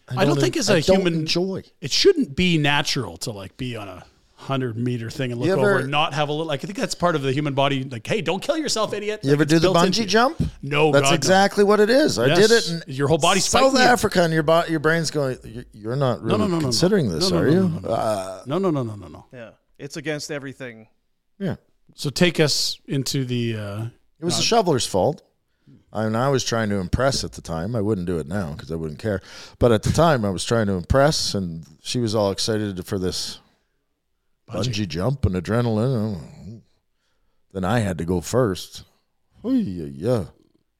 Speaker 3: I don't think as
Speaker 4: a
Speaker 3: a human-
Speaker 4: enjoy.
Speaker 3: It shouldn't be natural to like be on a hundred meter thing and look
Speaker 4: You
Speaker 3: over
Speaker 4: ever-
Speaker 3: and not have a little. Like I think that's part of the human body. Like, hey, don't kill yourself, idiot.
Speaker 4: You
Speaker 3: Like,
Speaker 4: ever
Speaker 3: it's
Speaker 4: do the
Speaker 3: built into
Speaker 4: bungee
Speaker 3: you.
Speaker 4: jump?
Speaker 3: No,
Speaker 4: that's
Speaker 3: God, no.
Speaker 4: exactly what it is. I did
Speaker 3: Yes.
Speaker 4: it. And
Speaker 3: Your whole body's
Speaker 4: South
Speaker 3: fighting you.
Speaker 4: Africa, and your bo- your brain's going. "You- You're not really
Speaker 3: no, no, no, no.
Speaker 4: considering this,
Speaker 3: No, no,
Speaker 4: are
Speaker 3: no,
Speaker 4: you?
Speaker 3: no, no, no.
Speaker 4: Uh,
Speaker 3: No, no, no, no, no, no.
Speaker 1: Yeah, it's against everything.
Speaker 4: yeah,
Speaker 3: So take us into the. Uh,
Speaker 4: it was the shoveler's fault. I mean, I was trying to impress at the time. I wouldn't do it now because I wouldn't care. But at the time, I was trying to impress, and she was all excited for this bungee, jump and adrenaline. Then I had to go first. Oh yeah, yeah.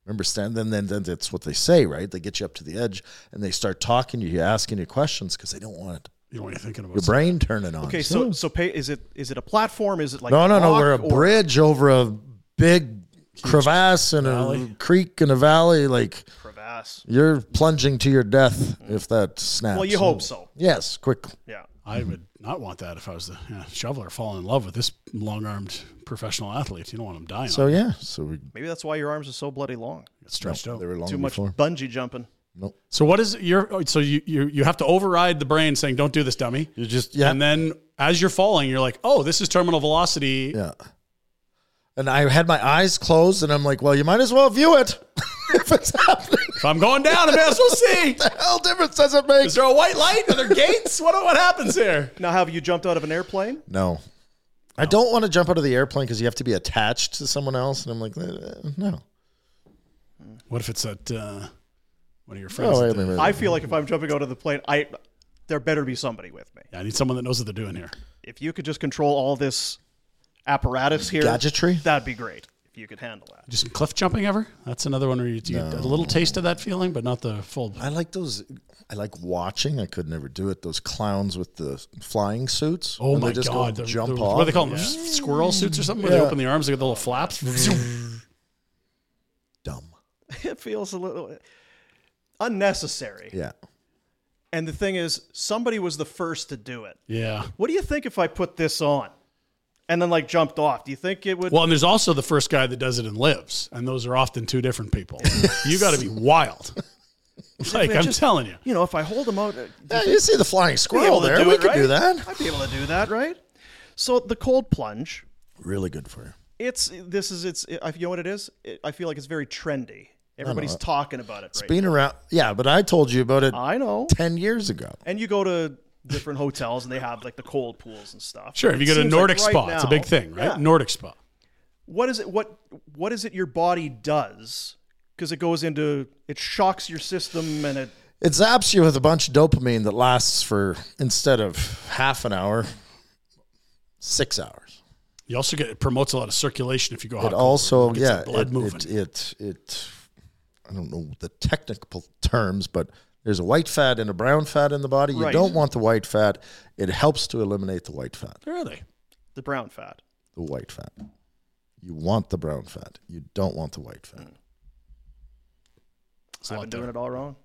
Speaker 4: Remember, stand then, then, then that's what they say, right? They get you up to the edge and they start talking to you, asking you questions because they don't want
Speaker 3: you know what you're thinking about.
Speaker 4: your brain turning on.
Speaker 1: Okay, so so pay, is it is it a platform? Is it like
Speaker 4: no, no, no.
Speaker 1: rock
Speaker 4: We're a
Speaker 1: or-
Speaker 4: bridge over a big crevasse and a
Speaker 3: valley.
Speaker 4: creek and a valley. Like
Speaker 1: crevasse?
Speaker 4: you're plunging to your death if that snaps.
Speaker 1: Well, you hope so.
Speaker 4: Yes, quick.
Speaker 1: Yeah.
Speaker 3: I would not want that if I was the yeah, shoveler. Fall in love with this long-armed professional athlete. You don't want him dying.
Speaker 4: So yeah, so we
Speaker 1: Maybe that's why your arms are so bloody long.
Speaker 3: get stretched out.
Speaker 4: They were long
Speaker 1: Too much
Speaker 4: before.
Speaker 1: bungee jumping.
Speaker 3: So what is your? So you you you have to override the brain saying, "Don't do this, dummy."
Speaker 4: You just yeah.
Speaker 3: And then as you're falling, you're like, "Oh, this is terminal velocity."
Speaker 4: Yeah. And I had my eyes closed, and I'm like, well, you might as well view it if it's happening.
Speaker 3: If I'm going down, I may as well see.
Speaker 4: the hell difference does it make?
Speaker 3: Is there a white light? Are there gates? What what happens here?
Speaker 1: Now, have you jumped out of an airplane?
Speaker 4: No. I don't want to jump out of the airplane because you have to be attached to someone else. And I'm like, eh, no.
Speaker 3: What if it's that uh, one of your friends?
Speaker 4: Oh, wait
Speaker 3: that
Speaker 4: a minute.
Speaker 1: I feel like if I'm jumping out of the plane, I there better be somebody with me.
Speaker 3: Yeah, I need someone that knows what they're doing here.
Speaker 1: If you could just control all this apparatus here,
Speaker 4: Gadgetry?
Speaker 1: that'd be great. If you could handle that.
Speaker 3: Do some cliff jumping ever? That's another one where you, you get a little taste of that feeling, but not the full.
Speaker 4: I like those. I like watching. I could never do it. Those clowns with the flying suits.
Speaker 3: Oh
Speaker 4: And
Speaker 3: my
Speaker 4: they just
Speaker 3: god!
Speaker 4: Go
Speaker 3: the-
Speaker 4: jump
Speaker 3: the-
Speaker 4: off.
Speaker 3: What do they call them? Squirrel suits or something? Where they
Speaker 4: Yeah.
Speaker 3: open the arms, they got the little flaps.
Speaker 4: Dumb.
Speaker 1: It feels a little unnecessary.
Speaker 4: Yeah.
Speaker 1: And the thing is, somebody was the first to do it.
Speaker 3: yeah.
Speaker 1: What do you think if I put this on and then like jumped off? Do you think it would?
Speaker 3: Well, and there's also the first guy that does it and lives, and those are often two different people. you got to be wild. Like
Speaker 1: I
Speaker 3: I'm
Speaker 1: just-
Speaker 3: telling you,
Speaker 1: you know, if I hold them out, uh,
Speaker 4: Yeah, you see the flying squirrel
Speaker 1: to
Speaker 4: there.
Speaker 1: do
Speaker 4: We
Speaker 1: it,
Speaker 4: could do
Speaker 1: right?
Speaker 4: that.
Speaker 1: I'd be able to do that, right? So the cold plunge,
Speaker 4: Really good for you.
Speaker 1: it's this is it's. I you know what it is. It, I feel like it's very trendy. Everybody's talking about it. Right?
Speaker 4: Being around. Yeah, but I told you about it
Speaker 1: now. I know.
Speaker 4: ten years ago.
Speaker 1: And you go to different hotels and they have like the cold pools and stuff.
Speaker 3: sure. If you
Speaker 1: It
Speaker 3: go to
Speaker 1: seems like
Speaker 3: Nordic
Speaker 1: right
Speaker 3: Spa, it's a
Speaker 1: now-
Speaker 3: big thing, right?
Speaker 1: Yeah.
Speaker 3: Nordic Spa.
Speaker 1: what is it what what is it your body does because it goes into it shocks your system and it
Speaker 4: It zaps you with a bunch of dopamine that lasts for instead of half an hour, six hours.
Speaker 3: You also get it promotes a lot of circulation if
Speaker 1: Oh,
Speaker 3: you go hot.
Speaker 4: it
Speaker 3: cold.
Speaker 4: also
Speaker 3: Gets
Speaker 4: yeah
Speaker 3: the blood
Speaker 4: it,
Speaker 3: moving.
Speaker 4: It, it it i don't know the technical terms but there's a white fat and a brown fat in the body you
Speaker 1: Right.
Speaker 4: don't want the white fat it helps to eliminate the white fat
Speaker 3: really?
Speaker 1: the brown fat
Speaker 4: the white fat you want the brown fat you don't want the white fat
Speaker 3: It's a
Speaker 1: i've been
Speaker 3: lot there.
Speaker 1: doing it all wrong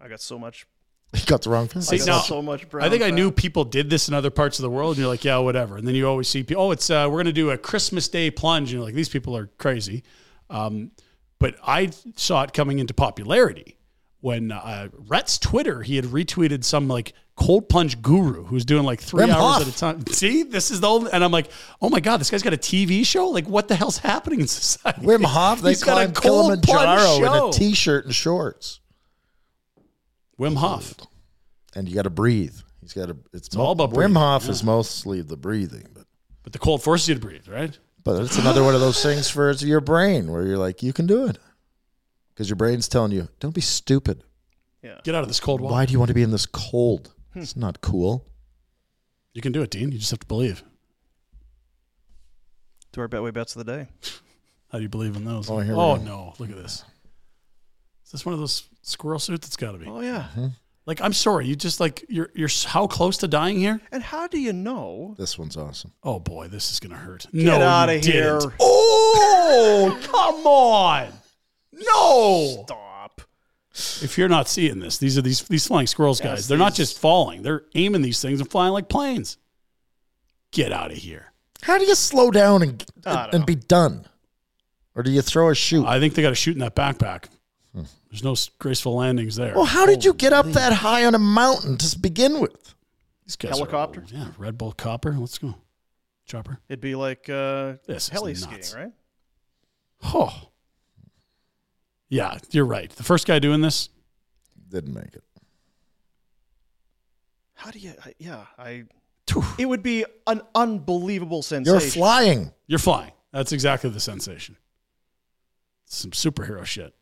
Speaker 1: i got so much
Speaker 4: you got the wrong fat
Speaker 3: See,
Speaker 1: I got
Speaker 3: now,
Speaker 1: so much brown
Speaker 3: I think I
Speaker 1: fat.
Speaker 3: knew people did this in other parts of the world, and you're like, yeah, whatever. And then you always see people, oh, it's uh, we're going to do a Christmas Day plunge, and you're like, these people are crazy. Um, but I saw it coming into popularity when uh, Rhett's Twitter, he had retweeted some like cold plunge guru who's doing like three
Speaker 4: Wim
Speaker 3: hours
Speaker 4: Hof.
Speaker 3: at a time. See, this is the only, and I'm like, oh my god, this guy's got a TV show. Like, what the hell's happening in society?
Speaker 4: Wim Hof, they
Speaker 3: He's got a
Speaker 4: climbed
Speaker 3: cold plunge
Speaker 4: Kilimanjaro in
Speaker 3: show.
Speaker 4: a t-shirt and shorts,
Speaker 3: Wim Hof.
Speaker 4: and you got to breathe. He's got to. It's,
Speaker 3: all about breathing,
Speaker 4: Wim Hof is mostly the breathing, but
Speaker 3: But the cold forces you to breathe, right?
Speaker 4: But it's another one of those things for your brain where you're like, you can do it. Because your brain's telling you, don't be stupid.
Speaker 3: Get out of this cold water. Hmm.
Speaker 4: Why do you want to be in this cold? It's not cool.
Speaker 3: You can do it, Dean. You just have to believe.
Speaker 1: to our betway bets of the day
Speaker 3: How do you believe in those?
Speaker 4: Oh,
Speaker 3: Oh,
Speaker 4: here we go.
Speaker 3: no. Look at this. Is this one of those squirrel suits? It's got to be.
Speaker 1: oh yeah
Speaker 3: Like, I'm sorry. You just, like, you're, you're s- how close to dying here?
Speaker 1: and how do you know
Speaker 4: This one's awesome.
Speaker 3: Oh, boy. This is going to hurt.
Speaker 1: get
Speaker 3: no,
Speaker 1: out
Speaker 3: you
Speaker 1: of here
Speaker 3: didn't. Oh, come on. No.
Speaker 1: stop
Speaker 3: If you're not seeing this, these are these, these flying squirrels, guys. They're not just falling, they're aiming these things and flying like planes. Get out of here.
Speaker 4: How do you slow down and,
Speaker 1: I don't
Speaker 4: and be done? Or do you throw a shoot?
Speaker 3: I think they got to shoot in that backpack. There's no s- graceful landings there.
Speaker 4: well, how did you get
Speaker 3: Hmm.
Speaker 4: up that high on a mountain to begin with?
Speaker 3: These guys are
Speaker 1: Helicopter?
Speaker 3: old. yeah, Red Bull Copper. Let's go. Chopper.
Speaker 1: it'd be like uh
Speaker 3: This is
Speaker 1: heli
Speaker 3: nuts.
Speaker 1: skiing right
Speaker 3: Oh. Yeah, you're right. The first guy doing this,
Speaker 4: Didn't make it.
Speaker 1: how do you I, yeah i
Speaker 3: phew,
Speaker 1: it would be an unbelievable sensation
Speaker 4: You're flying.
Speaker 3: you're flying. That's exactly the sensation. Some superhero shit.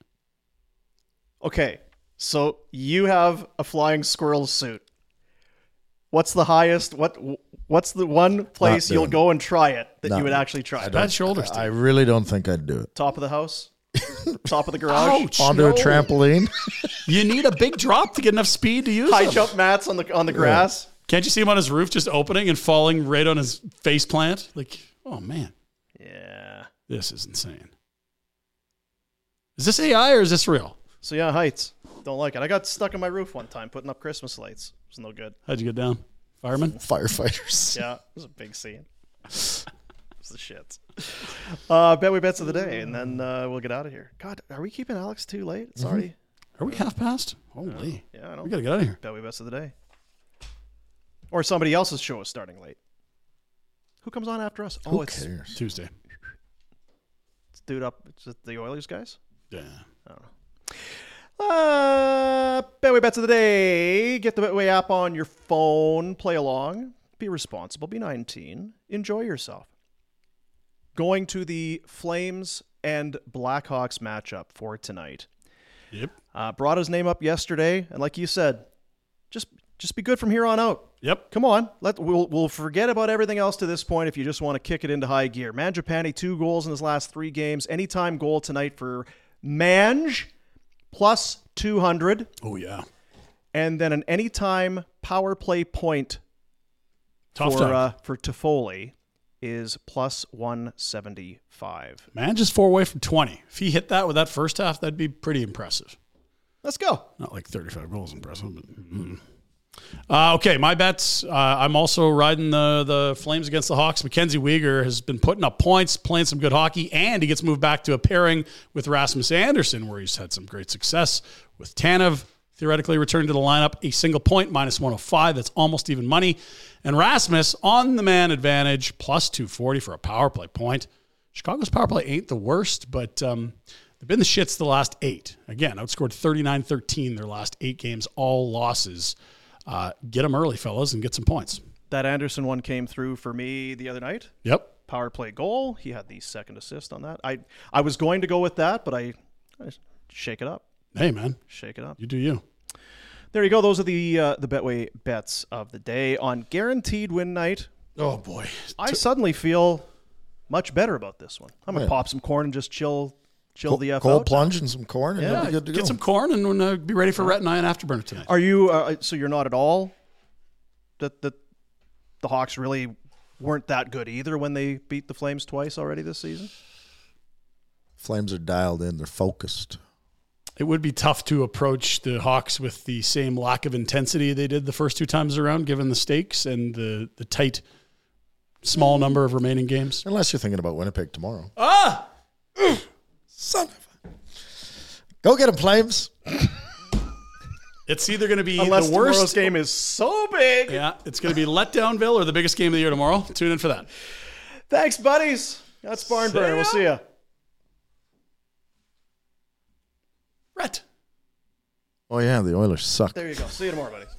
Speaker 1: Okay, so you have a flying squirrel suit. What's the highest? What What's the one place you'll
Speaker 4: doing
Speaker 1: go and try it that
Speaker 4: No,
Speaker 1: you would actually try? it?
Speaker 3: Bad shoulders.
Speaker 4: I
Speaker 3: dude.
Speaker 4: really don't think I'd do it.
Speaker 1: Top of the house, top of the garage,
Speaker 3: Ouch.
Speaker 4: Onto a
Speaker 3: No.
Speaker 4: trampoline.
Speaker 3: You need a big drop to get enough speed to use
Speaker 1: high
Speaker 3: them.
Speaker 1: jump mats on the on the grass.
Speaker 3: Can't you see him on his roof just opening and falling right on his face plant? Like, oh man,
Speaker 1: Yeah.
Speaker 3: this is insane. Is this AI or is this real?
Speaker 1: So yeah, heights. Don't like it. I got stuck on my roof one time putting up Christmas lights. It was no good.
Speaker 3: How'd you get down? Fireman?
Speaker 4: Firefighters.
Speaker 1: Yeah, it was a big scene. It was the shit. Uh, bet we bets of the day, and then uh, we'll get out of here. God, are we keeping Alex too late?
Speaker 4: Mm-hmm.
Speaker 1: It's already.
Speaker 3: Are we half past? Holy.
Speaker 1: Yeah, I know.
Speaker 3: We gotta get out of here.
Speaker 1: Bet we best of the day. Or somebody else's show is starting late. Who comes on after us? Oh,
Speaker 4: Who
Speaker 1: it's,
Speaker 4: cares?
Speaker 3: Tuesday.
Speaker 1: it's dude up. It's just the Oilers guys.
Speaker 3: Yeah.
Speaker 1: Uh, Betway bets of the day. Get the Betway app on your phone. Play along. Be responsible. Be 19. Enjoy yourself. Going to the Flames and Blackhawks matchup for tonight.
Speaker 3: Yep.
Speaker 1: Uh, brought his name up yesterday, and like you said, just just be good from here on out.
Speaker 3: Yep.
Speaker 1: Come on, let we'll we'll forget about everything else to this point if you just want to kick it into high gear. Manjapani two goals in his last three games. Anytime goal tonight for Manj, plus two hundred,
Speaker 3: Oh yeah.
Speaker 1: and then an anytime power play point
Speaker 3: Tough
Speaker 1: for
Speaker 3: time.
Speaker 1: uh, for Toffoli is plus one seventy five.
Speaker 3: Man, just four away from twenty. If he hit that with that first half, that'd be pretty impressive.
Speaker 1: Let's go.
Speaker 3: Not like thirty-five goals impressive, but. mm. Uh, okay, my bets. Uh, I'm also riding the the Flames against the Hawks. Mackenzie Weegar has been putting up points, playing some good hockey, and he gets moved back to a pairing with Rasmus Anderson, where he's had some great success with Tanev. Theoretically, returning to the lineup, a single point minus 105. That's almost even money. And Rasmus on the man advantage plus 240 for a power play point. Chicago's power play ain't the worst, but um, they've been the shits the last eight. Again, outscored 39 13 their last eight games, all losses uh, get them early, fellas, and get some points.
Speaker 1: That Anderson one came through for me the other night.
Speaker 3: Yep.
Speaker 1: Power play goal. He had the second assist on that. I I was going to go with that, but I, I shake it up,
Speaker 3: Hey, man,
Speaker 1: shake it up.
Speaker 3: you do you.
Speaker 1: There you go. Those are the uh, the Betway bets of the day on guaranteed win night.
Speaker 3: Oh boy,
Speaker 1: I suddenly feel much better about this one. I'm gonna
Speaker 4: Yeah.
Speaker 1: pop some corn and just chill, chill the f
Speaker 4: Cold
Speaker 1: out.
Speaker 4: plunge and some corn, and you'll be good to
Speaker 3: get
Speaker 4: go.
Speaker 3: some corn and uh, be ready for Retina and Afterburner tonight.
Speaker 1: Are you uh, so you're not at all that that the Hawks really weren't that good either when they beat the Flames twice already this season?
Speaker 4: Flames are dialed in. They're focused.
Speaker 3: It would be tough to approach the Hawks with the same lack of intensity they did the first two times around, given the stakes and the the tight, small number of remaining games.
Speaker 4: Unless you're thinking about Winnipeg tomorrow.
Speaker 3: Ah,
Speaker 4: Son of a... Go get them, Flames.
Speaker 3: it's either going to be
Speaker 1: Unless
Speaker 3: the worst.
Speaker 1: tomorrow's game is so big.
Speaker 3: Yeah, it's going to be Letdownville or the biggest game of the year tomorrow. Tune in for that.
Speaker 1: Thanks, buddies. That's Barn
Speaker 3: See
Speaker 1: Burner.
Speaker 3: ya.
Speaker 1: We'll see ya.
Speaker 3: Rhett.
Speaker 4: Oh, yeah, the Oilers suck. Oh,
Speaker 1: There you go. See you tomorrow, buddies.